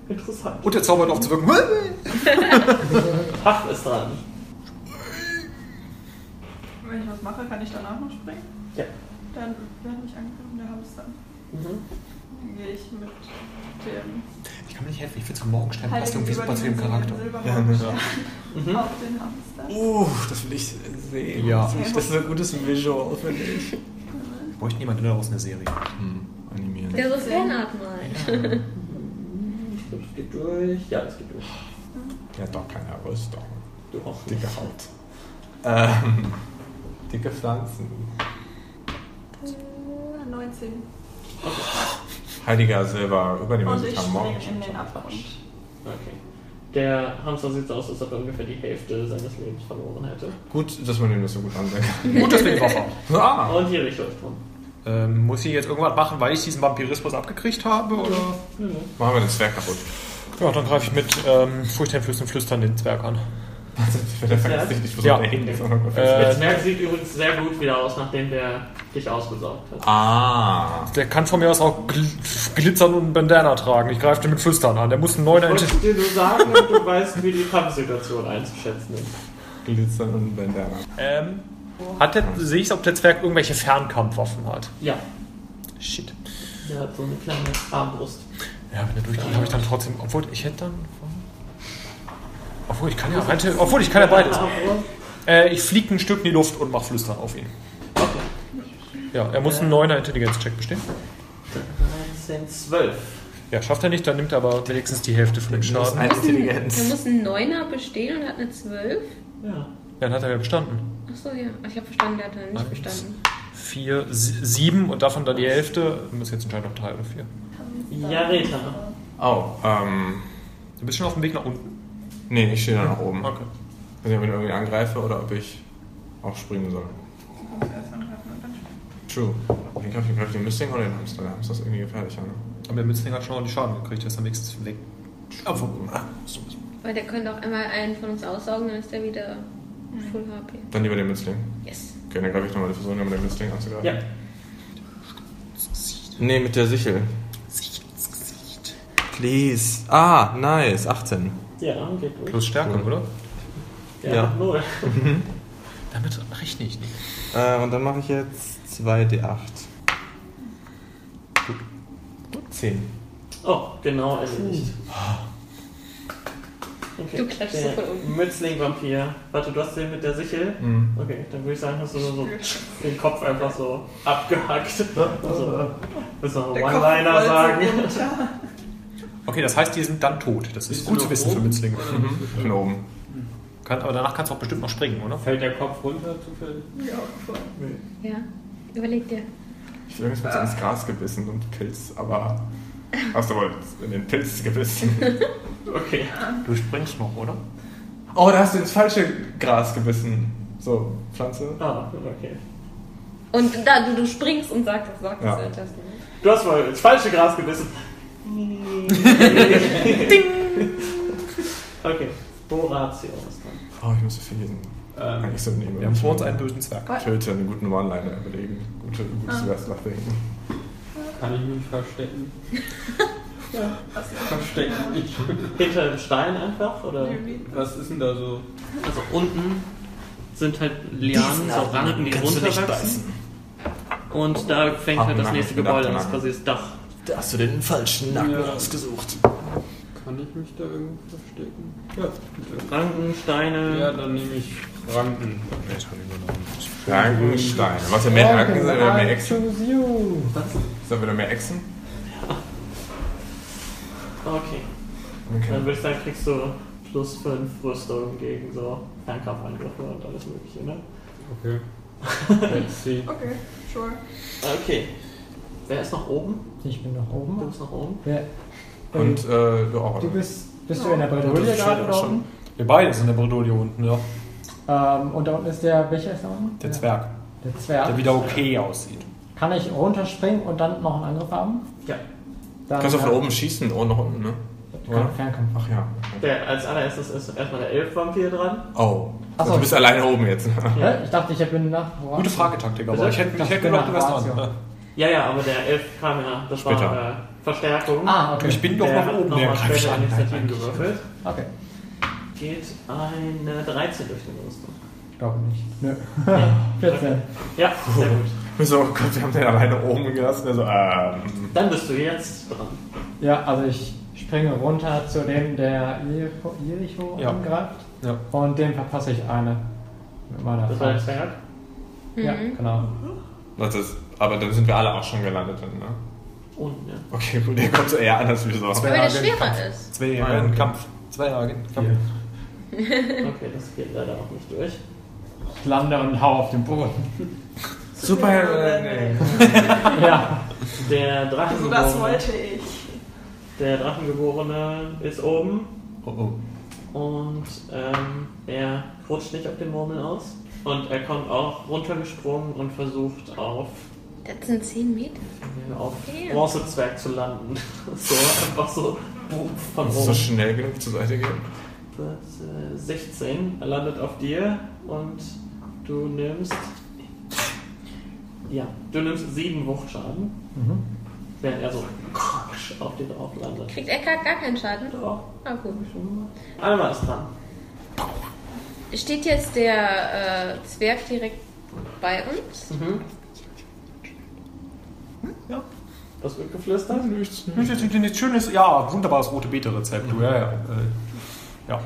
Speaker 7: Interessant.
Speaker 5: Und der Zauber hat aufzuwirken.
Speaker 7: Haft ist dran.
Speaker 9: Wenn ich was mache, kann ich danach noch springen.
Speaker 7: Ja.
Speaker 9: Dann werde ich angegriffen, der Hamster.
Speaker 7: Mhm.
Speaker 9: Dann gehe ich mit dem
Speaker 5: Ich kann mir nicht helfen, ich finde so Morgenstern passt
Speaker 9: Heiligen
Speaker 5: irgendwie super zu dem
Speaker 9: Silberhamster
Speaker 5: Charakter.
Speaker 2: ne?
Speaker 9: auf den Hamster.
Speaker 12: Uff, das will ich sehen.
Speaker 5: Ja.
Speaker 12: Das ist ein gutes Visual, finde ich.
Speaker 5: Wir bräuchten jemanden daraus eine Serie.
Speaker 2: Hm, Animieren.
Speaker 6: Der so Fanart malt.
Speaker 7: Ich glaube, es geht durch. Ja, es geht durch.
Speaker 2: Der hat doch keine Rüstung.
Speaker 7: Du auch nicht.
Speaker 2: Dicke Haut. Ähm, dicke Pflanzen.
Speaker 9: Äh, 19.
Speaker 2: Heiliger Silber, über den
Speaker 9: Und ich
Speaker 2: am Morgen.
Speaker 9: springe in den Abgrund.
Speaker 7: Okay. Der Hamster sieht so aus, als ob er ungefähr die Hälfte seines Lebens verloren hätte.
Speaker 2: Gut, dass man den nicht so gut ansehen kann.
Speaker 5: Gut, dass wir die Waffe haben.
Speaker 2: Ah,
Speaker 7: Und hier Richtung drum.
Speaker 5: Ähm, muss ich jetzt irgendwas machen, weil ich diesen Vampirismus abgekriegt habe? Oder?
Speaker 2: machen wir den Zwerg kaputt.
Speaker 5: Ja, dann greife ich mit ähm, Furchteinflößen Flüstern den Zwerg an.
Speaker 2: Wenn der vergisst dich nicht, wo
Speaker 5: Ja.
Speaker 2: der hin ist.
Speaker 5: Äh,
Speaker 7: Der Zwerg sieht übrigens sehr gut wieder aus, nachdem der dich ausgesaugt hat.
Speaker 2: Ah.
Speaker 5: Der kann von mir aus auch gl glitzern und einen Bandana tragen. Ich greife den mit Flüstern an. Der muss einen neuen
Speaker 7: Ich
Speaker 5: Ent-
Speaker 7: wollte dir nur sagen, du weißt, wie die Kampfsituation einzuschätzen ist.
Speaker 2: Glitzern und Bandana.
Speaker 5: ähm, hat der, Sehe ich, ob der Zwerg irgendwelche Fernkampfwaffen hat?
Speaker 7: Ja,
Speaker 5: Shit.
Speaker 7: der hat so eine kleine Armbrust.
Speaker 5: Ja, wenn er durchgeht, habe ich dann trotzdem. Obwohl, ich hätte dann. Obwohl, ich kann ja. rein- Obwohl, ich kann ja beides.
Speaker 7: Armbrust.
Speaker 5: Äh, ich fliege ein Stück in die Luft und mache Flüstern auf ihn.
Speaker 7: Okay.
Speaker 5: Ja, er muss einen neuner Intelligenzcheck bestehen.
Speaker 7: 13, 12.
Speaker 5: Ja, schafft er nicht, dann nimmt er aber wenigstens die Hälfte von dem Schaden.
Speaker 2: Ein
Speaker 6: Der
Speaker 2: Intelligenz.
Speaker 6: muss ein Neuner bestehen und hat eine 12.
Speaker 7: Ja.
Speaker 5: Dann hat er ja bestanden.
Speaker 6: Achso, ja. Ich habe verstanden, der hat dann nicht
Speaker 5: Eins.
Speaker 6: bestanden.
Speaker 5: Vier, sie- sieben und davon dann die Hälfte. Wir müssen jetzt entscheiden, ob drei oder vier.
Speaker 7: Ja, Rita.
Speaker 2: Oh, ähm.
Speaker 5: Du bist schon auf dem Weg nach unten.
Speaker 2: Nee, ich stehe da nach
Speaker 5: Mhm.
Speaker 2: oben. Okay. Ich weiß nicht, ob ich ihn irgendwie angreife oder ob ich auch springen soll. True. Den Kampf, den Kampf, den Missing oder den Hamster? Der Hamster ist irgendwie gefährlicher, ne?
Speaker 5: Aber der Mützling hat schon ordentlich Schaden gekriegt, der ist am nächsten Weg.
Speaker 6: Weil der könnte auch einmal einen von uns aussaugen, dann ist der wieder Full HP.
Speaker 2: Dann lieber den Mützling.
Speaker 6: Yes.
Speaker 2: Okay, dann greife ich nochmal die Versuche, mit dem Mützling anzugreifen.
Speaker 7: Ja.
Speaker 2: Nee, mit der Sichel. Please. Ah, nice. 18.
Speaker 7: Ja, geht gut.
Speaker 5: Plus Stärke,
Speaker 2: Cool.
Speaker 5: oder?
Speaker 7: Ja,
Speaker 2: Ja.
Speaker 7: ja. null.
Speaker 5: Damit rechne ich nicht.
Speaker 2: Äh, und dann mache ich jetzt 2d8. Gut. 10.
Speaker 7: Oh, genau, also nicht. Okay.
Speaker 6: Du klatschst
Speaker 7: der
Speaker 6: so voll um.
Speaker 7: Mützling-Vampir. Warte, du hast den mit der Sichel? Okay, dann würde ich sagen, hast du so den Kopf einfach so abgehackt. Also, willst du noch einen One-Liner sagen?
Speaker 5: Okay, das heißt, die sind dann tot. Das ist gut zu wissen für Mützling.
Speaker 2: Ich bin oben.
Speaker 5: Kann, aber danach kannst du auch bestimmt noch springen, oder?
Speaker 3: Fällt der Kopf runter zufällig?
Speaker 9: Ja, voll.
Speaker 6: Ja. Überleg dir.
Speaker 2: Ich bin jetzt mal so ins Gras gebissen und einen Pilz, aber. Hast du wohl in den Pilz gebissen?
Speaker 7: Okay.
Speaker 5: Du springst noch, oder?
Speaker 2: Oh, da hast du ins falsche Gras gebissen. So, Pflanze.
Speaker 7: Ah, okay.
Speaker 6: Und da du, du springst und sagst, halt, das sagt
Speaker 2: Ja.
Speaker 6: das etwas.
Speaker 3: Du hast mal ins falsche Gras gebissen. okay, Horatio ist dran.
Speaker 2: Oh, ich muss so viel lesen.
Speaker 3: Ähm,
Speaker 2: Eigentlich sollten wir
Speaker 5: Wir haben vor uns einen bösen Zwerg.
Speaker 2: Filter, einen guten One-Liner überlegen. Gute, gutes ah. nachdenken.
Speaker 10: Kann ich mich verstecken? Verstecken. Ich,
Speaker 3: Hinter dem Stein einfach? Oder?
Speaker 10: was ist denn da so?
Speaker 7: Also unten sind halt Lianen, so Ranken, die runterwachsen. Und da fängt
Speaker 2: Hab
Speaker 7: halt das
Speaker 2: mir
Speaker 7: nächste
Speaker 2: nicht gedacht,
Speaker 7: Gebäude an, das ist
Speaker 2: Mann.
Speaker 7: quasi das Dach.
Speaker 12: Da hast du den falschen Nacken
Speaker 10: Ja.
Speaker 12: ausgesucht.
Speaker 10: Kann ich mich da irgendwo verstecken?
Speaker 7: Ranken, Steine.
Speaker 10: Hm. Ja, dann nehme ich Ranken.
Speaker 2: Frankenstein. Was ja mehr Haken sind, oder mehr Echsen?
Speaker 8: choose you.
Speaker 2: Sind wieder mehr Echsen?
Speaker 7: Okay. Dann würde ich sagen, kriegst du plus 5 Rüstung gegen so Fernkampfangriffe und alles mögliche, ne?
Speaker 10: Okay. Let's see.
Speaker 9: Okay, sure.
Speaker 7: Okay. Wer ist noch oben?
Speaker 8: Ich bin noch
Speaker 7: Du
Speaker 8: oben.
Speaker 7: bist noch oben.
Speaker 8: Wer,
Speaker 2: Und äh, du auch,
Speaker 8: du
Speaker 2: oder?
Speaker 8: bist, bist du in der Bredouille gerade da oben?
Speaker 5: Wir beide sind in der Bredouille unten, ja.
Speaker 8: Ähm, und da unten ist der, welcher ist da unten?
Speaker 5: Der Zwerg,
Speaker 8: Der Zwerg.
Speaker 5: der wieder okay aussieht.
Speaker 8: Kann ich runterspringen und dann noch einen Angriff haben?
Speaker 7: Ja.
Speaker 8: Dann äh,
Speaker 2: Kannst du von oben schießen und nach unten, ne?
Speaker 8: Kann Fernkampf.
Speaker 2: Ach ja.
Speaker 7: Der, als allererstes ist erstmal der Elf-Vampir dran.
Speaker 2: Oh.
Speaker 8: Ach so.
Speaker 2: Du bist alleine oben jetzt.
Speaker 8: Hä? Ich dachte, ich bin nach. Woran?
Speaker 5: Gute Fragetaktik, aber
Speaker 7: Bitte?
Speaker 5: ich hätte, ich
Speaker 8: Das
Speaker 5: hätte
Speaker 8: bin
Speaker 5: gedacht, du wärst
Speaker 8: Horatio.
Speaker 5: dran.
Speaker 7: Ja, ja, aber der Elf kam ja, das war äh,
Speaker 2: Später.
Speaker 7: Verstärkung.
Speaker 8: Ah, okay.
Speaker 5: Ich bin doch
Speaker 7: der
Speaker 5: noch
Speaker 7: hat
Speaker 5: oben, der
Speaker 7: nochmal
Speaker 5: greift
Speaker 7: später
Speaker 5: an.
Speaker 7: Initiativen gewürfelt.
Speaker 8: Okay.
Speaker 7: Geht eine 13 durch den Rüstung.
Speaker 8: Glaube nicht. Nö. 14.
Speaker 7: Ja, sehr gut.
Speaker 2: So, oh Gott, wir haben den alleine oben gelassen. Also, ähm.
Speaker 7: Dann bist du jetzt dran.
Speaker 8: Ja, also ich springe runter zu dem, der Jericho, Jericho
Speaker 5: Ja.
Speaker 8: angreift.
Speaker 5: Ja.
Speaker 8: Und dem verpasse ich eine. Mit meiner
Speaker 7: Das war der
Speaker 8: Faust.
Speaker 7: Zwerg.
Speaker 8: Ja, genau.
Speaker 2: Das ist, aber dann sind wir alle auch schon gelandet, dann, ne?
Speaker 7: Unten, ja.
Speaker 2: Okay, gut, der kommt so eher anders wie so.
Speaker 6: Weil
Speaker 5: Ja,
Speaker 6: das
Speaker 5: den Kampf.
Speaker 6: schwerer ist.
Speaker 2: Ah,
Speaker 5: Zwei
Speaker 2: okay.
Speaker 5: Kampf. Zwei Kampf.
Speaker 7: Okay, das geht leider auch nicht durch.
Speaker 8: Ich lande und hau auf den Boden.
Speaker 2: Super, nee.
Speaker 8: ja.
Speaker 7: Der
Speaker 9: Also das
Speaker 7: Drachengeborene,
Speaker 9: wollte ich.
Speaker 7: der Drachengeborene ist oben
Speaker 2: Oh, oh.
Speaker 7: und ähm, er rutscht nicht auf den Murmeln aus. Und er kommt auch runtergesprungen und versucht auf,
Speaker 6: Das sind 10 Meter.
Speaker 7: auf
Speaker 6: Damn.
Speaker 7: Bronzezwerg zu landen. So, einfach so von
Speaker 2: Muss so
Speaker 7: oben.
Speaker 2: schnell genug zur Seite gehen?
Speaker 7: Das, äh, 16. Er landet auf dir und du nimmst. Ja, du nimmst 7 Wuchtschaden. Während er so auf den drauf landet.
Speaker 6: Kriegt er gar, gar keinen Schaden?
Speaker 7: Doch.
Speaker 6: Ah, gut.
Speaker 7: Alma ist dran.
Speaker 6: Steht jetzt der äh, Zwerg direkt bei uns?
Speaker 7: Was wird geflüstert?
Speaker 5: Das ist ein schönes, ja, wunderbares rote Beete-Rezept. du, Ja, ja. Äh, ja.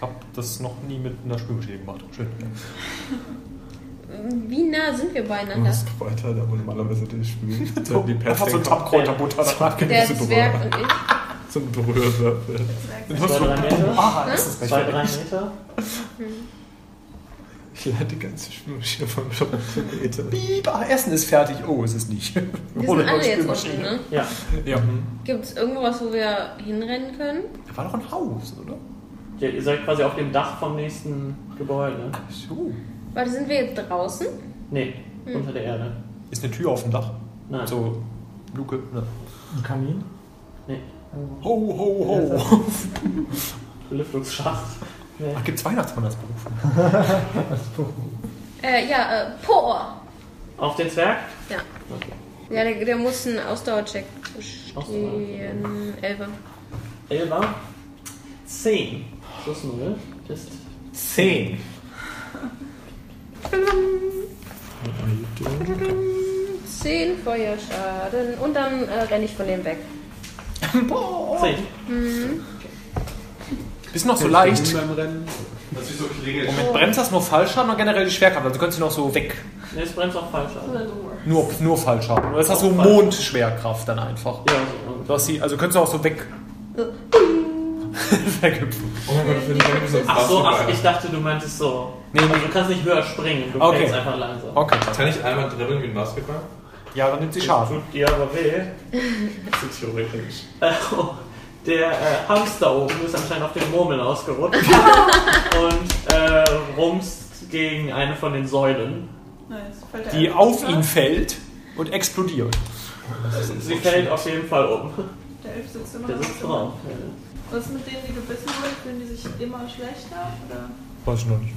Speaker 5: Hab das noch nie mit einer Spülmaschine gemacht. Schön. Ja.
Speaker 6: Wie nah sind wir
Speaker 2: Du
Speaker 6: beieinander?
Speaker 2: hast Kräuter, da wo normalerweise die Spül. Die
Speaker 5: Einfach so ein
Speaker 2: Pesting.
Speaker 5: Tappkräuterbutter danach.
Speaker 6: Der
Speaker 2: Super.
Speaker 6: Zwerg und ich.
Speaker 2: Zum Berührwürfel.
Speaker 7: Zwei, drei Meter.
Speaker 5: Ah, das ist
Speaker 7: Zwei, drei Meter.
Speaker 2: Ich lade die ganze Spülmaschine vom Shop zu Meter.
Speaker 5: Piep, ah, Essen ist fertig. Oh, es ist nicht. Wir
Speaker 6: Wir
Speaker 5: holen
Speaker 6: sind
Speaker 5: eine
Speaker 6: alle jetzt
Speaker 5: Spülmaschine.
Speaker 6: unten, ne?
Speaker 7: Ja.
Speaker 5: Ja.
Speaker 6: Gibt es irgendwas, wo wir hinrennen können?
Speaker 5: Da war doch ein Haus, oder?
Speaker 7: ja. Ihr seid quasi auf dem Dach vom nächsten Gebäude. ne?
Speaker 5: So.
Speaker 6: Warte, sind wir jetzt draußen?
Speaker 7: Nee,
Speaker 8: Hm.
Speaker 7: unter der Erde.
Speaker 5: Ist eine Tür auf dem Dach.
Speaker 7: Nein.
Speaker 5: So, Luke. Ne.
Speaker 8: Ein Kamin?
Speaker 7: Nee.
Speaker 5: Ho, ho, ho.
Speaker 7: Lüftungsschacht. Nee.
Speaker 5: Ach, gibt's Weihnachtsmann als Beruf?
Speaker 6: Äh, ja, äh, Por.
Speaker 7: Auf den Zwerg?
Speaker 6: Ja.
Speaker 7: Okay.
Speaker 6: Ja, der, der muss einen Ausdauercheck bestehen. Elbe.
Speaker 7: Elva. Zehn. Plus null. Ist
Speaker 2: Zehn.
Speaker 6: Zehn Feuerschaden. Und dann äh, renne ich von dem weg.
Speaker 7: zehn.
Speaker 5: Bist noch so leicht.
Speaker 10: Beim Rennen.
Speaker 2: Das ist so klingelt.
Speaker 5: Moment, bremst das nur Fallschaden oder generell die Schwerkraft? Also könntest du noch so weg.
Speaker 7: Nee, es brennt auch falsch an.
Speaker 5: Nur, nur Fallschaden. Oder ist das so
Speaker 7: Fall.
Speaker 5: Mondschwerkraft dann einfach?
Speaker 7: Ja, so.
Speaker 5: Du hast die, also könntest du auch so weg. Weghüpfen.
Speaker 2: Oh mein Gott, ich bin nicht
Speaker 7: Ach so, ach, ich dachte, du meintest so.
Speaker 5: Nee,
Speaker 7: Also,
Speaker 5: nee.
Speaker 7: du kannst nicht höher springen, du
Speaker 5: Okay.
Speaker 7: fällst einfach langsam.
Speaker 5: Okay.
Speaker 2: Kann ich einmal dribbeln wie ein Basketball?
Speaker 5: Ja, dann nimmt sie
Speaker 7: Das
Speaker 5: Schaden.
Speaker 7: tut dir aber weh.
Speaker 2: Das ist theoretisch.
Speaker 7: Äh, oh, Der äh, Hamster oben ist anscheinend auf den Murmeln ausgerutscht und äh, rumst gegen eine von den Säulen.
Speaker 9: Nice. Fällt der
Speaker 5: die
Speaker 9: Elf
Speaker 5: auf
Speaker 9: runter?
Speaker 5: ihn fällt und explodiert.
Speaker 7: Sie fällt auf jeden Fall um.
Speaker 9: Der Elf sitzt immer
Speaker 7: Der
Speaker 9: noch
Speaker 7: sitzt
Speaker 9: im Zimmer.
Speaker 7: drauf.
Speaker 9: Was ist mit denen, die gebissen wurden? Fühlen die sich immer schlechter? Oder?
Speaker 5: Weiß ich noch nicht.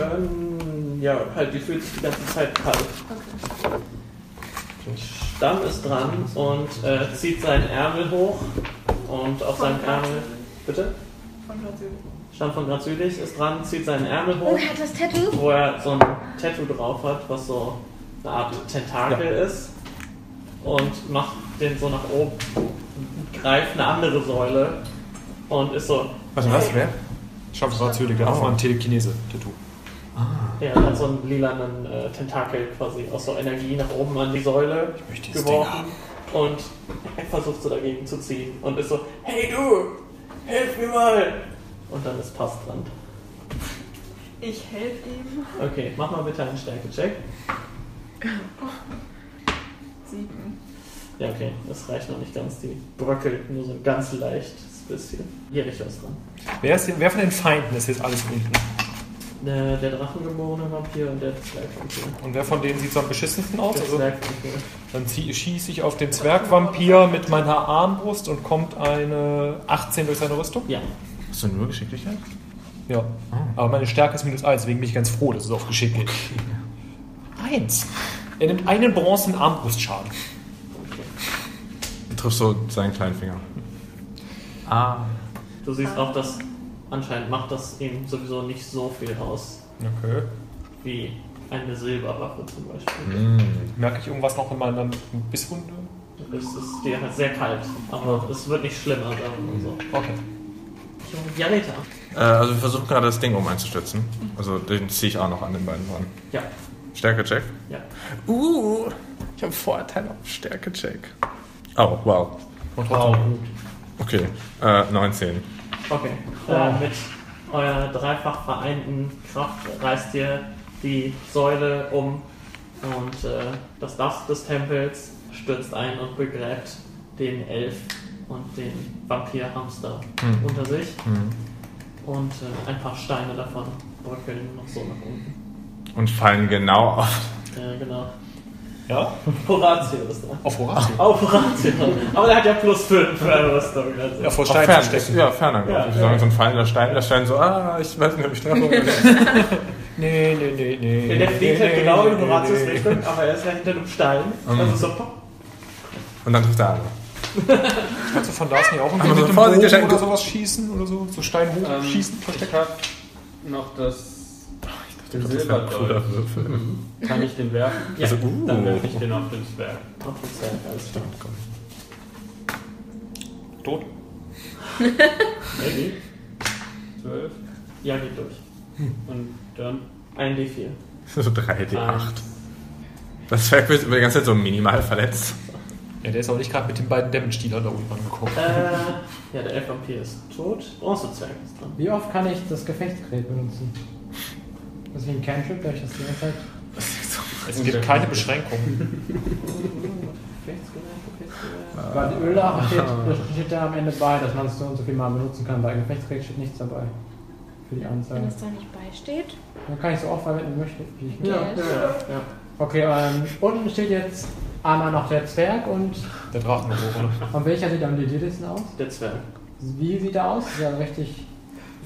Speaker 7: Ähm, ja, halt, die fühlt sich die ganze Zeit kalt.
Speaker 9: Okay.
Speaker 7: Stamm ist dran und äh, zieht seinen Ärmel hoch und auf seinen Ärmel. Bitte?
Speaker 9: Von Französisch.
Speaker 7: Stamm von Graz Jülich ist dran, zieht seinen Ärmel
Speaker 6: Oh,
Speaker 7: hoch,
Speaker 6: er hat das Tattoo.
Speaker 7: wo er so ein Tattoo drauf hat, was so eine Art Tentakel ist. Und macht den so nach oben, greift eine andere Säule und ist so,
Speaker 5: Was war das? Wer? Schafft es natürlich, der
Speaker 2: Oh.
Speaker 5: war ein Telekinese-Tattoo.
Speaker 7: ja, hat so einen lilanen äh, Tentakel quasi aus so Energie nach oben an die Säule
Speaker 5: möchte dieses Ding
Speaker 7: geworfen und er versucht so dagegen zu ziehen und ist so, hey du, hilf mir mal! Und dann ist Pass dran.
Speaker 9: Ich helfe ihm.
Speaker 7: Okay, mach mal bitte einen Stärke-Check.
Speaker 9: Sieben.
Speaker 7: Ja, okay, das reicht noch nicht ganz. Die bröckelt nur so ein ganz leichtes bisschen. Jährlich was dran.
Speaker 5: Wer, ist, wer von den Feinden ist jetzt alles unten?
Speaker 7: Der, Äh, der drachengeborene Vampir und der Zwergvampir.
Speaker 5: Und wer von denen sieht so am beschissensten aus?
Speaker 7: Der
Speaker 5: Also,
Speaker 7: Zwergvampir.
Speaker 5: dann zieh- schieße ich auf den Zwergvampir mit meiner Armbrust und kommt eine 18 durch seine Rüstung.
Speaker 7: Ja,
Speaker 2: Hast du nur Geschicklichkeit?
Speaker 5: Ja. Aber meine Stärke ist minus 1, deswegen bin ich ganz froh, dass es auf Geschick geht. Eins. Er nimmt einen bronzen Armbrustschaden.
Speaker 2: Du triffst so seinen kleinen Finger. Ah.
Speaker 7: du siehst auch, dass anscheinend macht das ihm sowieso nicht so viel aus,
Speaker 5: Okay.
Speaker 7: wie eine Silberwaffe zum Beispiel.
Speaker 2: Mm.
Speaker 5: Merke ich irgendwas noch in meiner Bisswunde?
Speaker 7: Es ist dir halt sehr kalt, aber es wird nicht schlimmer, sagen wir mal so.
Speaker 5: Okay.
Speaker 7: Ja, Leta.
Speaker 2: Äh, also wir versuchen gerade das Ding um einzustützen. Also den ziehe ich auch noch an den beiden dran.
Speaker 7: Ja,
Speaker 2: Stärke-Check.
Speaker 7: ja.
Speaker 2: Uh, ich habe Vorteil auf Stärke-Check. Oh, wow.
Speaker 5: Und wow.
Speaker 2: Okay, äh, 19.
Speaker 7: Okay. Äh, mit eurer dreifach vereinten Kraft reißt ihr die Säule um und äh, das Dach des Tempels stürzt ein und begräbt den Elf und den Vampirhamster
Speaker 2: Hm.
Speaker 7: unter sich
Speaker 2: Hm.
Speaker 7: und äh, ein paar Steine davon bröckeln noch so nach unten.
Speaker 2: Und fallen genau auf.
Speaker 7: Ja, genau.
Speaker 5: Ja?
Speaker 7: Horatio ist da.
Speaker 5: Auf Horatio.
Speaker 7: Oh, Horatio. Aber der hat ja plus 5 für eine Rüstung. Also.
Speaker 5: Ja, vor
Speaker 2: auf
Speaker 5: Stein
Speaker 2: Fern-
Speaker 5: verstecken.
Speaker 2: Ja, Fernangriff.
Speaker 7: Ja,
Speaker 2: Ja,
Speaker 7: ja.
Speaker 2: So ein fallender Stein. Der Stein so, ah, ich weiß nicht, ob ich treffe.
Speaker 5: Nee, nee, nee, nee.
Speaker 7: Ja, der fliegt halt
Speaker 5: nee,
Speaker 7: genau
Speaker 5: nee,
Speaker 7: in
Speaker 5: nee,
Speaker 7: Horatius
Speaker 5: nee.
Speaker 7: Richtung, aber er ist ja hinter einem Stein.
Speaker 2: Mhm.
Speaker 7: Also so, pop.
Speaker 2: Und dann trifft der andere.
Speaker 5: Kannst du von da aus nicht auch irgendwie
Speaker 2: Aber
Speaker 5: mit
Speaker 2: so
Speaker 5: dem
Speaker 2: vorsichtig,
Speaker 5: Bogen
Speaker 2: Stein-
Speaker 5: oder sowas schießen oder so? So Stein hoch
Speaker 10: Ähm,
Speaker 5: schießen,
Speaker 10: Ich
Speaker 5: verstecken?
Speaker 10: hab noch das. den
Speaker 2: Das ist ein cooler
Speaker 10: Silberdolch.
Speaker 2: Würfel.
Speaker 10: Kann ich den werfen?
Speaker 7: Ja,
Speaker 2: Also, uh.
Speaker 10: Dann werfe ich den auf den Zwerg.
Speaker 7: auf den Zwerg, alles klar.
Speaker 5: Tot.
Speaker 7: Maybe.
Speaker 10: 12.
Speaker 7: Ja, geht durch.
Speaker 10: Und dann.
Speaker 7: Ein D4.
Speaker 2: So 3D8. Das Zwerg wird über die ganze Zeit so minimal verletzt.
Speaker 5: Ja, der ist auch nicht gerade mit den beiden Damage-Dealern da unten angekommen.
Speaker 7: Äh, ja, der Elf-Vampir ist tot. Bronzezwerg ist dran.
Speaker 8: Wie oft kann ich das Gefechtsgerät benutzen? Das ist wie ein Cantrip, da ich das die ganze Zeit.
Speaker 5: Es gibt keine Beschränkung.
Speaker 7: Gefechtsgewehr, Gefechtsgewehr.
Speaker 8: Bei den Öllachen steht, da steht da am Ende bei, dass man es so und so viel Mal benutzen kann. Bei Gefechtsgerät steht nichts dabei. Für die
Speaker 6: Wenn
Speaker 8: Anzeige.
Speaker 6: es da nicht beisteht.
Speaker 8: Dann kann ich so oft verwenden, wie möchte, wie ich möchte.
Speaker 7: Ja, ja, ja, ja.
Speaker 8: Okay, ähm, unten steht jetzt einmal noch der Zwerg und
Speaker 5: Der Drachen und so, oder?
Speaker 8: von welcher sieht am lidiertesten aus?
Speaker 7: Der Zwerg.
Speaker 8: Wie sieht er aus? Ist er richtig.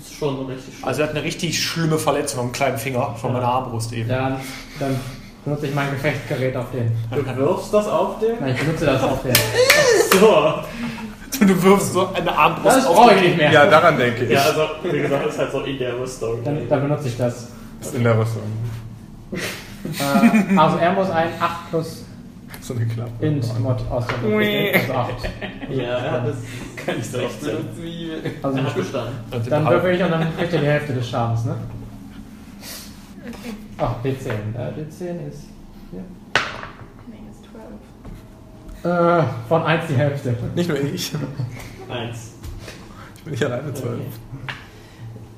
Speaker 7: Ist schon so richtig schön.
Speaker 5: Also er hat eine richtig schlimme Verletzung am kleinen Finger von
Speaker 7: Ja.
Speaker 5: meiner Armbrust eben.
Speaker 8: Ja, dann benutze ich mein Gefechtsgerät auf den.
Speaker 7: du wirfst das auf den?
Speaker 8: Nein, ich benutze das auf den.
Speaker 7: So.
Speaker 5: Du wirfst so eine Armbrust
Speaker 8: Das
Speaker 5: auf
Speaker 8: brauche
Speaker 5: den-
Speaker 8: ich nicht mehr.
Speaker 2: Ja, daran denke ich.
Speaker 7: Ja, also, wie gesagt, ist halt so in der Rüstung.
Speaker 8: Dann, dann benutze ich das.
Speaker 2: Ist in der Rüstung.
Speaker 8: Äh, also er muss ein 8 plus
Speaker 2: So eine Klappe.
Speaker 8: Int-Mod auswählen. Also 8.
Speaker 7: Ja, er hat das.
Speaker 10: Kann ich doch
Speaker 7: 16.
Speaker 10: eine Zwiebel.
Speaker 8: Also
Speaker 7: Er hat bestanden.
Speaker 5: Und den
Speaker 8: Dann
Speaker 5: Hal-
Speaker 8: würfel ich und dann kriegt er die Hälfte des Schadens, ne? Ach, D10. Äh, D10 ist.
Speaker 9: Minus 12.
Speaker 8: Äh, von 1 die Hälfte.
Speaker 2: Nicht nur ich.
Speaker 7: Eins.
Speaker 2: Ich bin nicht alleine zwölf.
Speaker 7: Okay.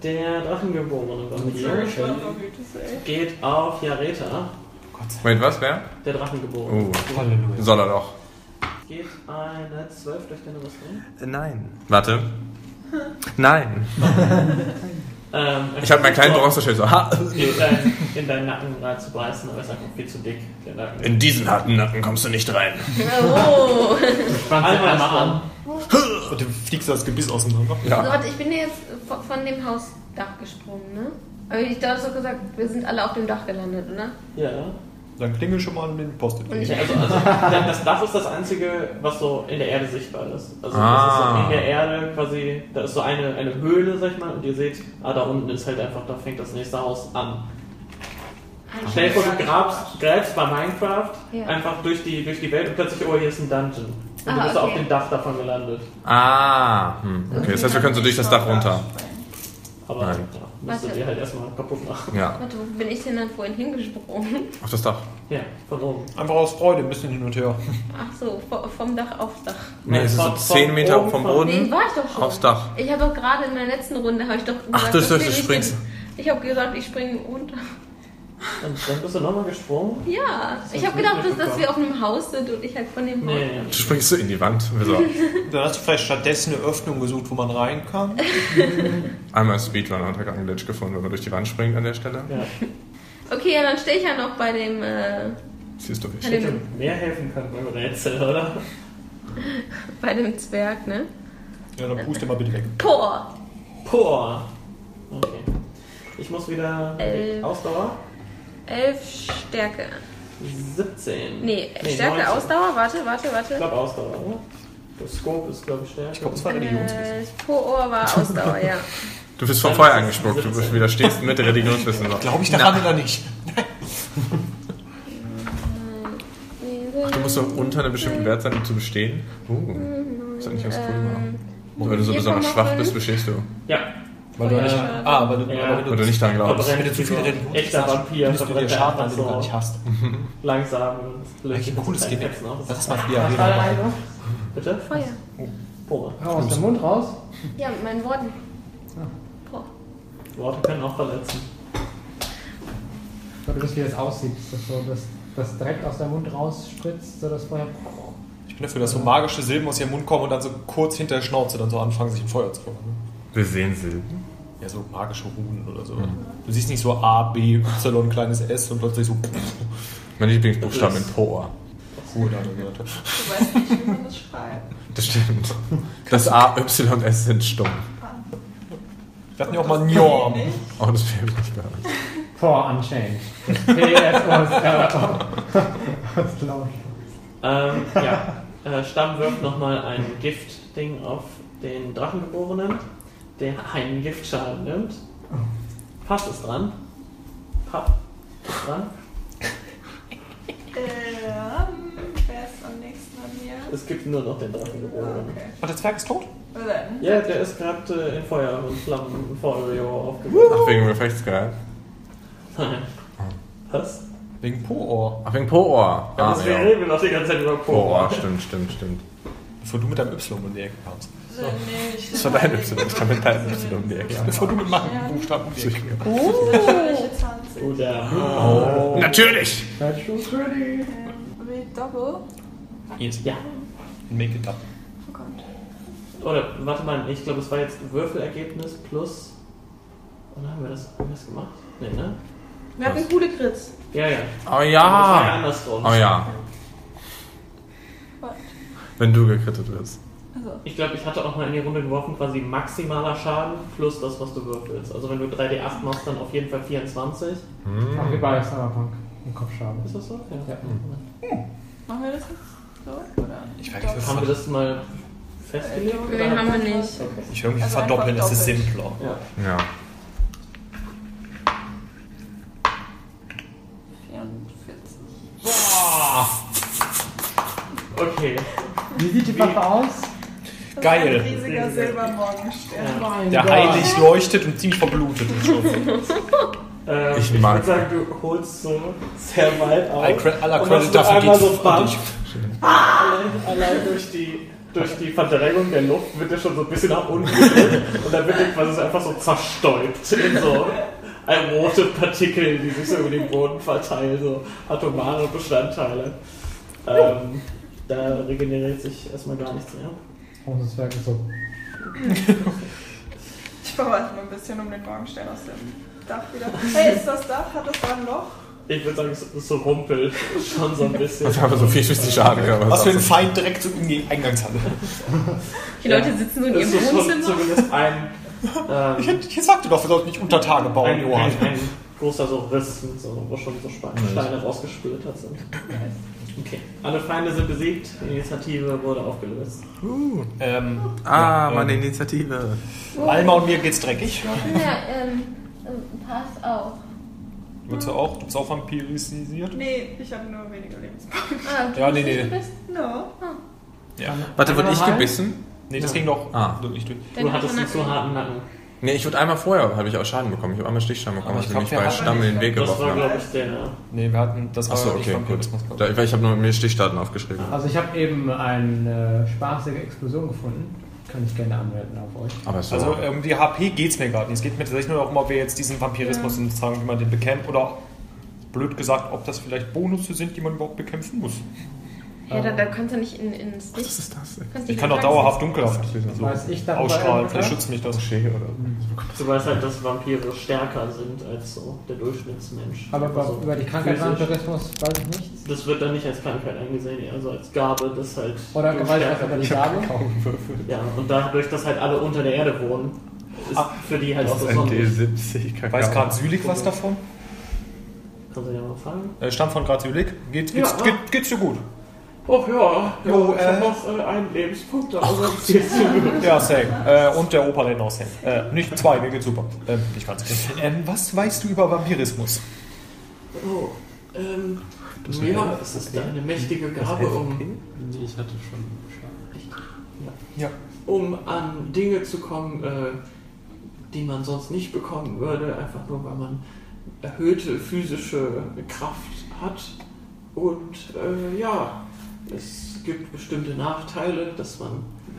Speaker 7: Der Drachengeborene Vampir
Speaker 9: So schlimm, oh Gottes, ey.
Speaker 7: geht auf Jareta.
Speaker 5: Gott sei
Speaker 2: Moment, was, wer?
Speaker 7: Der Drachengeborene.
Speaker 2: Oh,
Speaker 5: Dank. Halleluja.
Speaker 2: soll er doch.
Speaker 7: Geht eine 12 durch deine Rüstung?
Speaker 2: Nein. Warte. Nein.
Speaker 7: Ähm, er
Speaker 2: Ich habe
Speaker 7: versucht,
Speaker 2: mein kleinen Bronzeschild so. Ha!
Speaker 7: in, dein, in deinen Nacken reinzubeißen, aber es ist einfach viel zu dick. Der Nacken.
Speaker 12: In diesen harten Nacken kommst du nicht rein.
Speaker 6: Oh.
Speaker 3: Spannt sich
Speaker 7: Einmal
Speaker 3: einmal
Speaker 7: an.
Speaker 3: an.
Speaker 5: Und dann fliegst du das Gebiss auseinander.
Speaker 6: So, warte, ich bin ja jetzt von, von dem Hausdach gesprungen, ne? Aber ich da hast du gesagt, wir sind alle auf dem Dach gelandet, oder?
Speaker 7: Ja.
Speaker 5: Dann klingel schon mal an den Post-it.
Speaker 6: Und ich
Speaker 7: Ja, also, also
Speaker 2: Ah.
Speaker 7: dann das Dach ist das einzige, was so in der Erde sichtbar ist. Also das
Speaker 2: Ah.
Speaker 7: ist so in der Erde quasi, da ist so eine, eine Höhle, sag ich mal, und ihr seht, ah, da unten ist halt einfach, da fängt das nächste Haus an. Stell dir vor, du grabst, gräbst bei Minecraft
Speaker 6: Ja.
Speaker 7: einfach durch die, durch die Welt und plötzlich, oh, hier ist ein Dungeon. Und du
Speaker 6: Ah,
Speaker 7: bist
Speaker 6: okay.
Speaker 7: auf dem Dach davon gelandet.
Speaker 2: Ah, hm. okay. Das heißt, wir können so durch das Dach runter.
Speaker 7: Aber ja,
Speaker 2: Nein.
Speaker 7: müsstet
Speaker 6: Warte.
Speaker 7: ihr halt erstmal kaputt machen.
Speaker 2: Ja,
Speaker 6: Warte, wo bin ich denn dann vorhin hingesprungen?
Speaker 2: auf das Dach.
Speaker 7: Ja, von oben.
Speaker 5: Einfach aus Freude, ein bisschen hin und her.
Speaker 6: Ach so, vo- vom Dach aufs Dach.
Speaker 2: Nee, es ist so
Speaker 7: Von-
Speaker 2: 10
Speaker 7: von
Speaker 2: Meter
Speaker 7: oben,
Speaker 2: vom
Speaker 7: von-
Speaker 6: Nee,
Speaker 2: Boden
Speaker 6: war ich doch schon.
Speaker 2: aufs Dach.
Speaker 6: Ich habe doch gerade in meiner letzten Runde, habe ich doch gesagt,
Speaker 2: Ach, das- das-
Speaker 6: will
Speaker 2: das
Speaker 6: ich
Speaker 2: springst-
Speaker 6: nicht. Ich habe gesagt, ich springe runter.
Speaker 7: Und dann bist du nochmal gesprungen.
Speaker 6: Ja, ich habe
Speaker 7: nicht
Speaker 6: gedacht, dass, dass
Speaker 7: mitbekommen.
Speaker 6: wir auf einem Haus sind und ich halt von dem Haus.
Speaker 7: Nee,
Speaker 2: Du springst so in die Wand. Wir so,
Speaker 5: Dann hast du vielleicht stattdessen eine Öffnung gesucht, wo man rein kann.
Speaker 2: Einmal Speedrunner hat er gerade einen Glitch gefunden, wenn man durch die Wand springt an der Stelle.
Speaker 7: ja.
Speaker 6: Okay, ja, dann stehe ich ja noch bei dem, äh,
Speaker 2: Siehst du
Speaker 6: bei
Speaker 2: mich?
Speaker 6: dem,
Speaker 7: Mehr helfen kann beim Rätsel, oder?
Speaker 6: bei dem Zwerg, ne?
Speaker 5: Ja, dann puste mal bitte weg.
Speaker 6: Boah!
Speaker 7: Boah. Okay. Ich muss wieder
Speaker 6: Elf.
Speaker 7: Ausdauer.
Speaker 6: Elf Stärke.
Speaker 7: 17.
Speaker 6: Nee, Stärke,
Speaker 7: 19.
Speaker 6: Ausdauer, warte, warte,
Speaker 7: Ich
Speaker 6: warte.
Speaker 7: glaube Ausdauer, oder? Das Scope ist, glaube ich, Stärke.
Speaker 5: Ich glaube, es war Religionswissen.
Speaker 6: Äh, Poor war Ausdauer, ja.
Speaker 2: Du bist vom Feuer angespuckt. Du bist wieder stehst mit Religionswissen. So.
Speaker 5: Glaube ich daran oder nicht?
Speaker 2: Du musst doch unter einem bestimmten Wert sein, um zu bestehen. Uh, ist das nicht was cool machen. Weil du so besonders schwach bist, bestehst du.
Speaker 7: Ja.
Speaker 5: Weil du
Speaker 6: Ja.
Speaker 5: nicht. Ah, weil du,
Speaker 7: Ja.
Speaker 5: aber
Speaker 2: Weil du nicht daran glaubst.
Speaker 5: Wenn du zu viel Religion
Speaker 7: Echter Vampir,
Speaker 5: nimmst du dir
Speaker 7: verbrennt
Speaker 5: Schaden,
Speaker 7: einfach
Speaker 5: an den du
Speaker 7: so
Speaker 5: gar nicht hast.
Speaker 7: langsam und löst
Speaker 5: Okay,
Speaker 7: sich
Speaker 5: cooles
Speaker 7: mit
Speaker 5: Gimmick.
Speaker 7: Fetzen
Speaker 2: ne?
Speaker 7: aus.
Speaker 5: Lass das mal wieder
Speaker 8: Was war da
Speaker 5: reden.
Speaker 8: eine?
Speaker 7: Bitte?
Speaker 6: Feuer.
Speaker 7: Boah.
Speaker 8: Hau aus dem Mund raus.
Speaker 6: Ja, mit meinen Worten. Boah.
Speaker 7: Worte können auch verletzen.
Speaker 8: Weil du das, wie das aussieht, dass so das, das direkt aus dem Mund raus spritzt, so dass vorher.
Speaker 5: Ich bin dafür, dass so magische Silben aus ihrem Mund kommen und dann so kurz hinter der Schnauze dann so anfangen, sich ein Feuer zu fangen.
Speaker 2: Wir sehen Silben.
Speaker 5: Ja, so magische Runen oder so.
Speaker 7: Mhm.
Speaker 5: Du siehst nicht so A, B, Y, kleines S und plötzlich so
Speaker 2: Mein Lieblingsbuchstaben in Poa.
Speaker 5: Ruhe da gehört.
Speaker 9: Du weißt nicht, wie man das schreibt.
Speaker 2: Das stimmt. Das A, Y und S sind stumm.
Speaker 5: Wir hatten ja auch mal Njorm.
Speaker 2: Oh, das wäre nicht gehört.
Speaker 8: Poor Unchained. Das PSOS. Das glaube ich.
Speaker 7: Ähm, ja. Äh, Stamm wirft nochmal ein Giftding auf den Drachengeborenen, der einen Giftschaden nimmt. Pass ist dran. Pass ist dran.
Speaker 9: Ähm, wer ist am nächsten an mir?
Speaker 7: Es gibt nur noch den Drachengeborenen.
Speaker 9: Okay.
Speaker 5: Und der Zwerg ist tot?
Speaker 9: Na Dann.
Speaker 7: Ja, der ist gerade äh, in Feuer und Flammen und Feuer aufgegangen.
Speaker 2: Ach, wegen Reflechtsgeil.
Speaker 7: Nein.
Speaker 2: Hm.
Speaker 7: Was?
Speaker 5: Wegen Poor.
Speaker 2: Ach, wegen Poa.
Speaker 7: Ja,
Speaker 2: Ah,
Speaker 7: deswegen
Speaker 2: ja.
Speaker 7: reden wir noch die ganze Zeit über Poa.
Speaker 2: Poa, stimmt, stimmt, stimmt.
Speaker 5: Bevor du mit deinem Y um die Ecke kamst.
Speaker 9: So, nee, ich
Speaker 2: Das war dein Y. Ich kann mit deinem Y um die Ecke.
Speaker 5: Bevor du mit meinem Buchstaben um die Ecke kamst.
Speaker 9: Natürliche 20.
Speaker 2: Oh,
Speaker 7: Oder. Oh.
Speaker 2: Natürlich!
Speaker 8: Natural 30.
Speaker 9: Ähm, Wild Double.
Speaker 5: Yes.
Speaker 7: Ja.
Speaker 5: Make it up.
Speaker 9: Oh Gott.
Speaker 7: Oder, warte mal, ich glaube, es war jetzt Würfelergebnis plus. Oder haben wir das anders gemacht? Nee, ne?
Speaker 6: Wir hatten coole Crits.
Speaker 7: Ja, ja. Das
Speaker 2: Oh
Speaker 7: war ja
Speaker 2: ja!
Speaker 7: andersrum.
Speaker 2: Oh ja,
Speaker 9: What?
Speaker 2: wenn du gekrittet wirst.
Speaker 9: Also,
Speaker 7: Ich glaube, ich hatte auch mal in die Runde geworfen, quasi maximaler Schaden plus das, was du würfelst. Also, wenn du 3d8 machst, dann auf jeden Fall 24.
Speaker 8: Machen wir beide Cyberpunk. Im Kopfschaden.
Speaker 7: Ist das so? Ja.
Speaker 8: Ja.
Speaker 9: machen wir das jetzt so? Oder?
Speaker 5: Ich weiß
Speaker 9: Double.
Speaker 5: nicht,
Speaker 7: Haben wir das mal festgelegt?
Speaker 9: Double.
Speaker 7: oder?
Speaker 6: Nee, haben wir nicht.
Speaker 7: Okay.
Speaker 5: Ich irgendwie
Speaker 9: Also
Speaker 5: verdoppeln,
Speaker 9: einfach
Speaker 5: es ist
Speaker 9: doppelt.
Speaker 5: simpler.
Speaker 7: Ja.
Speaker 2: Ja.
Speaker 9: 44.
Speaker 7: Okay.
Speaker 8: Wie sieht die Waffe aus?
Speaker 9: Das ist
Speaker 5: Geil.
Speaker 9: Ein riesiger Silbermorgenstern.
Speaker 8: Mein
Speaker 5: Der
Speaker 8: Gott.
Speaker 5: heilig leuchtet und ziemlich verblutet. ist schon.
Speaker 7: Ähm,
Speaker 2: Ich
Speaker 7: ich
Speaker 2: mag-
Speaker 7: würde sagen, du holst so sehr weit auf.
Speaker 5: All cre- aller
Speaker 7: Und
Speaker 5: Credit
Speaker 7: machst so
Speaker 5: dafür
Speaker 7: einmal
Speaker 5: geht
Speaker 7: so
Speaker 5: an
Speaker 7: bam,
Speaker 5: dich.
Speaker 7: allein, allein durch die durch die Verdrängung der Luft wird er schon so ein bisschen nach unten gedrückt und dann wird er quasi so einfach so zerstäubt in so ein rote Partikel, die sich so über den Boden verteilen, so atomare Bestandteile. Ähm, da regeneriert sich erstmal gar nichts mehr.
Speaker 8: Großes Werk ist so.
Speaker 9: Ich verweise mal ein bisschen, um den Morgenstern aus dem Dach wieder. Hey, ist das Dach? Hat das da ein Loch?
Speaker 7: Ich würde sagen, es, es rumpelt schon so ein bisschen.
Speaker 2: Das haben so viel Schicht die Schaden gehabt.
Speaker 5: Was für ein Feind direkt zu in die Eingangshalle.
Speaker 6: Die Leute sitzen so in
Speaker 7: Es
Speaker 6: ihrem
Speaker 7: ist schon
Speaker 6: Wohnzimmer.
Speaker 7: zumindest ein,
Speaker 5: Ich,
Speaker 7: ähm,
Speaker 5: hätte- ich sagte doch, wir sollten nicht Untertage bauen,
Speaker 7: ein,
Speaker 5: Johann.
Speaker 7: ein, ein großer so Riss, so, wo schon so Steine, Steine rausgesplittert sind. Okay. Alle Feinde sind besiegt, die Initiative wurde aufgelöst.
Speaker 5: Ähm,
Speaker 2: Ah, meine Initiative.
Speaker 5: Alma und mir geht's dreckig.
Speaker 6: Oh, Ja, ähm, äh, passt auch.
Speaker 5: Würdest du auch? Du bist auch vampirisiert?
Speaker 9: Nee, ich habe nur weniger Lebenspunkte.
Speaker 6: Ah, du
Speaker 5: Ja, nee,
Speaker 6: bist
Speaker 5: nee.
Speaker 6: nicht bist-
Speaker 9: No.
Speaker 5: Ja.
Speaker 2: Warte, wurde
Speaker 8: Einmal
Speaker 2: ich
Speaker 8: rein?
Speaker 2: gebissen?
Speaker 5: Ähm, Nee, das ging doch
Speaker 2: Ah.
Speaker 5: nicht durch.
Speaker 6: Dann
Speaker 7: Du hattest einen
Speaker 6: hast du
Speaker 7: zu
Speaker 6: Nacken.
Speaker 7: harten Nacken.
Speaker 2: Nee, ich wurde einmal vorher, habe ich auch Schaden bekommen. Ich habe einmal Stichschaden bekommen,
Speaker 5: Aber ich
Speaker 2: als
Speaker 5: glaub,
Speaker 2: ich mich
Speaker 5: wir
Speaker 2: bei
Speaker 5: haben
Speaker 2: Stamm in den Weg
Speaker 7: Das
Speaker 2: geworfen
Speaker 7: war,
Speaker 2: habe.
Speaker 7: glaube ich, der.
Speaker 5: Nee, wir hatten, das Ah. war
Speaker 2: Achso,
Speaker 5: nicht
Speaker 2: okay, gut.
Speaker 5: Vampirismus. glaub
Speaker 2: Da,
Speaker 5: ich.
Speaker 2: ich habe nur mir Stichdaten aufgeschrieben.
Speaker 8: Also ich habe eben eine spaßige Explosion gefunden. Kann ich gerne anwenden auf euch.
Speaker 2: Aber so.
Speaker 5: Also um die HP geht's mir gerade nicht. Es geht mir tatsächlich nur darum, ob wir jetzt diesen Vampirismus und sagen, wie man den bekämpft oder blöd gesagt, ob das vielleicht Bonusse sind, die man überhaupt bekämpfen muss.
Speaker 6: Ja, da, da kannst du nicht in, ins Licht. Was ist
Speaker 2: das?
Speaker 6: das?
Speaker 5: Ich kann auch dauerhaft dunkelhaft so
Speaker 8: Weiß ich darüber
Speaker 5: ausstrahlen,
Speaker 8: irgendwas?
Speaker 5: vielleicht schützt mich das.
Speaker 7: Du weißt halt, dass Vampire stärker sind als so der Durchschnittsmensch.
Speaker 8: Aber über,
Speaker 7: Also
Speaker 8: über die Krankheit
Speaker 7: physisch.
Speaker 8: Vampirismus weiß ich nichts.
Speaker 7: Das wird dann nicht als Krankheit angesehen, eher also als Gabe, das halt.
Speaker 8: Oder
Speaker 7: du
Speaker 8: Gewalt
Speaker 7: stärker
Speaker 8: einfach über die
Speaker 7: bist.
Speaker 8: Gabe.
Speaker 7: Ja, und dadurch, dass halt alle unter der Erde wohnen, ist
Speaker 5: Ah,
Speaker 7: für die halt
Speaker 2: Aus
Speaker 7: besonders.
Speaker 2: ND70 Kakao.
Speaker 5: Weiß gerade Sülig was davon?
Speaker 7: Kannst du ja mal fragen.
Speaker 5: Äh, Stammt von gerade Sülig? Geht, geht's,
Speaker 7: Ja.
Speaker 5: geht, geht's dir gut?
Speaker 7: Oh ja,
Speaker 5: Jo, ich hab äh,
Speaker 7: noch einen Lebenspunkt, aber sonst geht's dir gut.
Speaker 5: Ja, same. Äh, und der Opa lädt aus hin. Äh, nicht zwei, mir geht's super. Ähm, nicht ganz. Ähm, was weißt du über Vampirismus?
Speaker 7: Oh, ähm, ja, es ist eine mächtige Gabe, um,
Speaker 3: Nee, ich hatte schon Schaden.
Speaker 5: Ja.
Speaker 7: um an Dinge zu kommen, äh, die man sonst nicht bekommen würde, einfach nur weil man erhöhte physische Kraft hat. Und äh, ja, es gibt bestimmte Nachteile, dass man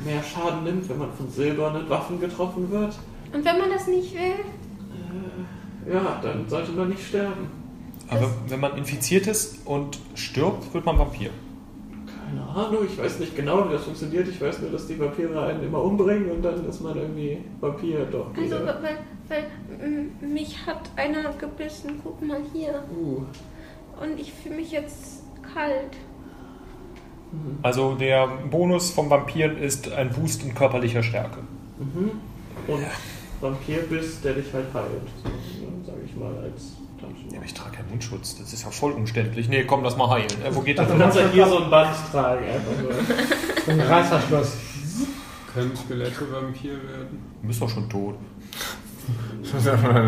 Speaker 7: mehr Schaden nimmt, wenn man von silbernen Waffen getroffen wird.
Speaker 6: Und wenn man das nicht will,
Speaker 7: Ja, dann sollte man nicht sterben.
Speaker 5: Aber Also, wenn man infiziert ist und stirbt, wird man Vampir.
Speaker 7: Keine Ahnung, ich weiß nicht genau, wie das funktioniert. Ich weiß nur, dass die Vampire einen immer umbringen und dann ist man irgendwie Vampir doch
Speaker 6: also
Speaker 7: wieder.
Speaker 6: weil, weil m, mich hat einer gebissen, guck mal hier.
Speaker 7: Uh,
Speaker 6: Und ich fühle mich jetzt kalt.
Speaker 5: Also der Bonus vom Vampiren ist ein Boost in körperlicher Stärke.
Speaker 7: und Vampir bist, der dich halt heilt. So, sag ich mal als Tanzen.
Speaker 5: Ja, aber ich trage keinen Mundschutz. Das ist ja voll umständlich. Nee, komm, lass mal heilen. Äh, wo geht das?
Speaker 7: Du kannst ja hier so ein Band tragen, einfach nur.
Speaker 8: So ein Reißverschluss.
Speaker 10: Können Skelette Vampir werden?
Speaker 5: Du bist doch schon tot.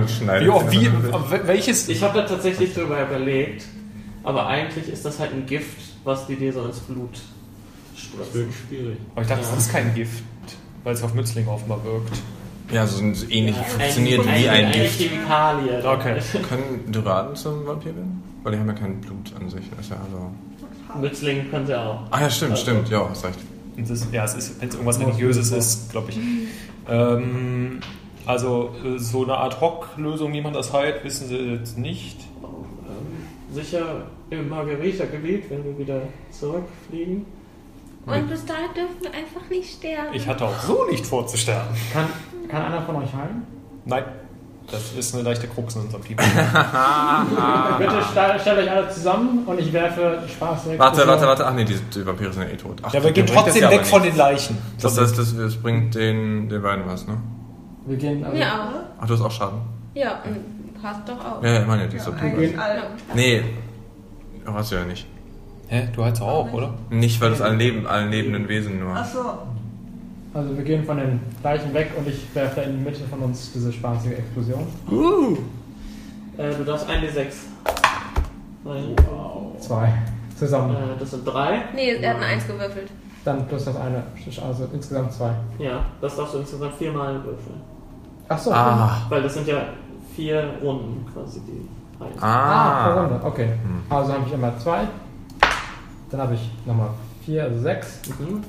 Speaker 2: Schneide.
Speaker 5: Wie, oft- wie, w- welches?
Speaker 7: Ich habe da tatsächlich drüber überlegt, aber eigentlich ist das halt ein Gift, was die dir so ins Blut
Speaker 3: Das ist
Speaker 7: spritzt.
Speaker 3: wirklich schwierig.
Speaker 5: Aber ich dachte, das ist kein Gift, weil es auf Nützlinge offenbar wirkt.
Speaker 2: Ja, so ein- so ähnlich funktioniert
Speaker 7: Ein-
Speaker 2: wie ein
Speaker 7: eine
Speaker 2: Gift.
Speaker 7: Chemikalie.
Speaker 5: Okay.
Speaker 2: Können Duraden zum Vampir werden? Weil die haben ja kein Blut an sich. Das ist ja also
Speaker 7: Mützlinge können sie auch.
Speaker 2: ah ja, stimmt, stimmt. Ja, hast recht.
Speaker 5: Und das, ja, es ist, wenn es irgendwas Religiöses ist, glaube ich. Ähm, also äh, so eine Ad-Hoc-Lösung, wie man das heilt, wissen sie jetzt nicht.
Speaker 7: Ähm, sicher im Margarita-Gebiet, wenn wir wieder zurückfliegen.
Speaker 6: Und bis dahin dürfen wir einfach nicht sterben.
Speaker 5: Ich hatte auch so nicht vor zu sterben.
Speaker 8: Kann, kann einer von euch heilen?
Speaker 5: Nein, das ist eine leichte Krux in unserem Team.
Speaker 8: Bitte sta- stellt euch alle zusammen und ich werfe Spaß
Speaker 2: Warte, warte, warte. Ach nee, die, die Vampire sind ja eh tot. Ach,
Speaker 5: Ja, wir
Speaker 2: die
Speaker 5: gehen
Speaker 2: bringt das ja
Speaker 5: trotzdem
Speaker 2: aber
Speaker 5: weg von
Speaker 2: nichts.
Speaker 5: den Leichen.
Speaker 2: Das heißt, das, das bringt den, den beiden was, ne?
Speaker 8: Wir gehen also,
Speaker 6: Mir auch.
Speaker 2: Ach, du hast auch Schaden.
Speaker 6: Ja, und passt doch auch.
Speaker 2: Ja, ja, ich meine, die ist
Speaker 9: Ja,
Speaker 2: so
Speaker 9: eigentlich
Speaker 2: ja,
Speaker 9: alle.
Speaker 2: Nee, du hast ja nicht.
Speaker 5: Hä, du heilst auch, oder?
Speaker 2: Nicht, weil das allen, Leben, allen lebenden Wesen nur.
Speaker 9: Achso.
Speaker 8: also wir gehen von den Leichen weg und ich werfe in die Mitte von uns diese spaßige Explosion.
Speaker 7: Äh, du darfst 1d6. Weil,
Speaker 8: Zwei. Zusammen.
Speaker 7: äh, das sind 3.
Speaker 6: Nee, er hat eine Eins gewürfelt.
Speaker 8: Dann plus das eine. Also insgesamt zwei.
Speaker 7: Ja, das darfst du insgesamt viermal würfeln.
Speaker 8: Achso.
Speaker 2: Ah,
Speaker 7: Weil das sind ja vier Runden quasi, die heißen.
Speaker 8: Ah, pro
Speaker 2: ah.
Speaker 8: Runde, okay. Also habe ich immer zwei. Dann habe ich nochmal vier, also sechs.
Speaker 7: Mhm.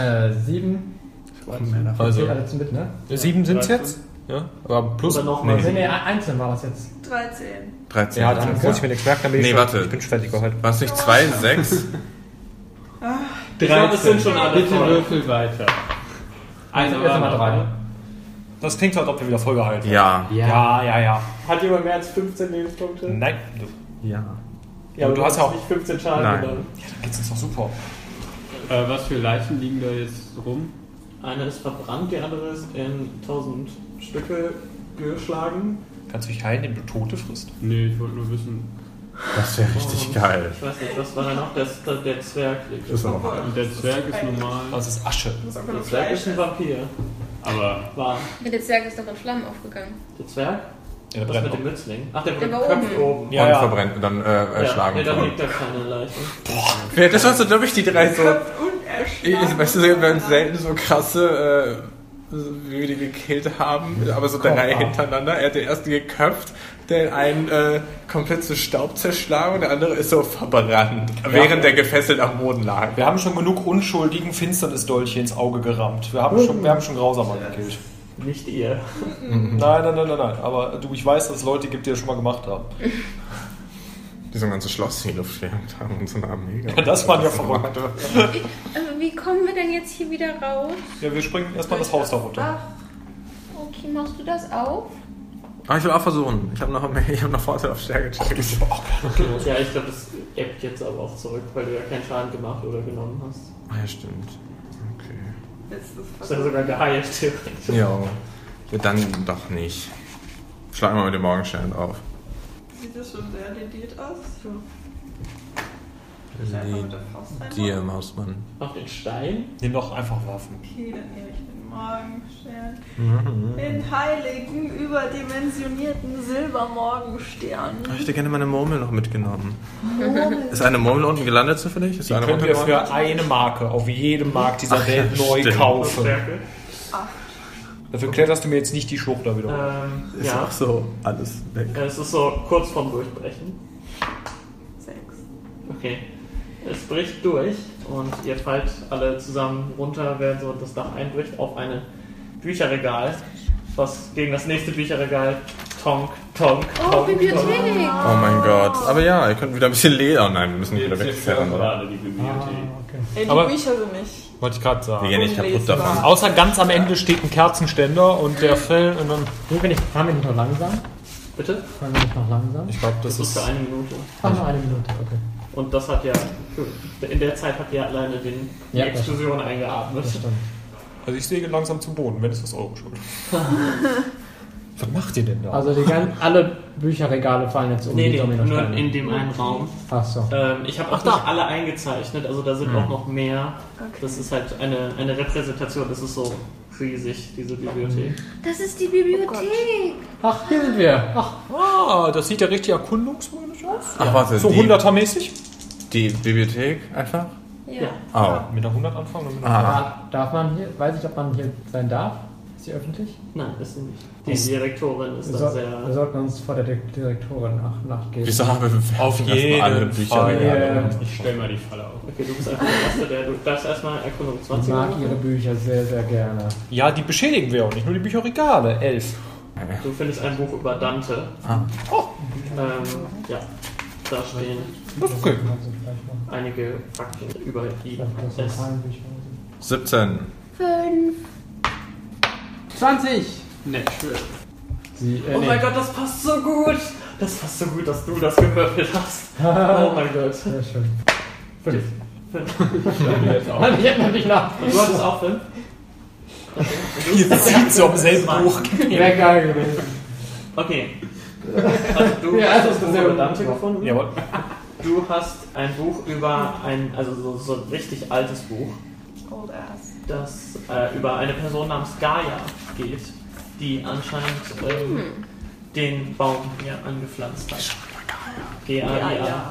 Speaker 8: Äh, sieben.
Speaker 2: Ah.
Speaker 5: Also,
Speaker 8: Zählt alle zu mit, ne?
Speaker 2: Äh,
Speaker 5: sieben sind es
Speaker 7: 13.
Speaker 5: jetzt? Ja, aber plus.
Speaker 7: Oder nochmal
Speaker 8: Nee,
Speaker 7: sieben.
Speaker 8: nee, einzeln war das jetzt.
Speaker 9: 13.
Speaker 2: 13.
Speaker 5: Ja, dann muss ich mir nichts merken, dann bin ich,
Speaker 2: Nee,
Speaker 5: schon,
Speaker 2: warte.
Speaker 5: ich bin fertig heute.
Speaker 2: Was nicht 2, 6?
Speaker 7: Ich glaube, es sind schon alle
Speaker 3: Bitte
Speaker 7: voll.
Speaker 3: würfel weiter.
Speaker 8: Erst einmal drei.
Speaker 5: Das klingt so, als ob wir wieder vollgeheilt werden.
Speaker 2: Ja.
Speaker 5: Ja, ja, ja.
Speaker 7: Hat jemand mehr als 15 Lebenspunkte?
Speaker 5: Nein, du.
Speaker 2: Ja.
Speaker 7: Ja, aber
Speaker 5: Du hast ja auch-
Speaker 7: nicht 15 Schaden
Speaker 2: Nein.
Speaker 7: genommen.
Speaker 5: Ja, dann geht's uns doch super.
Speaker 3: Äh, was für Leichen liegen da jetzt rum?
Speaker 7: Eine ist verbrannt, die andere ist in 1000 Stücke geschlagen.
Speaker 5: Kannst du dich heilen, indem du Tote frisst?
Speaker 3: Nee, ich wollte nur wissen.
Speaker 2: Das wäre richtig
Speaker 7: Und
Speaker 2: geil.
Speaker 7: Ich weiß nicht, was war da noch? Der, der, der Zwerg.
Speaker 2: Ist auch.
Speaker 3: Und der Zwerg ist normal,
Speaker 5: Das ist Asche.
Speaker 9: Das ist auch
Speaker 7: Der
Speaker 9: nur
Speaker 7: Zwerg ist
Speaker 9: Fleisch.
Speaker 7: ein Vampir.
Speaker 3: aber
Speaker 7: War
Speaker 6: Ja, der Zwerg ist doch in Flammen aufgegangen.
Speaker 7: der Zwerg?
Speaker 5: Ja, der
Speaker 7: Was mit
Speaker 5: brennt.
Speaker 7: dem Mützling? Ach, der,
Speaker 6: Der war
Speaker 7: Köpft
Speaker 6: oben.
Speaker 7: oben.
Speaker 5: Ja,
Speaker 2: und
Speaker 5: ja.
Speaker 2: verbrennt und dann äh, erschlagen.
Speaker 7: ja, dann
Speaker 2: Ja,
Speaker 7: liegt da keine Leiche.
Speaker 2: ja, das waren so, glaube ich, die drei so.
Speaker 9: Unerschlagen.
Speaker 2: Weißt du, wir haben selten so krasse, äh, so, wie wir die gekillt haben, aber so drei hintereinander. Er hat den ersten geköpft, den einen äh, komplett zu Staub zerschlagen und der andere ist so verbrannt, während der gefesselt am Boden lag.
Speaker 5: Wir haben schon genug unschuldigen Finsternisdolche ins Auge gerammt. Wir haben schon, wir haben schon grausamer gekillt.
Speaker 7: Nicht ihr.
Speaker 5: Nein, nein, nein, nein, nein. Aber du, ich weiß, dass es Leute gibt, die das schon mal gemacht haben.
Speaker 2: Die so ein ganzes Schloss in die Luft gejagt haben und so eine Armee.
Speaker 5: Ja, das waren ja Verrückte.
Speaker 6: Aber Also, wie kommen wir denn jetzt hier wieder raus?
Speaker 5: Ja, wir springen erstmal das Haus da runter.
Speaker 6: Ach, okay, machst du das auch?
Speaker 2: Ah, ich will auch versuchen. Ich habe noch, mehr- ich hab noch Vorteil auf Stärke.
Speaker 7: Ja, ich glaube, das ebbt jetzt aber auch zurück, weil du ja keinen Schaden gemacht oder genommen hast.
Speaker 2: Ah, ja, stimmt. Okay.
Speaker 9: Jetzt ist
Speaker 7: Du
Speaker 9: es
Speaker 7: bist ja sogar geheilt, theoretisch.
Speaker 2: Ja. ja, dann doch nicht. Schlag mal mit dem Morgenstern auf.
Speaker 9: Sieht das schon sehr dediert aus? Einfach mit der Faust einmal.
Speaker 2: Dir, Mausmann.
Speaker 7: Noch den Stein.
Speaker 5: Nimm doch einfach Waffen.
Speaker 9: Okay, dann nehme ich den Morgenstern.
Speaker 2: Mhm.
Speaker 9: Den heiligen, überdimensionierten Silbermorgenstern.
Speaker 2: Ich hätte gerne meine Murmel noch mitgenommen. Ist eine Murmel unten gelandet zufällig? Ist
Speaker 5: Die
Speaker 2: eine
Speaker 5: können wir
Speaker 2: runtergefallen?
Speaker 5: für eine Marke auf jedem Markt dieser Welt neu
Speaker 2: stimmt.
Speaker 5: kaufen.
Speaker 7: Stärke.
Speaker 5: Dafür klärst du mir jetzt nicht die Schlucht da wieder.
Speaker 7: Ähm,
Speaker 2: Ist
Speaker 7: ja.
Speaker 2: auch so alles weg.
Speaker 7: Ja, Es ist so kurz vorm Durchbrechen.
Speaker 9: Sechs.
Speaker 7: Okay. Es bricht durch und ihr fallt alle zusammen runter, während so das Dach einbricht, auf ein Bücherregal, was gegen das nächste Bücherregal tonk, tonk, tonk.
Speaker 6: Oh,
Speaker 7: tonk.
Speaker 6: Bibliothek!
Speaker 5: Ah.
Speaker 2: Oh mein Gott. Aber ja, ihr könnt wieder ein bisschen leer. Oh nein, wir müssen die wieder
Speaker 3: jetzt zerstören
Speaker 2: wegfähren, oder?
Speaker 3: gerade die Bibliothek.
Speaker 9: Ey, Äh, die
Speaker 5: Aber-
Speaker 9: Bücher sind nicht.
Speaker 5: Wollte ich gerade sagen.
Speaker 2: Wir gehen nicht kaputt davon.
Speaker 5: Außer ganz am Ende steht ein Kerzenständer und der Fell und dann.
Speaker 8: So, wenn ich, fahren wir nicht noch langsam?
Speaker 7: Bitte?
Speaker 8: Fahren wir nicht noch langsam?
Speaker 5: Ich glaube,
Speaker 7: Das ist für eine Minute.
Speaker 8: Ach, noch eine Minute, okay.
Speaker 7: Und das hat ja, in der Zeit habt ihr alleine den, die
Speaker 8: Ja, das-
Speaker 7: Explosion eingeatmet.
Speaker 8: Das stimmt.
Speaker 5: Also ich säge langsam zum Boden, wenn es das Euro schuld. Was macht ihr denn da?
Speaker 8: Also die gan- alle Bücherregale fallen jetzt um
Speaker 7: Nee,
Speaker 8: die
Speaker 7: nee, nur
Speaker 8: Dominosteine.
Speaker 7: in dem einen Raum.
Speaker 8: Ach so.
Speaker 7: Ähm, ich habe auch nicht alle eingezeichnet, also da
Speaker 8: Hm.
Speaker 7: sind auch noch mehr. Das ist halt eine, eine Repräsentation, das ist so riesig, diese Bibliothek.
Speaker 6: Das ist die Bibliothek!
Speaker 8: Ach, hier sind wir. Ach,
Speaker 5: ah, das sieht ja richtig erkundungswürdig aus.
Speaker 2: Ach, warte,
Speaker 5: So
Speaker 2: die-
Speaker 5: 100er mäßig?
Speaker 2: Die Bibliothek einfach?
Speaker 7: Ja.
Speaker 2: Oh.
Speaker 5: Mit einer 100 anfangen oder mit einer
Speaker 2: Ah.
Speaker 8: da- darf man hier, weiß ich, ob man hier sein darf? Ist sie öffentlich?
Speaker 7: Nein, ist sie nicht. Die Direktorin ist
Speaker 8: Wir,
Speaker 7: da
Speaker 8: soll, wir
Speaker 7: sehr.
Speaker 8: sollten uns vor der Di- Direktorin nach, nachgeben.
Speaker 2: Wieso haben wir werfen
Speaker 5: Auf
Speaker 2: erstmal
Speaker 5: jeden
Speaker 2: alle
Speaker 5: Fall.
Speaker 2: Bücherregale um?
Speaker 3: Ich stell mal die Falle auf.
Speaker 7: Okay, du bist einfach der Erste, der. Du darfst erstmal Erkundung
Speaker 8: Ich
Speaker 7: 20
Speaker 8: mag ihre
Speaker 7: machen.
Speaker 8: Bücher sehr, sehr gerne.
Speaker 5: Ja, die beschädigen wir auch nicht, nur die Bücherregale. Elf.
Speaker 7: Du findest ein Buch über Dante.
Speaker 2: Ah.
Speaker 7: Ähm, ja, da stehen
Speaker 5: Das ist okay.
Speaker 8: Also vielleicht noch-
Speaker 7: einige Fakten über ihn.
Speaker 8: vielleicht noch so
Speaker 7: Es-
Speaker 8: ein paar Bücher.
Speaker 2: 17.
Speaker 6: Fünf!
Speaker 8: 20!
Speaker 7: Natural.
Speaker 8: Sie, äh,
Speaker 7: Oh mein
Speaker 8: nee.
Speaker 7: Gott, das passt so gut! Das passt so gut, dass du das gewürfelt hast. Oh mein Gott.
Speaker 8: Sehr schön.
Speaker 7: Fünf.
Speaker 8: Mann, ich hätte noch nicht nach.
Speaker 7: Du hattest auch fünf?
Speaker 5: Ihr zieht so am selben Buch.
Speaker 8: Wäre geil gewesen.
Speaker 7: Okay. Also du
Speaker 8: Ja,
Speaker 7: hast
Speaker 8: das
Speaker 7: das
Speaker 8: ist
Speaker 7: Buch
Speaker 8: sehr
Speaker 7: über
Speaker 8: gut.
Speaker 7: Dante gefunden.
Speaker 5: Jawohl.
Speaker 7: Du hast ein Buch über ein, also so, so ein richtig altes Buch,
Speaker 9: Old ass.
Speaker 7: das äh, über eine Person namens Gaia geht, die anscheinend ähm, den Baum hier angepflanzt hat.
Speaker 9: Ja,
Speaker 7: G-A-I-A.
Speaker 9: ja.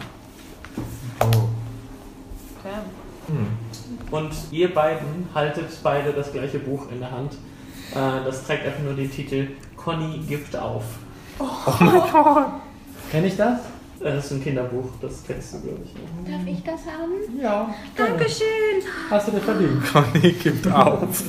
Speaker 9: Damn.
Speaker 7: Und ihr beiden haltet beide das gleiche Buch in der Hand. Äh, das trägt einfach nur den Titel Conny gibt auf.
Speaker 8: Kenn ich das?
Speaker 7: Äh, Das ist ein Kinderbuch, das kennst du, glaube ich. ne?
Speaker 6: Darf ich das haben?
Speaker 8: Ja.
Speaker 6: Dankeschön!
Speaker 8: Hast du das verdient?
Speaker 2: Conny gibt auf.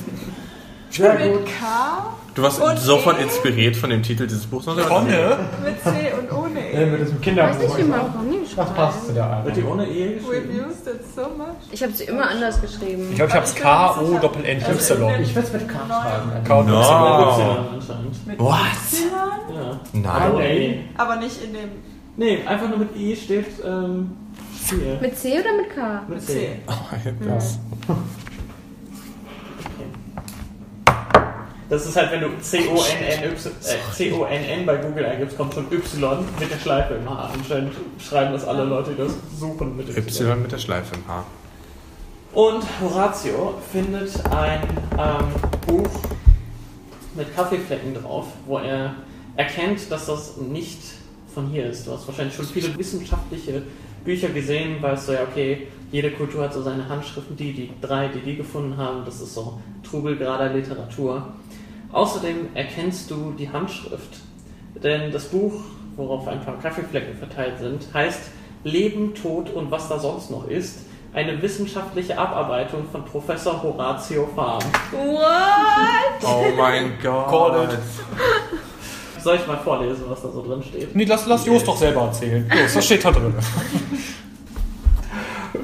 Speaker 5: Sehr
Speaker 7: Mit K,
Speaker 2: Du warst
Speaker 7: Und
Speaker 2: sofort
Speaker 7: E?
Speaker 2: inspiriert von dem Titel dieses Buchs. sondern-
Speaker 7: mit C und ohne
Speaker 8: Wenn
Speaker 7: E.
Speaker 8: wir das im
Speaker 6: Ich weiß
Speaker 8: Kinderbuch
Speaker 6: nicht, wie man
Speaker 8: machen.
Speaker 6: Ronny
Speaker 8: Was passt zu
Speaker 6: schreibt.
Speaker 8: der Arbeit?
Speaker 3: Wird die ohne E
Speaker 7: We've
Speaker 3: geschrieben?
Speaker 7: used it so much.
Speaker 6: Ich habe sie immer anders geschrieben.
Speaker 5: Ich glaube, ich habe es
Speaker 9: Also
Speaker 5: K-O-N-Y.
Speaker 8: Ich würde es mit K schreiben.
Speaker 5: K
Speaker 2: No.
Speaker 5: Y.
Speaker 1: Y anscheinend.
Speaker 2: What?
Speaker 7: Simon,
Speaker 1: Ja.
Speaker 2: Nein.
Speaker 7: aber nicht in dem
Speaker 1: Nee, einfach nur mit I steht ähm, Spiel.
Speaker 6: Mit C oder mit K?
Speaker 1: Mit
Speaker 7: C.
Speaker 2: Oh,
Speaker 1: Das ist halt, wenn du äh, C-O-N-N bei Google eingibst, kommt so ein Y mit der Schleife im Haar. Anscheinend schreiben das alle Leute, die das suchen mit Y.
Speaker 2: Y mit der Schleife im Haar.
Speaker 1: Und Horatio findet ein ähm, Buch mit Kaffeeflecken drauf, wo er erkennt, dass das nicht von hier ist. Du hast wahrscheinlich schon viele wissenschaftliche Bücher gesehen, weißt du ja, okay, jede Kultur hat so seine Handschriften, die, die drei, die die gefunden haben, das ist so Trubelgrader Literatur. Außerdem erkennst du die Handschrift, denn das Buch, worauf ein paar Kaffeeflecken verteilt sind, heißt Leben, Tod und was da sonst noch ist, eine wissenschaftliche Abarbeitung von Professor Horatio Farm.
Speaker 6: What?
Speaker 2: Oh mein Gott.
Speaker 5: Call it.
Speaker 1: Soll ich mal vorlesen, was da so drin steht?
Speaker 5: Nee, lass, lass Jos doch selber erzählen. Jos, was steht da drin?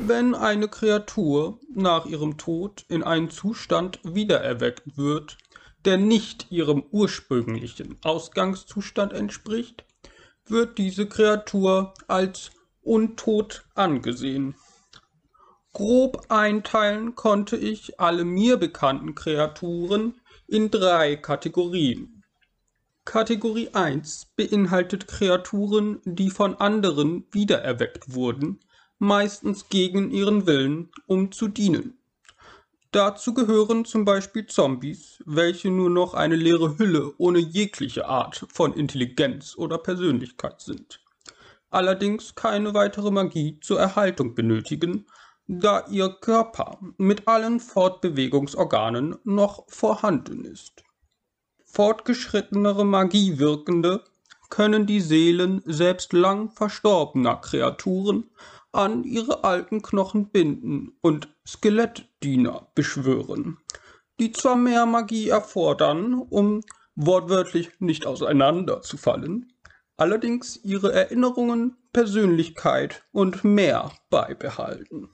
Speaker 9: Wenn eine Kreatur nach ihrem Tod in einen Zustand wiedererweckt wird, der nicht ihrem ursprünglichen Ausgangszustand entspricht, wird diese Kreatur als untot angesehen. Grob einteilen konnte ich alle mir bekannten Kreaturen in drei Kategorien. Kategorie 1 beinhaltet Kreaturen, die von anderen wiedererweckt wurden, meistens gegen ihren Willen, um zu dienen. Dazu gehören zum Beispiel Zombies, welche nur noch eine leere Hülle ohne jegliche Art von Intelligenz oder Persönlichkeit sind. Allerdings keine weitere Magie zur Erhaltung benötigen, da ihr Körper mit allen Fortbewegungsorganen noch vorhanden ist fortgeschrittenere Magie wirkende, können die Seelen selbst lang verstorbener Kreaturen an ihre alten Knochen binden und Skelettdiener beschwören, die zwar mehr Magie erfordern, um wortwörtlich nicht auseinanderzufallen, allerdings ihre Erinnerungen, Persönlichkeit und mehr beibehalten.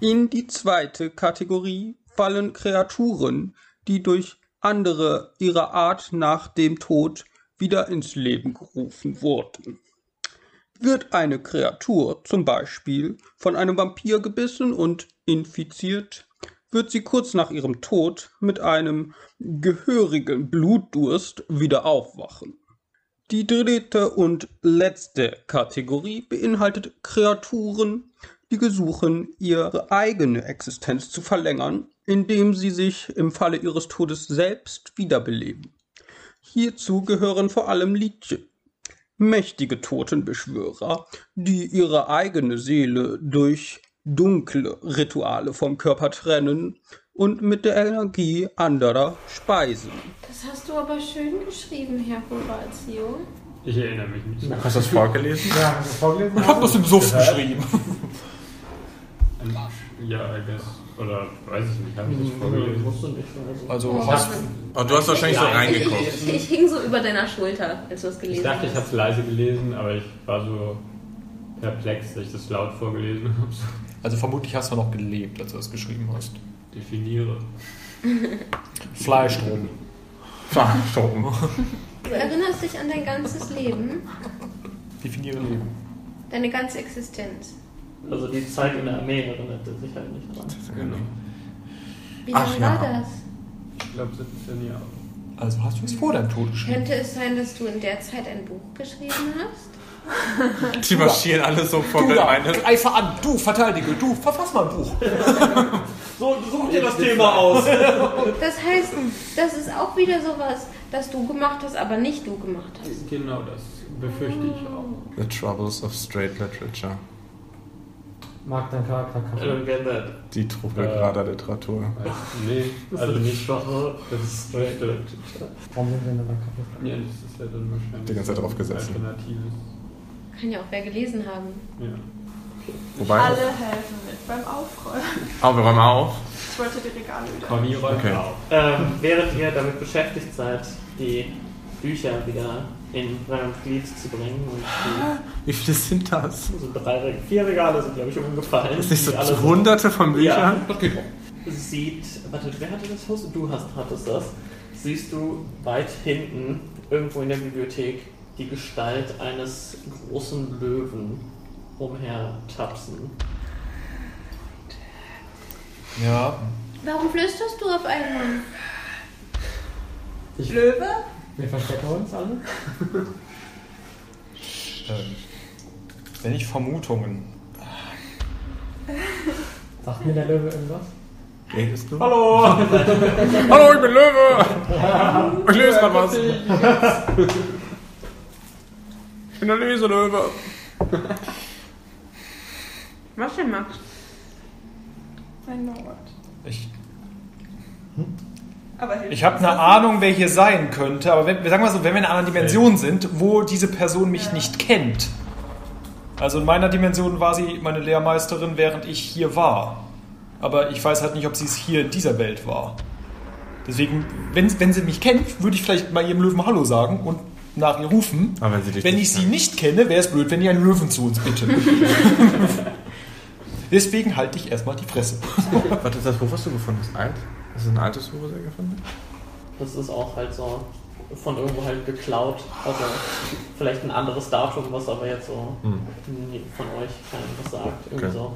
Speaker 9: In die zweite Kategorie fallen Kreaturen, die durch andere ihrer Art nach dem Tod wieder ins Leben gerufen wurden. Wird eine Kreatur zum Beispiel von einem Vampir gebissen und infiziert, wird sie kurz nach ihrem Tod mit einem gehörigen Blutdurst wieder aufwachen. Die dritte und letzte Kategorie beinhaltet Kreaturen, die versuchen, ihre eigene Existenz zu verlängern, indem sie sich im Falle ihres Todes selbst wiederbeleben. Hierzu gehören vor allem Liedchen, mächtige Totenbeschwörer, die ihre eigene Seele durch dunkle Rituale vom Körper trennen und mit der Energie anderer speisen.
Speaker 6: Das hast du aber schön geschrieben, Herr Horatio.
Speaker 3: Ich erinnere mich nicht.
Speaker 2: Hast du das vorgelesen?
Speaker 8: Ja, hast du vorgelesen?
Speaker 5: Ich hab das im Suff geschrieben.
Speaker 3: Ja, I guess. Oder weiß ich nicht, habe ich das
Speaker 1: Hm,
Speaker 3: vorgelesen?
Speaker 1: musst du nicht. Also.
Speaker 5: Also,
Speaker 6: hast-
Speaker 2: Oh, du hast wahrscheinlich so
Speaker 6: Ich,
Speaker 2: reingeguckt.
Speaker 6: ich, ich hing so über deiner Schulter, als du es
Speaker 3: Ich
Speaker 6: gelesen
Speaker 3: dachte, ich habe
Speaker 6: hast.
Speaker 3: es leise gelesen, aber ich war so perplex, dass ich das laut vorgelesen habe.
Speaker 5: also vermutlich hast du noch gelebt, als du das geschrieben hast.
Speaker 3: Definiere.
Speaker 5: Fleisch drum.
Speaker 2: Verschoben.
Speaker 6: Du erinnerst dich an dein ganzes Leben,
Speaker 5: Definiere Leben.
Speaker 6: deine ganze Existenz.
Speaker 1: also die Zeit in der Armee erinnert er sich halt nicht dran.
Speaker 3: Genau.
Speaker 6: Wie
Speaker 2: Ach
Speaker 6: lange
Speaker 2: ja.
Speaker 6: war das?
Speaker 3: Ich glaube, 17 Jahre.
Speaker 5: Also hast du es vor deinem Tod geschrieben.
Speaker 6: Könnte es sein, dass du in der Zeit ein Buch geschrieben hast?
Speaker 2: Die marschieren alle so vor
Speaker 5: Du
Speaker 2: mir
Speaker 5: da,
Speaker 2: rein.
Speaker 5: greife an, ah, du verteidige, du verfass mal ein Buch.
Speaker 1: So, such dir das Thema aus.
Speaker 6: Das heißt, das ist auch wieder sowas, das du gemacht hast, aber nicht du gemacht hast.
Speaker 3: Genau das befürchte ich auch.
Speaker 2: The Troubles of Straight Literature.
Speaker 8: Mag dein Charakter
Speaker 1: I
Speaker 8: Kaffee.
Speaker 1: don't get that.
Speaker 2: Die Trubelgrader Literatur.
Speaker 3: Also, nee, also nicht schwache, das ist straight. Ja,
Speaker 8: Warum sind wir denn bei
Speaker 3: das
Speaker 8: Kaffee?
Speaker 3: ist ja dann wahrscheinlich.
Speaker 2: Die ganze Zeit draufgesessen.
Speaker 3: Alternatives.
Speaker 6: Kann ja auch wer gelesen haben.
Speaker 3: Ja.
Speaker 2: Wobei-
Speaker 9: Alle helfen mit beim Aufräumen.
Speaker 2: Oh, wir räumen auf.
Speaker 9: Ich wollte die Regale wieder.
Speaker 3: Conny räumt
Speaker 2: Okay.
Speaker 3: auf.
Speaker 7: Ähm, während ihr damit beschäftigt seid, die Bücher wieder in euren Glied zu bringen und die
Speaker 2: Wie viele sind das?
Speaker 7: so drei, Re- vier Regale sind, glaube ich, umgefallen.
Speaker 2: Das ist nicht so
Speaker 7: Die alle
Speaker 2: zu hunderte von Büchern?
Speaker 7: Ja. Sieht, warte, wer hatte das Haus? Du hast, hattest das. Siehst du weit hinten, irgendwo in der Bibliothek, die Gestalt eines großen Löwen umhertapsen.
Speaker 5: Ja.
Speaker 6: Warum flüsterst du auf einmal?
Speaker 9: Löwe?
Speaker 8: Wir verstecken uns alle.
Speaker 5: Ähm, wenn ich Vermutungen.
Speaker 8: Sagt mir der Löwe irgendwas?
Speaker 2: Redest du?
Speaker 3: Hallo!
Speaker 2: Hallo, ich bin Löwe! Ich lese gerade was. Ich bin der Leselöwe.
Speaker 6: Was denn, Max?
Speaker 9: Mein Lord.
Speaker 5: Ich,
Speaker 9: Aber hilft
Speaker 5: ich habe
Speaker 9: uns
Speaker 5: eine
Speaker 9: das?
Speaker 5: Ahnung, wer hier sein könnte, aber wenn, sagen wir so, wenn wir in einer anderen Dimension sind, wo diese Person mich nicht kennt. Also in meiner Dimension war sie meine Lehrmeisterin, während ich hier war. Aber ich weiß halt nicht, ob sie es hier in dieser Welt war. Deswegen, wenn, wenn sie mich kennt, würde ich vielleicht mal ihrem Löwen Hallo sagen und nach ihr rufen.
Speaker 2: Aber wenn sie dich
Speaker 5: Wenn
Speaker 2: nicht
Speaker 5: ich sie nicht kenne, wäre es blöd, wenn ihr einen Löwen zu uns bitte. Deswegen halte ich erstmal die Fresse.
Speaker 2: Was ist das Buch, was du gefunden hast? Alt? Ist das ein altes Buch, was er gefunden hat?
Speaker 7: Das ist auch halt so von irgendwo halt geklaut. Also vielleicht ein anderes Datum, was aber jetzt so
Speaker 8: Hm.
Speaker 7: nie- von euch keinem was sagt. Irgendwie
Speaker 2: Okay.
Speaker 7: so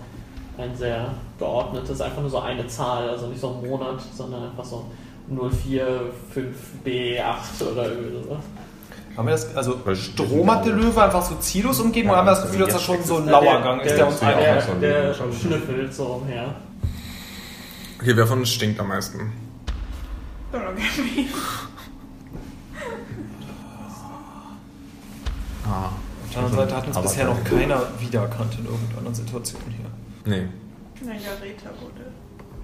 Speaker 7: ein sehr geordnetes, einfach nur so eine Zahl, also nicht so ein Monat, sondern einfach so 045B8 oder irgendwie so. ne?
Speaker 5: Haben wir das, also
Speaker 2: Weil-
Speaker 5: Strom hat der Löwe einfach so ziellos umgeben oder haben wir das Gefühl, dass das schon so ein
Speaker 7: Der-
Speaker 5: Lauergang ist, Ah, der uns
Speaker 7: der, der,
Speaker 5: einfach...
Speaker 2: aufmerksam
Speaker 7: der,
Speaker 2: wird.
Speaker 7: schnüffelt so umher.
Speaker 2: Okay, wer von uns stinkt am meisten?
Speaker 9: Don't look at me.
Speaker 2: Ah.
Speaker 5: Auf der anderen Seite hat uns
Speaker 2: Aber
Speaker 5: bisher noch
Speaker 2: keine.
Speaker 5: keiner wiedererkannt in irgendeiner Situation hier.
Speaker 2: Nee.
Speaker 9: Nein, Gareta wurde.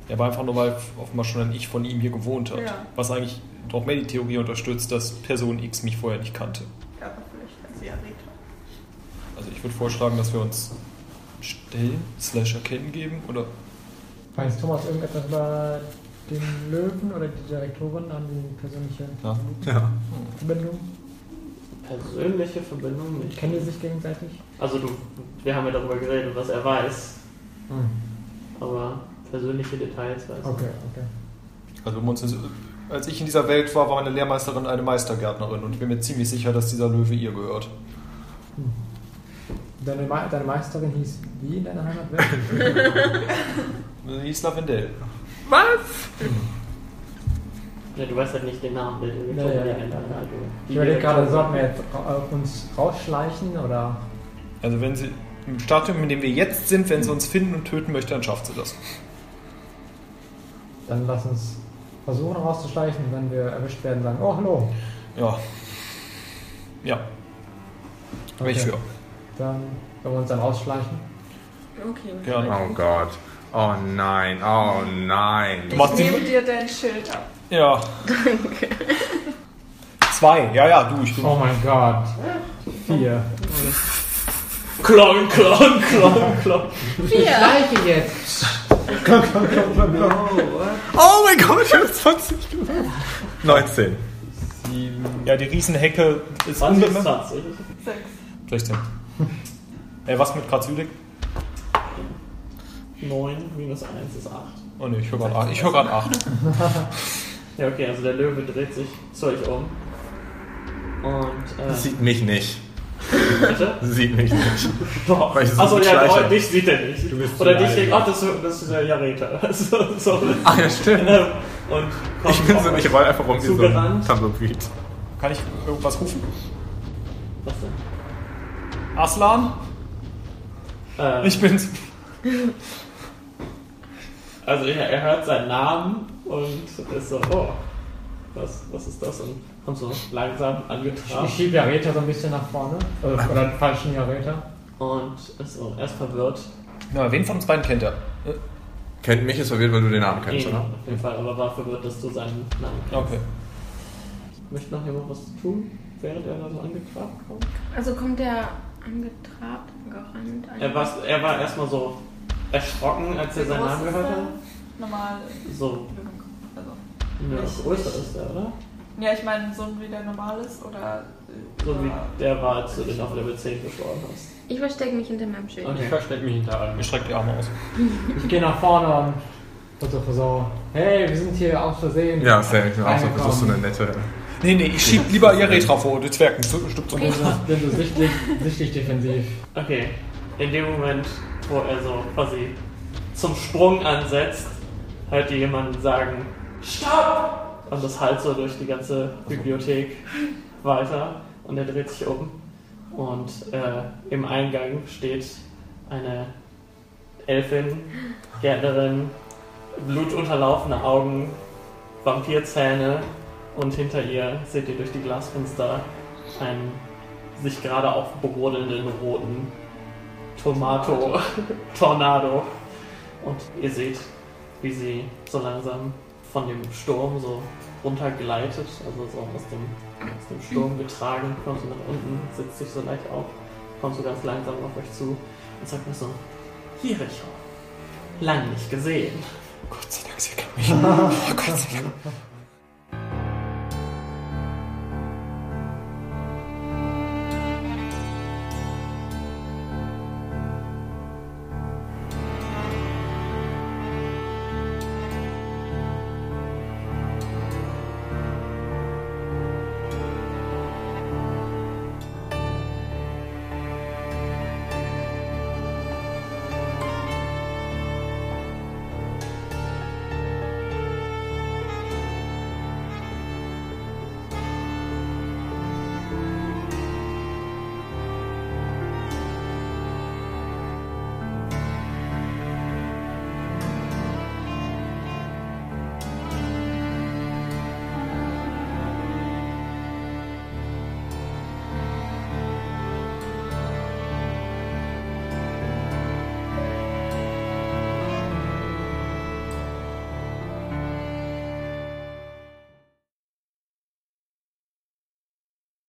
Speaker 5: Er war einfach nur, weil offenbar schon ein Ich von ihm hier gewohnt hat.
Speaker 9: Ja.
Speaker 5: Was eigentlich noch mehr die Theorie unterstützt, dass Person X mich vorher nicht kannte.
Speaker 9: Ja, aber vielleicht als Gareta.
Speaker 5: Also ich würde vorschlagen, dass wir uns stellen, slash erkennen geben oder...
Speaker 8: Weiß Thomas irgendetwas über den Löwen oder die Direktorin an die persönliche
Speaker 5: Ja.
Speaker 2: Ja.
Speaker 8: Verbindung?
Speaker 7: Persönliche Verbindung mit.
Speaker 8: Kennen die sich gegenseitig?
Speaker 7: Also du, wir haben ja darüber geredet, was er weiß, aber persönliche Details weiß.
Speaker 8: Hm. Okay, okay.
Speaker 5: Also wenn wir uns, als ich in dieser Welt war, war meine Lehrmeisterin eine Meistergärtnerin und ich bin mir ziemlich sicher, dass dieser Löwe ihr gehört.
Speaker 8: Deine, Me deine Meisterin hieß wie in deiner Heimatwelt?
Speaker 5: Sie hieß Lavendel.
Speaker 7: Ja, du weißt halt nicht den Namen der Direktorin,
Speaker 8: Ja, ja,
Speaker 7: die
Speaker 8: ja.
Speaker 7: einen- also die
Speaker 8: Ich überlege gerade,
Speaker 7: Direktorin-
Speaker 8: sollten wir jetzt ra- äh, uns rausschleichen oder
Speaker 5: Also wenn sie im Stadium, in dem wir jetzt sind, wenn sie uns finden und töten möchte, dann schafft sie das.
Speaker 8: dann lass uns versuchen rauszuschleichen und wenn wir erwischt werden, sagen, oh hallo.
Speaker 5: Ja. Ja. Bin ich für.
Speaker 8: Dann wenn wir uns dann rausschleichen.
Speaker 6: Okay.
Speaker 5: Gerne.
Speaker 2: Oh Gott. Oh nein, oh nein.
Speaker 5: Du machst
Speaker 9: Nehme
Speaker 5: die.
Speaker 9: dir dein Schild ab.
Speaker 5: Ja. Danke. Zwei. Ja, ja, du. Ich bin
Speaker 8: Oh mein Gott. Vier.
Speaker 7: Klon, klon, klon, klon.
Speaker 6: Vier.
Speaker 8: Schleiche jetzt.
Speaker 2: Oh mein Gott, ich habe 20 gemacht. 19.
Speaker 5: ja, die Riesenhecke ist
Speaker 7: 20
Speaker 5: unbemerkt.
Speaker 7: 20.
Speaker 9: Sechs.
Speaker 5: 16. Ey, was mit Grazulik?
Speaker 7: 9 minus 1 ist 8.
Speaker 5: Oh ne, ich höre gerade 8. Ich höre gerade 8.
Speaker 7: Ja, okay, also der Löwe dreht sich zu euch um. Und, äh,
Speaker 2: Sieht mich nicht.
Speaker 7: bitte?
Speaker 2: Sieht mich nicht.
Speaker 7: Doch.
Speaker 2: Weil ich so
Speaker 7: Achso,
Speaker 2: gut
Speaker 7: ja,
Speaker 2: schleiche.
Speaker 7: oh, dich sieht er nicht. Oder dich denkt, ach, das, ist- das ist der Jareta. so, so.
Speaker 2: Ach Ah, ja, stimmt.
Speaker 7: Und kommt
Speaker 2: Ich bin so,
Speaker 7: auf
Speaker 2: ich
Speaker 7: euch.
Speaker 2: roll einfach rum wie so ein
Speaker 7: Zugerannt.
Speaker 2: Tumbleweed.
Speaker 5: Kann ich irgendwas rufen?
Speaker 7: Was denn?
Speaker 5: Aslan?
Speaker 7: Ähm,
Speaker 5: Ich bin's.
Speaker 7: Also er, er hört seinen Namen und ist so, oh, was, was ist das? Und kommt so langsam
Speaker 8: Ich
Speaker 7: angetragen
Speaker 8: schiebe Jareta so ein bisschen nach vorne. Äh, Oder den falschen Jareta.
Speaker 7: und ist so erst verwirrt.
Speaker 5: Na, wen von uns beiden kennt er? Äh,
Speaker 2: Kennt mich ist verwirrt, weil du den Namen kennst,
Speaker 7: Ihn,
Speaker 2: oder?
Speaker 7: auf jeden Fall, aber war verwirrt, dass du seinen Namen kennst.
Speaker 5: Okay.
Speaker 7: Möchte noch jemand was tun, während er da so angetragen kommt?
Speaker 6: Also kommt der angetrabt? gerannt.
Speaker 7: Er war, er war erstmal so erschrocken, als er
Speaker 9: Wie
Speaker 7: seinen
Speaker 9: groß
Speaker 7: Namen
Speaker 9: ist
Speaker 7: gehört
Speaker 9: der?
Speaker 7: hat.
Speaker 9: Normal.
Speaker 7: So,
Speaker 9: genug. Also.
Speaker 7: ja,
Speaker 9: Ich-
Speaker 7: größer
Speaker 9: ich-
Speaker 7: ist er, oder?
Speaker 9: Ja, ich meine, so wie der normal ist oder. äh,
Speaker 7: So wie
Speaker 9: über-
Speaker 7: der war, als du dich auf Level 10 beschworen hast.
Speaker 6: Ich verstecke mich hinter meinem Schild.
Speaker 7: Okay.
Speaker 3: Ich verstecke mich hinter allem.
Speaker 5: Ich strecke die Arme aus.
Speaker 8: Ich gehe nach vorne und versuche so, hey, wir sind hier aus Versehen.
Speaker 2: Ja, sehr, ich bin auch so, das ist so eine
Speaker 8: Reingekommen.
Speaker 2: nette.
Speaker 5: Nee, nee, ich schieb lieber ihr Retra vor, die Zwergen zu, stimmt so.
Speaker 8: Bin so- Bin so sichtlich, sichtlich defensiv.
Speaker 7: Okay, in dem Moment, wo er so quasi zum Sprung ansetzt, hört ihr jemanden sagen, Stopp! Und das halt so durch die ganze Bibliothek weiter und er dreht sich um und äh, im Eingang steht eine Elfin, Gärtnerin, blutunterlaufene Augen, Vampirzähne und hinter ihr seht ihr durch die Glasfenster einen sich gerade aufbrodelnden roten Tomato-Tornado. Und ihr seht, wie sie so langsam von dem Sturm so runtergleitet, also so aus dem, aus dem Sturm getragen, kommt sie nach unten, sitzt sich so leicht auf, kommt so ganz langsam auf euch zu und sagt mir so, Jericho, lang nicht gesehen.
Speaker 5: Gott sei Dank, sie kann mich. Oh, Gott sei Dank.